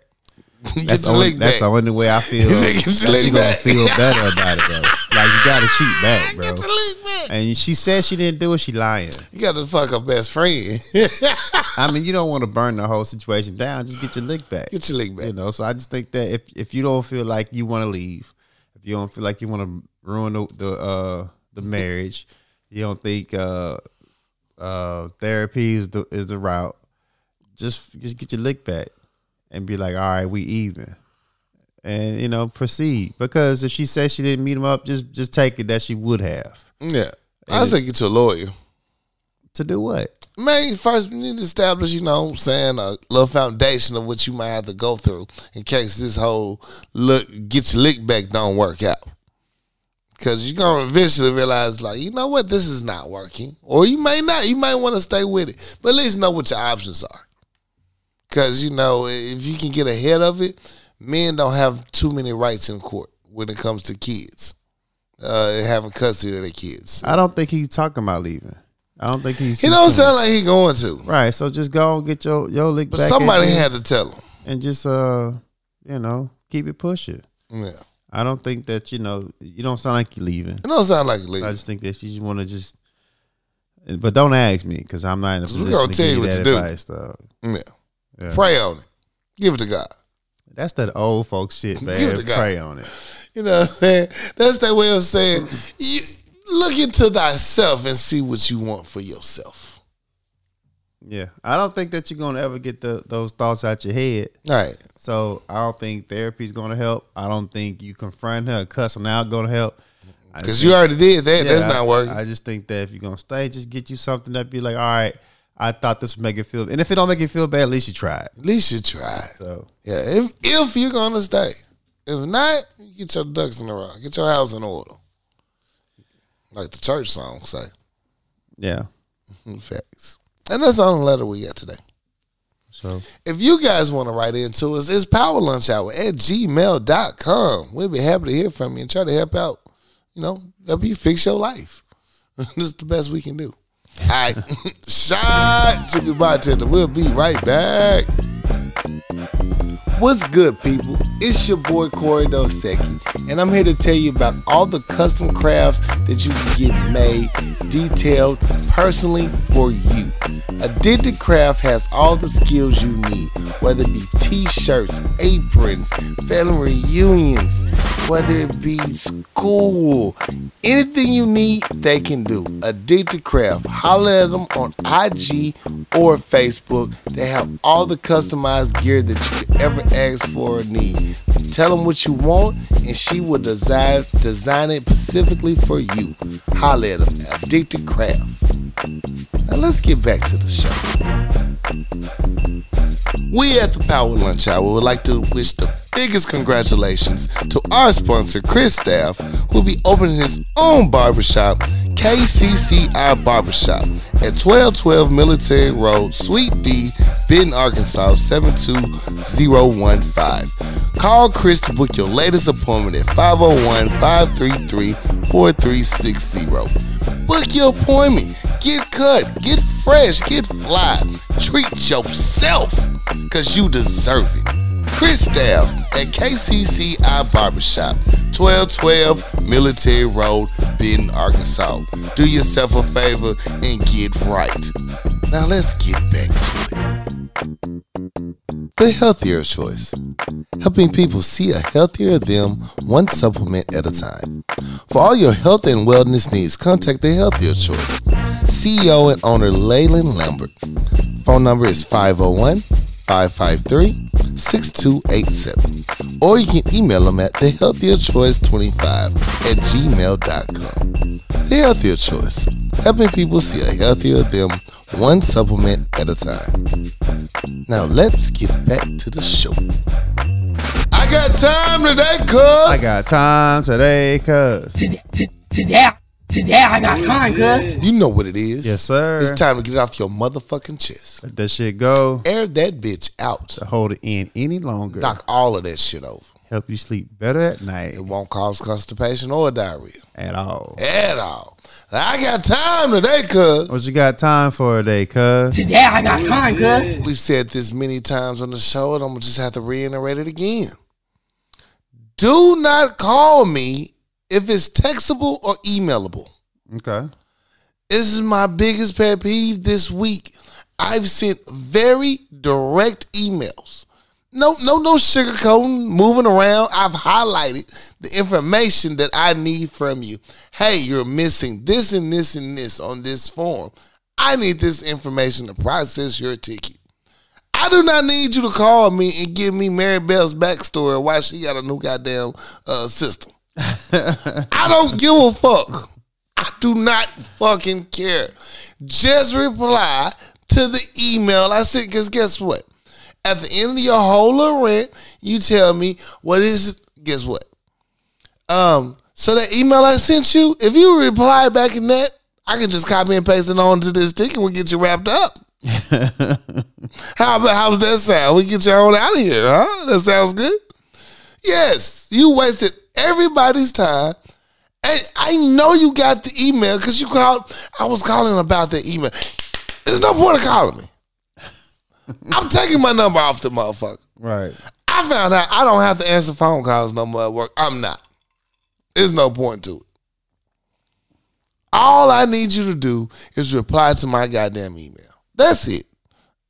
[SPEAKER 1] Get
[SPEAKER 2] That's, the
[SPEAKER 1] your
[SPEAKER 2] only,
[SPEAKER 1] lick
[SPEAKER 2] that's
[SPEAKER 1] back.
[SPEAKER 2] the only way I feel
[SPEAKER 1] said, "Get your
[SPEAKER 2] that
[SPEAKER 1] lick
[SPEAKER 2] you're gonna
[SPEAKER 1] back."
[SPEAKER 2] feel better about it, bro. Like you gotta cheat back, bro.
[SPEAKER 1] Get your lick back.
[SPEAKER 2] And she said she didn't do it, she lying.
[SPEAKER 1] You got to fuck her best friend.
[SPEAKER 2] I mean, you don't want to burn the whole situation down, just get your lick back.
[SPEAKER 1] Get your lick back.
[SPEAKER 2] You know, so I just think that if if you don't feel like you want to leave, if you don't feel like you want to ruin the the, uh, the marriage, you don't think uh, uh, therapy is the is the route. Just just get your lick back and be like, all right, we even, and you know, proceed. Because if she says she didn't meet him up, just just take it that she would have
[SPEAKER 1] yeah. I say get you a lawyer.
[SPEAKER 2] to do what.
[SPEAKER 1] Man, first we need to establish, you know, what I'm saying a little foundation of what you might have to go through in case this whole look get your lick back don't work out. Cause you're gonna eventually realize, like, you know what, this is not working. Or you may not, you might want to stay with it. But at least know what your options are. Cause you know, if you can get ahead of it, men don't have too many rights in court when it comes to kids. Uh and having custody of their kids.
[SPEAKER 2] I don't think he's talking about leaving. I don't think he's.
[SPEAKER 1] He don't sound like he going to.
[SPEAKER 2] right. So just go and get your your lick
[SPEAKER 1] But
[SPEAKER 2] back. and
[SPEAKER 1] somebody
[SPEAKER 2] then-
[SPEAKER 1] had to tell him.
[SPEAKER 2] and just uh you know keep it pushing
[SPEAKER 1] Yeah.
[SPEAKER 2] i don't think that you know you don't sound like you're leaving
[SPEAKER 1] It don't sound like a leader.
[SPEAKER 2] i just think that you just want to just but don't ask me because i'm not in
[SPEAKER 1] We're
[SPEAKER 2] a position
[SPEAKER 1] gonna
[SPEAKER 2] to
[SPEAKER 1] tell
[SPEAKER 2] give
[SPEAKER 1] you
[SPEAKER 2] you
[SPEAKER 1] what
[SPEAKER 2] that
[SPEAKER 1] to do.
[SPEAKER 2] advice though
[SPEAKER 1] Yeah.
[SPEAKER 2] Yeah.
[SPEAKER 1] Pray on it. Give it to God.
[SPEAKER 2] that's that old folks shit
[SPEAKER 1] it
[SPEAKER 2] man
[SPEAKER 1] to God.
[SPEAKER 2] pray on it
[SPEAKER 1] You know what I'm saying? That's that way of saying you look into thyself and see what you want for yourself.
[SPEAKER 2] yeah i don't think that you're gonna ever get the, those thoughts out your head
[SPEAKER 1] All right.
[SPEAKER 2] so i don't think therapy's gonna help i don't think you confront her cussing out gonna help I just
[SPEAKER 1] Because you already did that.
[SPEAKER 2] Yeah,
[SPEAKER 1] That's
[SPEAKER 2] I-
[SPEAKER 1] not working.
[SPEAKER 2] I just think that if you're gonna stay, just get you something that be like, all right, I thought this would make it feel. And if it don't make you feel bad, at least you tried.
[SPEAKER 1] At least you tried.
[SPEAKER 2] So
[SPEAKER 1] Yeah. If if you're gonna stay. If not, get your ducks in a row. Get your house in order. Like the church song say.
[SPEAKER 2] yeah,
[SPEAKER 1] Facts. And that's the only letter we got today.
[SPEAKER 2] so
[SPEAKER 1] If you guys want to write into us, it's powerlunchhour at gmail.com. We'll be happy to hear from you and try to help out, you know, help you fix your life. this is the best we can do. All right. Shot to your bartender. We'll be right back. What's good, people? It's your boy Corey Dosecki, and I'm here to tell you about all the custom crafts that you can get made, detailed, personally for you. Addicted Craft has all the skills you need, whether it be t-shirts, aprons, family reunions, whether it be school, anything you need, they can do. Addicted Craft, holler at them on IG or Facebook. They have all the customized gear that you could ever ask for or need. Tell them what you want, and she will design design it specifically for you. Holler at them, Addicted Craft. Now let's get back to the show. We at the Power Lunch Hour would like to wish the biggest congratulations to our sponsor, Chris Staff, who'll be opening his own barbershop, KCCI Barbershop, at 1212 Military Road, Suite D, Benton, Arkansas, 72015. Call Chris to book your latest appointment at 501 533 4360. Book your appointment. Get cut. Get fresh. Get fly. Treat yourself because you deserve it. Chris Staff at KCCI Barbershop, 1212 Military Road, Benton, Arkansas. Do yourself a favor and get right. Now let's get back to it. The healthier choice helping people see a healthier them one supplement at a time. For all your health and wellness needs, contact The Healthier Choice. CEO E and owner Leyland Lambert. Phone number is 501 553 6287. Or you can email them at thehealthierchoice25 at gmail.com. The Healthier Choice, helping people see a healthier them one supplement at a time. Now let's get back to the show. I got time today, cuz.
[SPEAKER 2] I got time today, cuz.
[SPEAKER 3] today, t- today, today I got time, cuz.
[SPEAKER 1] You know what it is.
[SPEAKER 2] Yes, sir.
[SPEAKER 1] It's time to get it off your motherfucking chest.
[SPEAKER 2] Let that shit go.
[SPEAKER 1] Air that bitch out.
[SPEAKER 2] To hold it in any longer.
[SPEAKER 1] Knock all of that shit over.
[SPEAKER 2] Help you sleep better at night
[SPEAKER 1] It won't cause constipation or diarrhea
[SPEAKER 2] at all.
[SPEAKER 1] at all. I got time today, cuz.
[SPEAKER 2] What you got time for today, cuz?
[SPEAKER 3] Today I got time, cuz.
[SPEAKER 1] We've said this many times on the show, and I'm gonna just have to reiterate it again. Do not call me if it's textable or emailable.
[SPEAKER 2] Okay.
[SPEAKER 1] This is my biggest pet peeve this week. I've sent very direct emails. No, no, no sugarcoating, moving around. I've highlighted the information that I need from you. Hey, you're missing this and this and this on this form. I need this information to process your ticket. I do not need you to call me and give me Mary Bell's backstory of why she got a new goddamn uh, system. I don't give a fuck. I do not fucking care. Just reply to the email I sent. Because guess what? At the end of your whole rant, you tell me what is. Guess what? Um. So that email I sent you, if you reply back in that, I can just copy and paste it onto this ticket. We'll get you wrapped up. How about how's that sound? We get your own out of here, huh? That sounds good. Yes, you wasted everybody's time. And I know you got the email because you called. I was calling about the email. There's no point in calling me. I'm taking my number off the motherfucker.
[SPEAKER 2] Right.
[SPEAKER 1] I found out I don't have to answer phone calls no more at work. I'm not. There's no point to it. All I need you to do is reply to my goddamn email. That's it.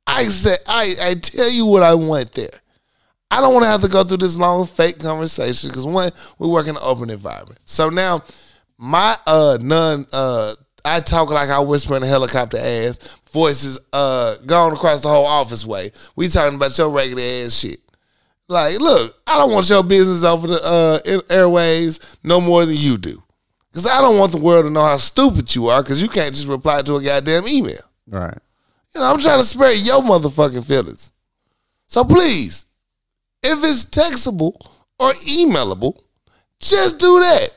[SPEAKER 1] I said I, I tell you what I want there. I don't want to have to go through this long fake conversation because one, we work in an open environment. So now my uh none uh I talk like I whisper in a helicopter ass voices uh gone across the whole office way. We talking about your regular ass shit. Like, look, I don't want your business over the uh, air- airways no more than you do. Because I don't want the world to know how stupid you are because you can't just reply to a goddamn email.
[SPEAKER 2] Right.
[SPEAKER 1] You know, I'm trying to spare your motherfucking feelings. So please, if it's textable or emailable, just do that.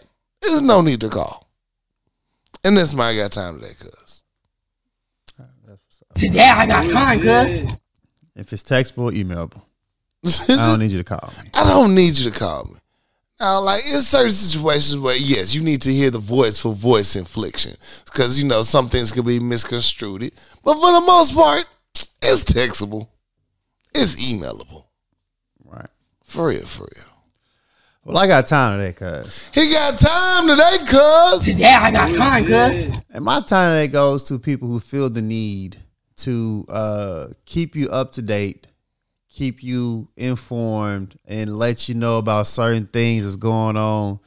[SPEAKER 1] There's no need to call. And that's my I got time today, cuz.
[SPEAKER 3] Today I got time, cuz.
[SPEAKER 2] If it's textable, emailable. I don't need you to call me.
[SPEAKER 1] I don't need you to call me. Now, like in certain situations where yes, you need to hear the voice for voice infliction because you know some things can be misconstrued. But for the most part, it's textable, it's emailable.
[SPEAKER 2] Right.
[SPEAKER 1] For real, for real.
[SPEAKER 2] Well, I got time today, cuz.
[SPEAKER 1] He got time today, cuz.
[SPEAKER 3] Today I got time, cuz.
[SPEAKER 2] And my time today goes to people who feel the need to uh, keep you up to date, keep you informed, and let you know about certain things that's going on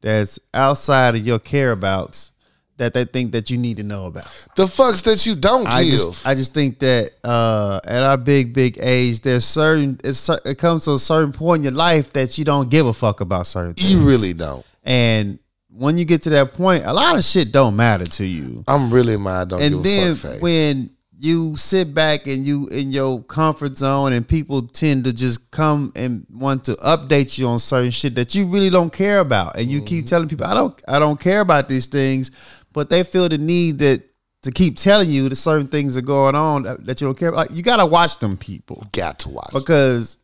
[SPEAKER 2] that's outside of your careabouts that they think that you need to know about.
[SPEAKER 1] The fucks that you don't
[SPEAKER 2] I
[SPEAKER 1] give.
[SPEAKER 2] just I just think that uh, at our big big age, there's certain it's, cer- it comes to a certain point in your life that you don't give a fuck about certain things,
[SPEAKER 1] you really don't.
[SPEAKER 2] and when you get to that point, a lot of shit don't matter to you.
[SPEAKER 1] I'm really mad. Don't give
[SPEAKER 2] And
[SPEAKER 1] a
[SPEAKER 2] then
[SPEAKER 1] fuck face.
[SPEAKER 2] when you sit back and you in your comfort zone, and people tend to just come and want to update you on certain shit that you really don't care about, and you keep
[SPEAKER 1] Mm-hmm.
[SPEAKER 2] telling people, "I don't, I don't care about these things," but they feel the need that to keep telling you that certain things are going on that that you don't care about. Like, you gotta watch them people
[SPEAKER 1] got to watch.
[SPEAKER 2] because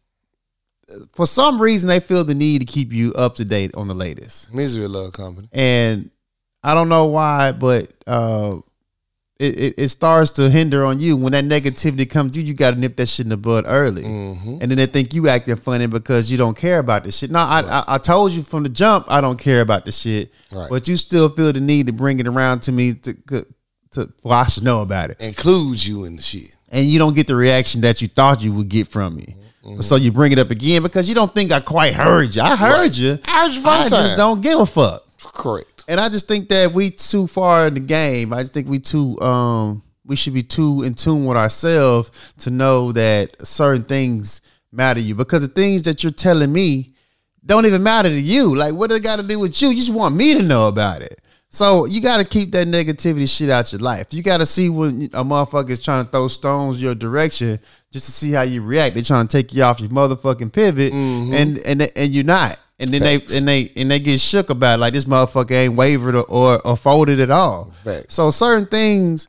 [SPEAKER 2] uh, for some reason they feel the need to keep you up to date on the latest
[SPEAKER 1] Misery Love Company.
[SPEAKER 2] and I don't know why, but uh, it, it it starts to hinder on you when that negativity comes. to You you got to nip that shit in the bud early,
[SPEAKER 1] Mm-hmm.
[SPEAKER 2] and then they think you acting funny because you don't care about this shit. No, I, I I told you from the jump I don't care about this shit,
[SPEAKER 1] Right.
[SPEAKER 2] but you still feel the need to bring it around to me to. to to, well, I should know about it,
[SPEAKER 1] Includes you in the shit.
[SPEAKER 2] and you don't get the reaction that you thought you would get from me.
[SPEAKER 1] Mm-hmm.
[SPEAKER 2] So you bring it up again because you don't think I quite heard you. I heard you.
[SPEAKER 1] I heard you
[SPEAKER 2] I
[SPEAKER 1] first
[SPEAKER 2] just
[SPEAKER 1] time.
[SPEAKER 2] don't give a fuck.
[SPEAKER 1] Correct.
[SPEAKER 2] And I just think that we too far in the game. I just think we too um we should be too in tune with ourselves to know that certain things matter to you because the things that you're telling me don't even matter to you. Like what do it got to do with you? You just want me to know about it. So you got to keep that negativity shit out your life. You got to see when a motherfucker is trying to throw stones your direction just to see how you react. They're trying to take you off your motherfucking pivot, and and and you're not. And then
[SPEAKER 1] Mm-hmm. Facts.
[SPEAKER 2] they and they and they get shook about it. like this motherfucker ain't wavered or, or, or folded at all.
[SPEAKER 1] Facts.
[SPEAKER 2] So certain things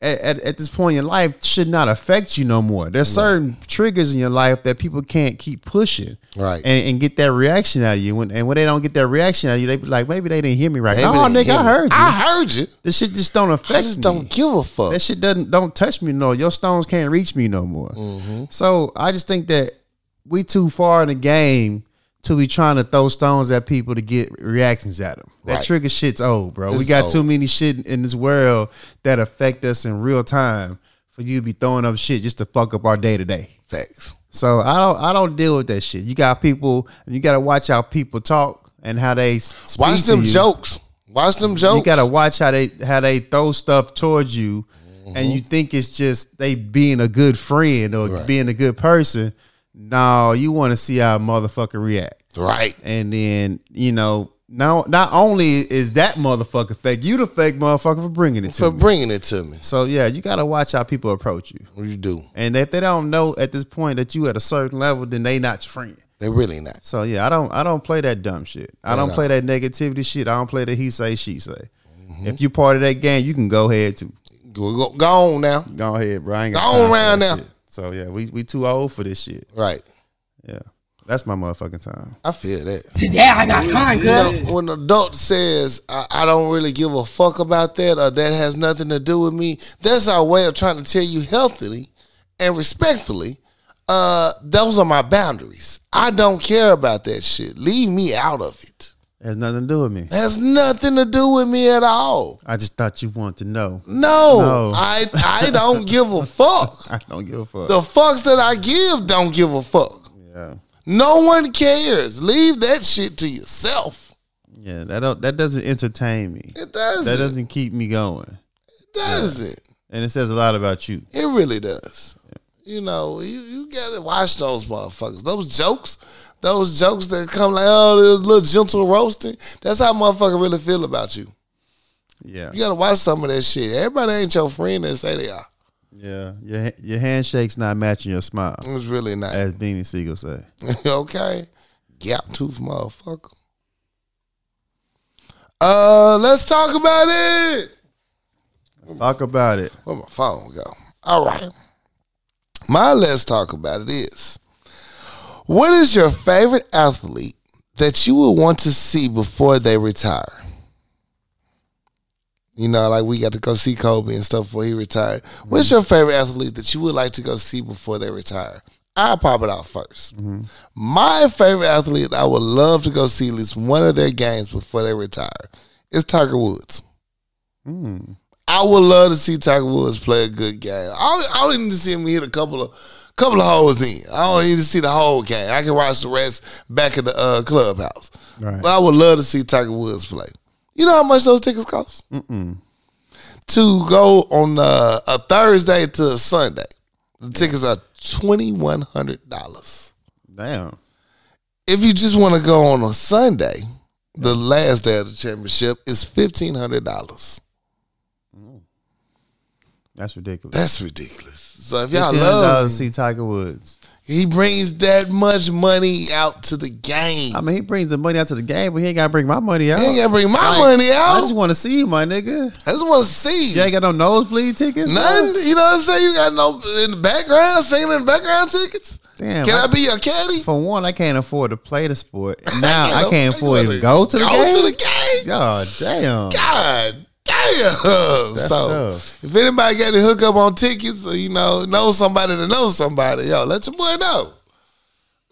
[SPEAKER 2] at, at, at this point in your life should not affect you no more. There's certain triggers in your life that people can't keep pushing.
[SPEAKER 1] Right.
[SPEAKER 2] And, and get that reaction out of you. And, and when they don't get that reaction out of you, they be like, maybe they didn't hear me right.
[SPEAKER 1] Maybe
[SPEAKER 2] No,
[SPEAKER 1] they
[SPEAKER 2] nigga,
[SPEAKER 1] hear
[SPEAKER 2] I
[SPEAKER 1] me.
[SPEAKER 2] heard you.
[SPEAKER 1] I heard you.
[SPEAKER 2] this shit just don't affect
[SPEAKER 1] I just
[SPEAKER 2] me.
[SPEAKER 1] don't give a fuck.
[SPEAKER 2] That shit doesn't don't touch me no. Your stones can't reach me no more.
[SPEAKER 1] Mm-hmm.
[SPEAKER 2] So I just think that we too far in the game to be trying to throw stones at people to get reactions at them. That
[SPEAKER 1] Right.
[SPEAKER 2] trigger shit's old, bro. we
[SPEAKER 1] It's
[SPEAKER 2] got
[SPEAKER 1] old.
[SPEAKER 2] too many shit in this world that affect us in real time for you to be throwing up shit just to fuck up our day to day.
[SPEAKER 1] Facts.
[SPEAKER 2] So I don't I don't deal with that shit. You got people and you got to watch how people talk and how they s- speak
[SPEAKER 1] Watch
[SPEAKER 2] to
[SPEAKER 1] them
[SPEAKER 2] you.
[SPEAKER 1] jokes. Watch them jokes.
[SPEAKER 2] You gotta watch how they how they throw stuff towards you, and you think it's just they being a good friend or
[SPEAKER 1] Mm-hmm. Right.
[SPEAKER 2] being a good person. No, you want to see how a motherfucker react,
[SPEAKER 1] right.
[SPEAKER 2] and then you know now not only is that motherfucker fake, you the fake motherfucker for bringing it to
[SPEAKER 1] For
[SPEAKER 2] me.
[SPEAKER 1] bringing it to me.
[SPEAKER 2] So yeah, you gotta watch how people approach you,
[SPEAKER 1] You do.
[SPEAKER 2] and if they don't know at this point that you at a certain level, then they not your friend.
[SPEAKER 1] They really not.
[SPEAKER 2] So yeah, I don't I don't play that dumb shit. I don't
[SPEAKER 1] no.
[SPEAKER 2] play that negativity shit. I don't play that he say she say.
[SPEAKER 1] Mm-hmm.
[SPEAKER 2] If you part of that game, you can go ahead to
[SPEAKER 1] Go, go, go on now.
[SPEAKER 2] go ahead, bro. I ain't got
[SPEAKER 1] Go
[SPEAKER 2] time for
[SPEAKER 1] around now.
[SPEAKER 2] that shit. So yeah, we we too old for this shit.
[SPEAKER 1] Right.
[SPEAKER 2] Yeah, that's my motherfucking time.
[SPEAKER 1] I feel that.
[SPEAKER 3] Today I got time,
[SPEAKER 1] You know,
[SPEAKER 3] cuz.
[SPEAKER 1] when an adult says, I, I don't really give a fuck about that or that has nothing to do with me, that's our way of trying to tell you healthily and respectfully, uh, those are my boundaries. I don't care about that shit. Leave me out of it.
[SPEAKER 2] Has nothing to do with me.
[SPEAKER 1] Has nothing to do with me at all.
[SPEAKER 2] I just thought you wanted to know.
[SPEAKER 1] No,
[SPEAKER 2] No.
[SPEAKER 1] I I don't give a fuck.
[SPEAKER 2] I don't give a fuck.
[SPEAKER 1] The fucks that I give don't give a fuck.
[SPEAKER 2] yeah,
[SPEAKER 1] No one cares. Leave that shit to yourself.
[SPEAKER 2] yeah. That don't that doesn't entertain me.
[SPEAKER 1] It doesn't.
[SPEAKER 2] That doesn't keep me going,
[SPEAKER 1] It doesn't.
[SPEAKER 2] and it says a lot about you.
[SPEAKER 1] It really does. You know, you, you gotta watch those motherfuckers. Those jokes, those jokes that come like, oh, this little gentle roasting. That's how motherfucker really feel about you.
[SPEAKER 2] Yeah,
[SPEAKER 1] You gotta watch some of that shit. Everybody ain't your friend that say they are.
[SPEAKER 2] yeah. Your ha- your handshake's not matching your smile,
[SPEAKER 1] It's really not.
[SPEAKER 2] as Beanie Siegel say.
[SPEAKER 1] okay. Gap tooth motherfucker. Uh, let's talk about it.
[SPEAKER 2] Talk about it.
[SPEAKER 1] Where my phone go? All right. My let's talk about it is what is your favorite athlete that you would want to see before they retire? You know, like we got to go see Kobe and stuff before he retired. What's your favorite athlete that you would like to go see before they retire? I pop it out 1st My favorite athlete, I would love to go see at least one of their games before they retire, is Tiger Woods.
[SPEAKER 2] Hmm.
[SPEAKER 1] I would love to see Tiger Woods play a good game. I don't, I don't even need to see him hit a couple of couple of holes in. I don't need to see the whole game. I can watch the rest back at the uh, clubhouse.
[SPEAKER 2] Right.
[SPEAKER 1] But I would love to see Tiger Woods play. You know how much those tickets cost?
[SPEAKER 2] Mm-mm.
[SPEAKER 1] to go on uh, a Thursday to a Sunday. The tickets are twenty one hundred dollars.
[SPEAKER 2] Damn.
[SPEAKER 1] If you just want to go on a Sunday, the last day of the championship is fifteen hundred dollars.
[SPEAKER 2] That's ridiculous.
[SPEAKER 1] That's ridiculous. So if y'all
[SPEAKER 2] Y'all
[SPEAKER 1] love,
[SPEAKER 2] to see Tiger Woods.
[SPEAKER 1] he brings that much money out to the game.
[SPEAKER 2] I mean, he brings the money out to the game, but he ain't got to bring my money out.
[SPEAKER 1] He ain't gotta bring my
[SPEAKER 2] Like,
[SPEAKER 1] money
[SPEAKER 2] I
[SPEAKER 1] out.
[SPEAKER 2] just want to see you, my nigga.
[SPEAKER 1] want to see.
[SPEAKER 2] You ain't got no nosebleed tickets? bro?
[SPEAKER 1] None, you know what I'm saying? You got no in the background singing in the background tickets.
[SPEAKER 2] Damn.
[SPEAKER 1] Can
[SPEAKER 2] I-
[SPEAKER 1] I be your caddy?
[SPEAKER 2] for one, I can't afford to play the sport. Now I can't,
[SPEAKER 1] I'm
[SPEAKER 2] afford
[SPEAKER 1] gonna
[SPEAKER 2] to go to the
[SPEAKER 1] go
[SPEAKER 2] game.
[SPEAKER 1] to the game.
[SPEAKER 2] God damn.
[SPEAKER 1] God damn. so
[SPEAKER 2] tough.
[SPEAKER 1] if anybody got to hook up on tickets, or, you know, know somebody to know somebody, yo, let your boy know.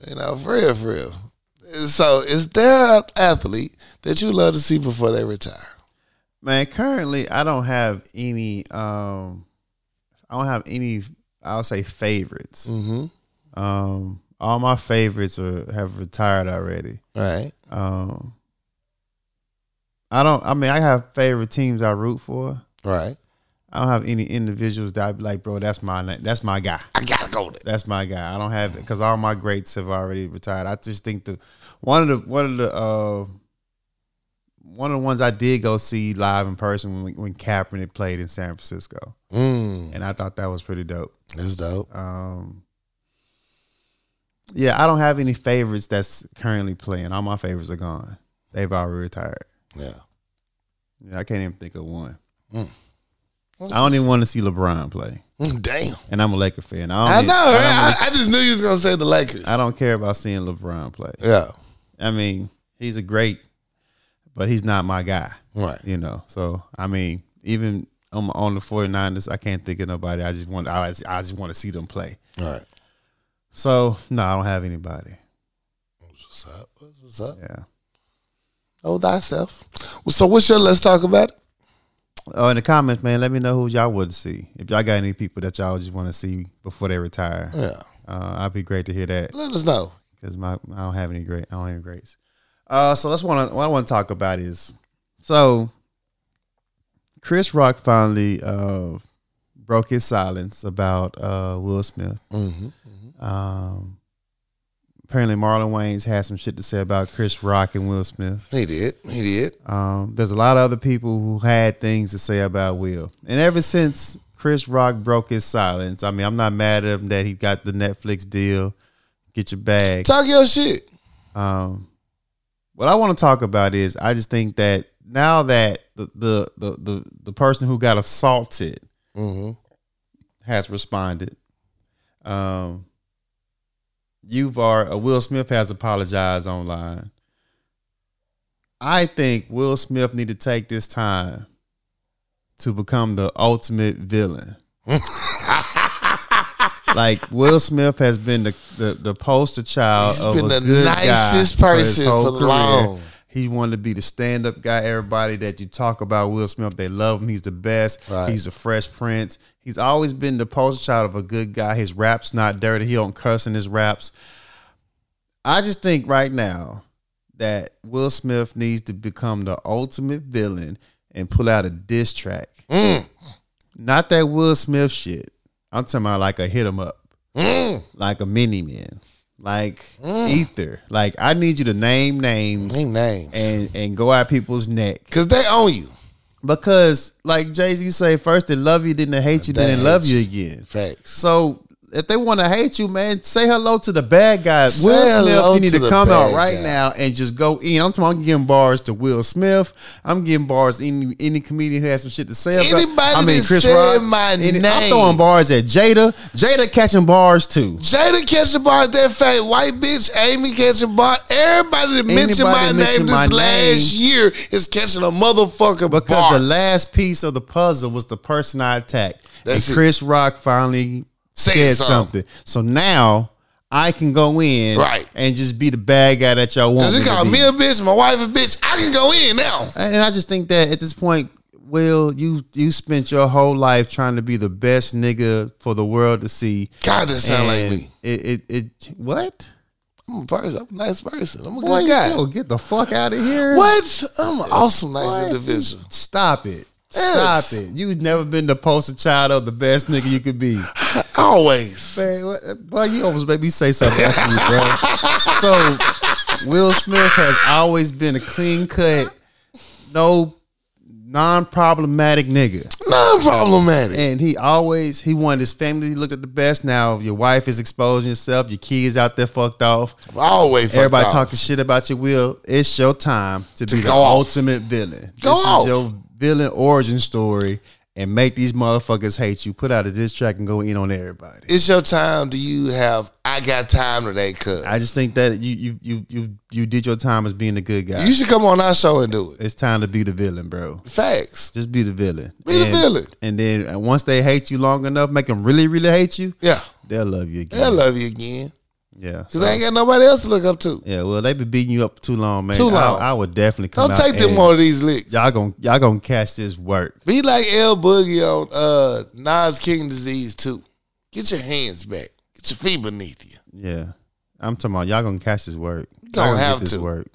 [SPEAKER 1] You know, for real, for real. So is there an athlete that you love to see before they retire?
[SPEAKER 2] Man, currently I don't have any um I don't have any I'll say favorites.
[SPEAKER 1] Mm-hmm.
[SPEAKER 2] Um all my favorites are have retired already.
[SPEAKER 1] Right.
[SPEAKER 2] Um I don't I mean I have favorite teams I root for.
[SPEAKER 1] Right.
[SPEAKER 2] I don't have any individuals that I'd be like, bro, that's my na- that's my guy.
[SPEAKER 1] I gotta go there.
[SPEAKER 2] That's my guy. I don't have it because all my greats have already retired. I just think the one of the one of the uh, one of the ones I did go see live in person when when Kaepernick played in San Francisco,
[SPEAKER 1] Mm,
[SPEAKER 2] and I thought that was pretty dope.
[SPEAKER 1] that's dope.
[SPEAKER 2] Um, yeah, I don't have any favorites that's currently playing. All my favorites are gone. They've already retired.
[SPEAKER 1] Yeah.
[SPEAKER 2] Yeah, I can't even think of one.
[SPEAKER 1] Mm.
[SPEAKER 2] I don't even want to see LeBron play,
[SPEAKER 1] Mm, Damn.
[SPEAKER 2] and I'm a Laker fan. I,
[SPEAKER 1] I
[SPEAKER 2] don't
[SPEAKER 1] know,
[SPEAKER 2] even-
[SPEAKER 1] right? I, I just knew you was gonna say the Lakers.
[SPEAKER 2] I don't care about seeing LeBron play.
[SPEAKER 1] Yeah.
[SPEAKER 2] I mean, he's a great, but he's not my guy,
[SPEAKER 1] Right.
[SPEAKER 2] you know. So I mean, even on, on the 49ers, I can't think of nobody. I just want I, just- I just want to see them play.
[SPEAKER 1] Right.
[SPEAKER 2] So no, I don't have anybody.
[SPEAKER 1] What's up? What's up?
[SPEAKER 2] Yeah.
[SPEAKER 1] Know thyself. Well, So what's your let's talk about it?
[SPEAKER 2] Oh, in the comments, man, let me know who y'all would see. If y'all got any people that y'all just want to see before they retire,
[SPEAKER 1] Yeah.
[SPEAKER 2] uh, I'd be great to hear that
[SPEAKER 1] Let us know.
[SPEAKER 2] because my I don't have any great I don't have greats. Uh, so that's one. I- What I want to talk about is so Chris Rock finally uh, broke his silence about uh, Will Smith.
[SPEAKER 1] Mm-hmm.
[SPEAKER 2] Um, apparently, Marlon Wayne's had some shit to say about Chris Rock and Will Smith.
[SPEAKER 1] He did. He did.
[SPEAKER 2] Um, there's a lot of other people who had things to say about Will, and ever since Chris Rock broke his silence, I mean, I'm not mad at him that he got the Netflix deal. Get your bag.
[SPEAKER 1] Talk your shit.
[SPEAKER 2] Um, what I want to talk about is I just think that now that the the the the, the person who got assaulted
[SPEAKER 1] Mm-hmm.
[SPEAKER 2] has responded, um, you've are uh, Will Smith has apologized online. I think Will Smith need to take this time to become the ultimate villain. like Will Smith has been the the, the poster child
[SPEAKER 1] He's
[SPEAKER 2] Uh, of
[SPEAKER 1] been
[SPEAKER 2] a
[SPEAKER 1] the
[SPEAKER 2] good guy
[SPEAKER 1] nicest
[SPEAKER 2] for his
[SPEAKER 1] person for
[SPEAKER 2] whole
[SPEAKER 1] the
[SPEAKER 2] career.
[SPEAKER 1] long.
[SPEAKER 2] He wanted to be the stand up guy. Everybody that you talk about, Will Smith, they love him. He's the best.
[SPEAKER 1] Right.
[SPEAKER 2] He's a fresh prince. He's always been the poster child of a good guy. His raps not dirty. He don't cuss in his raps. I just think right now that Will Smith needs to become the ultimate villain and pull out a diss track.
[SPEAKER 1] Mm.
[SPEAKER 2] Not that Will Smith shit. I'm talking about like a hit him up
[SPEAKER 1] Mm.
[SPEAKER 2] like a mini man, like ether. Like I need you to name names
[SPEAKER 1] Name names.
[SPEAKER 2] and and go at people's neck
[SPEAKER 1] Because they own you.
[SPEAKER 2] because, like Jay Z say, first they love you, then they hate you,
[SPEAKER 1] They
[SPEAKER 2] then they
[SPEAKER 1] hate
[SPEAKER 2] love you again.
[SPEAKER 1] Facts.
[SPEAKER 2] So if they want to hate you, man, say hello to the bad guys. Will
[SPEAKER 1] Say hello
[SPEAKER 2] Smith, you need
[SPEAKER 1] to
[SPEAKER 2] to
[SPEAKER 1] the
[SPEAKER 2] come out
[SPEAKER 1] bad
[SPEAKER 2] right
[SPEAKER 1] guy.
[SPEAKER 2] now and just go in. I'm talking. I'm giving bars to Will Smith. I'm giving bars to any any comedian who has some shit to say about.
[SPEAKER 1] Anybody
[SPEAKER 2] I mean,
[SPEAKER 1] that
[SPEAKER 2] Chris
[SPEAKER 1] said
[SPEAKER 2] Rock.
[SPEAKER 1] my
[SPEAKER 2] I'm
[SPEAKER 1] name.
[SPEAKER 2] throwing bars at Jada. Jada catching bars too.
[SPEAKER 1] Jada catching bars, that fat white bitch, Amy catching bar. Everybody that mentioned
[SPEAKER 2] Anybody
[SPEAKER 1] my
[SPEAKER 2] that
[SPEAKER 1] name
[SPEAKER 2] mentioned
[SPEAKER 1] this
[SPEAKER 2] my
[SPEAKER 1] last year is catching a motherfucker
[SPEAKER 2] Because
[SPEAKER 1] bar.
[SPEAKER 2] the last piece of the puzzle was the person I attacked.
[SPEAKER 1] That's it.
[SPEAKER 2] and Chris Rock finally
[SPEAKER 1] Say
[SPEAKER 2] said
[SPEAKER 1] something.
[SPEAKER 2] something. So now I can go in
[SPEAKER 1] Right.
[SPEAKER 2] and just be the bad guy that y'all want.
[SPEAKER 1] Cause
[SPEAKER 2] me
[SPEAKER 1] you
[SPEAKER 2] to
[SPEAKER 1] called
[SPEAKER 2] be.
[SPEAKER 1] me a bitch, my wife a bitch. I can go in now.
[SPEAKER 2] And I just think that at this point, Will, you you spent your whole life trying to be the best nigga for the world to see.
[SPEAKER 1] God, that sound
[SPEAKER 2] And
[SPEAKER 1] like me.
[SPEAKER 2] It, it it what?
[SPEAKER 1] I'm a person. I'm a nice person. I'm a
[SPEAKER 2] Boy,
[SPEAKER 1] good guy.
[SPEAKER 2] yo, get the fuck out of here.
[SPEAKER 1] What? I'm an awesome, nice
[SPEAKER 2] What?
[SPEAKER 1] individual.
[SPEAKER 2] Stop it.
[SPEAKER 1] Yes.
[SPEAKER 2] Stop it. You've never been the poster child of the best nigga you could be.
[SPEAKER 1] Always.
[SPEAKER 2] Man, what, Uh, boy, you almost made me say something else, to you, bro. So, Will Smith has always been a clean cut, no non problematic nigga.
[SPEAKER 1] Non-problematic.
[SPEAKER 2] And he always he wanted his family to look at the best. Now your wife is exposing yourself. Your kids out there fucked off.
[SPEAKER 1] Always. fucked
[SPEAKER 2] Everybody
[SPEAKER 1] off.
[SPEAKER 2] talking shit about your will. It's your time to, be the
[SPEAKER 1] go off.
[SPEAKER 2] ultimate villain.
[SPEAKER 1] Go
[SPEAKER 2] this
[SPEAKER 1] off.
[SPEAKER 2] is your villain origin story, and make these motherfuckers hate you. Put out a diss track and go in on everybody.
[SPEAKER 1] It's your time. Do you have? I got time today, cuz.
[SPEAKER 2] I just think that you you you you you did your time as being a good guy.
[SPEAKER 1] You should come on our show and do it.
[SPEAKER 2] it's time to be the villain, bro.
[SPEAKER 1] Facts.
[SPEAKER 2] Just be the villain.
[SPEAKER 1] Be the villain.
[SPEAKER 2] And then uh, once they hate you long enough, make them really really hate you.
[SPEAKER 1] Yeah.
[SPEAKER 2] They'll love you again.
[SPEAKER 1] They'll love you again.
[SPEAKER 2] yeah.
[SPEAKER 1] Cause
[SPEAKER 2] so-
[SPEAKER 1] they ain't got nobody else to look up to.
[SPEAKER 2] Yeah, well, they been beating you up too long, man.
[SPEAKER 1] Too long.
[SPEAKER 2] I, I would definitely come
[SPEAKER 1] Don't
[SPEAKER 2] out.
[SPEAKER 1] take them
[SPEAKER 2] and
[SPEAKER 1] one of these licks.
[SPEAKER 2] Y'all gonna y'all gonna catch this work.
[SPEAKER 1] Be like El Boogie on uh Nas King Disease too. Get your hands back. Get your feet beneath you.
[SPEAKER 2] Yeah, I'm talking about y'all gonna catch this work. You
[SPEAKER 1] don't have to.
[SPEAKER 2] work.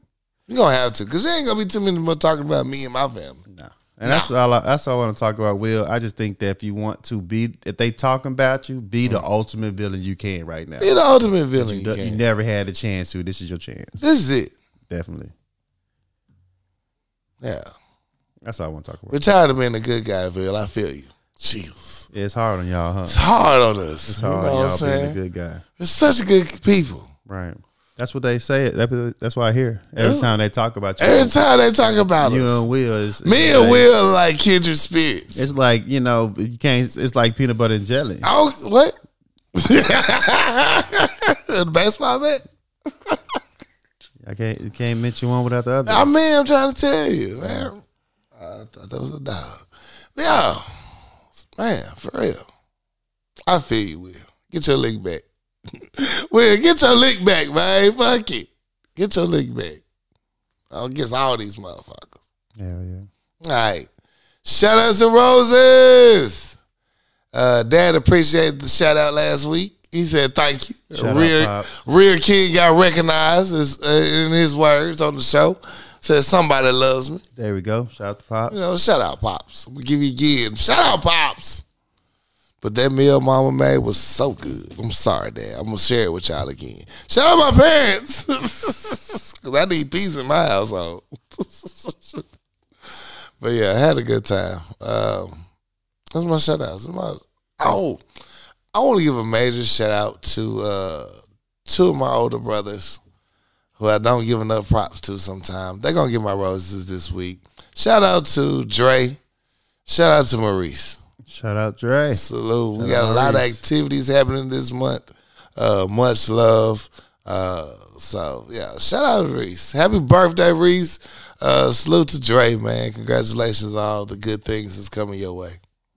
[SPEAKER 1] You're gonna have to, cause there ain't gonna be too many more talking about me and my family.
[SPEAKER 2] No, and that's all. I, that's all I want to talk about. Will I just think that if you want to be, if they talking about you, be
[SPEAKER 1] Mm.
[SPEAKER 2] the ultimate villain you can right now.
[SPEAKER 1] Be the ultimate villain. You
[SPEAKER 2] You,
[SPEAKER 1] can.
[SPEAKER 2] never had a chance to. This is your chance.
[SPEAKER 1] This is it.
[SPEAKER 2] Definitely.
[SPEAKER 1] Yeah.
[SPEAKER 2] That's all I want to talk about.
[SPEAKER 1] We're tired of being a good guy, Bill. I feel you. Jesus.
[SPEAKER 2] It's hard on y'all, huh?
[SPEAKER 1] It's hard on us.
[SPEAKER 2] It's hard
[SPEAKER 1] you know
[SPEAKER 2] on
[SPEAKER 1] what I'm
[SPEAKER 2] y'all being a
[SPEAKER 1] saying?
[SPEAKER 2] good guy,
[SPEAKER 1] We're such good people.
[SPEAKER 2] right? That's what they say. That- That's what I hear every
[SPEAKER 1] Yeah.
[SPEAKER 2] time they talk about you.
[SPEAKER 1] Every time they talk about
[SPEAKER 2] you
[SPEAKER 1] us,
[SPEAKER 2] and Will is
[SPEAKER 1] me
[SPEAKER 2] it's
[SPEAKER 1] and
[SPEAKER 2] like-
[SPEAKER 1] Will are like kindred spirits.
[SPEAKER 2] It's like you know you can't. It's like peanut butter and jelly.
[SPEAKER 1] Oh, what? the baseball bat?
[SPEAKER 2] I can't you can't mention one without the other.
[SPEAKER 1] I mean, I'm trying to tell you, man. I thought that was a dog. Yeah, man, for real. I feel you, Will. Get your lick back. Will, get your lick back, man. Fuck it. Get your lick back. I'll guess all these motherfuckers.
[SPEAKER 2] Hell
[SPEAKER 1] All
[SPEAKER 2] yeah.
[SPEAKER 1] right. Shout outs to Roses. Uh, Dad appreciated the shout out last week. He said thank you.
[SPEAKER 2] Shout out,
[SPEAKER 1] real,
[SPEAKER 2] Pop.
[SPEAKER 1] real kid got recognized as, uh, in his words on the show. Said somebody loves me.
[SPEAKER 2] There we go. Shout out to Pop.
[SPEAKER 1] You know, shout out pops. I'm gonna give you again. Shout out pops. But that meal mama made was so good. I'm sorry, Dad. I'm gonna share it with y'all again. Shout out my parents. Cause I need peace in my household. but yeah, I had a good time. Um, that's my shout outs. That's My, oh, I want to give a major shout out to uh, two of my older brothers who I don't give enough props to sometimes. They're gonna get my roses this week. Shout out to Dre. Shout out to Maurice.
[SPEAKER 2] Shout out Dre.
[SPEAKER 1] Salute. we
[SPEAKER 2] Shout out
[SPEAKER 1] got a lot of
[SPEAKER 2] Maurice.
[SPEAKER 1] activities happening this month. Uh, much love. Uh, so yeah, shout out to Reese. Happy birthday, Reese. Uh, salute to Dre, man. Congratulations on all the good things that's coming your way.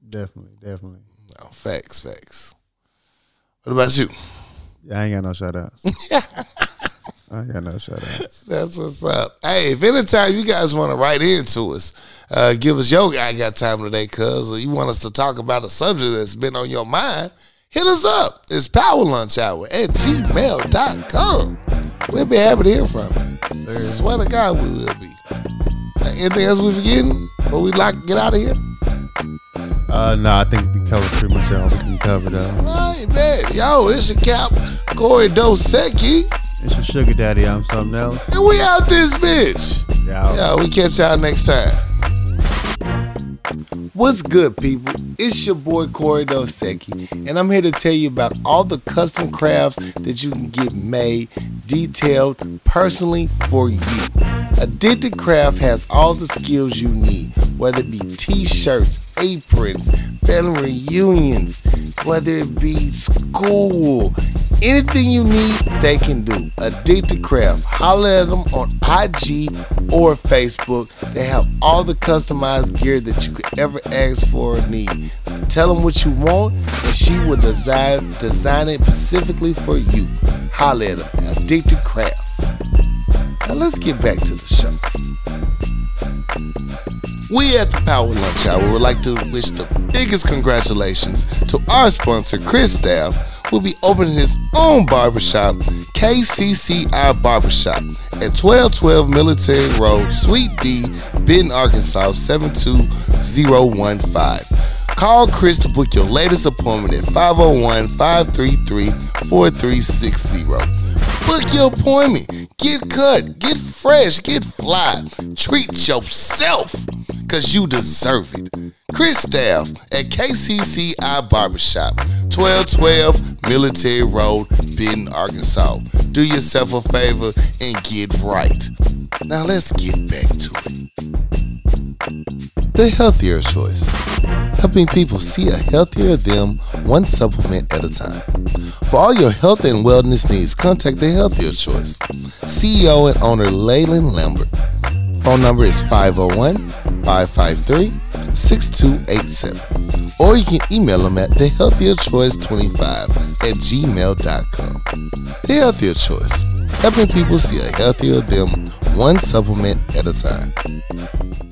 [SPEAKER 2] Definitely, definitely.
[SPEAKER 1] No, facts, facts. What about you?
[SPEAKER 2] I ain't got no shout outs. I ain't got no shout outs.
[SPEAKER 1] That's what's up. Hey, if anytime you guys want to write into us, uh, give us your I got time today, cuz, or you want us to talk about a subject that's been on your mind, hit us up. It's power lunch hour at gmail.com. We'll be happy to hear from you. Swear to God, we will be. Uh, Anything else we forgetting? Or we like to get out of here?
[SPEAKER 2] Uh no, I think we covered pretty much all we uh. can cover though.
[SPEAKER 1] All right, man. Yo, it's your cap, Corey Dosecki,
[SPEAKER 2] It's your sugar daddy, I'm something else.
[SPEAKER 1] and we out this bitch.
[SPEAKER 2] Y'all.
[SPEAKER 1] Yeah, we catch y'all next time. What's good, people? It's your boy Corey Dosecki, and I'm here to tell you about all the custom crafts that you can get made, detailed, personally for you. Addicted Craft has all the skills you need, whether it be t-shirts, aprons, family reunions, whether it be school, anything you need, they can do. Addicted Craft. Holler at them on IG or Facebook. They have all the customized gear that you could ever ask for or need. Tell them what you want, and she will design design it specifically for you. Holler at Addicted Craft. Now let's get back to the show. We at the Power Lunch Hour would like to wish the biggest congratulations to our sponsor, Chris Staff, who will be opening his own barbershop, KCCI Barbershop, at 1212 Military Road, Suite D, Benton, Arkansas, 72015. Call Chris to book your latest appointment at 501 533 4360. Book your appointment. Get cut. Get fresh. Get fly. Treat yourself because you deserve it. Chris Staff at KCCI Barbershop, 1212 Military Road, Benton, Arkansas. Do yourself a favor and get right. Now let's get back to it. The healthier choice helping people see a healthier them one supplement at a time. For all your health and wellness needs, contact the Healthier Choice. CEO and owner Leyland Lambert. Phone number is 501 553 6287. Or you can email them at thehealthierchoice25 at gmail.com. The Healthier Choice, helping people see a healthier them one supplement at a time.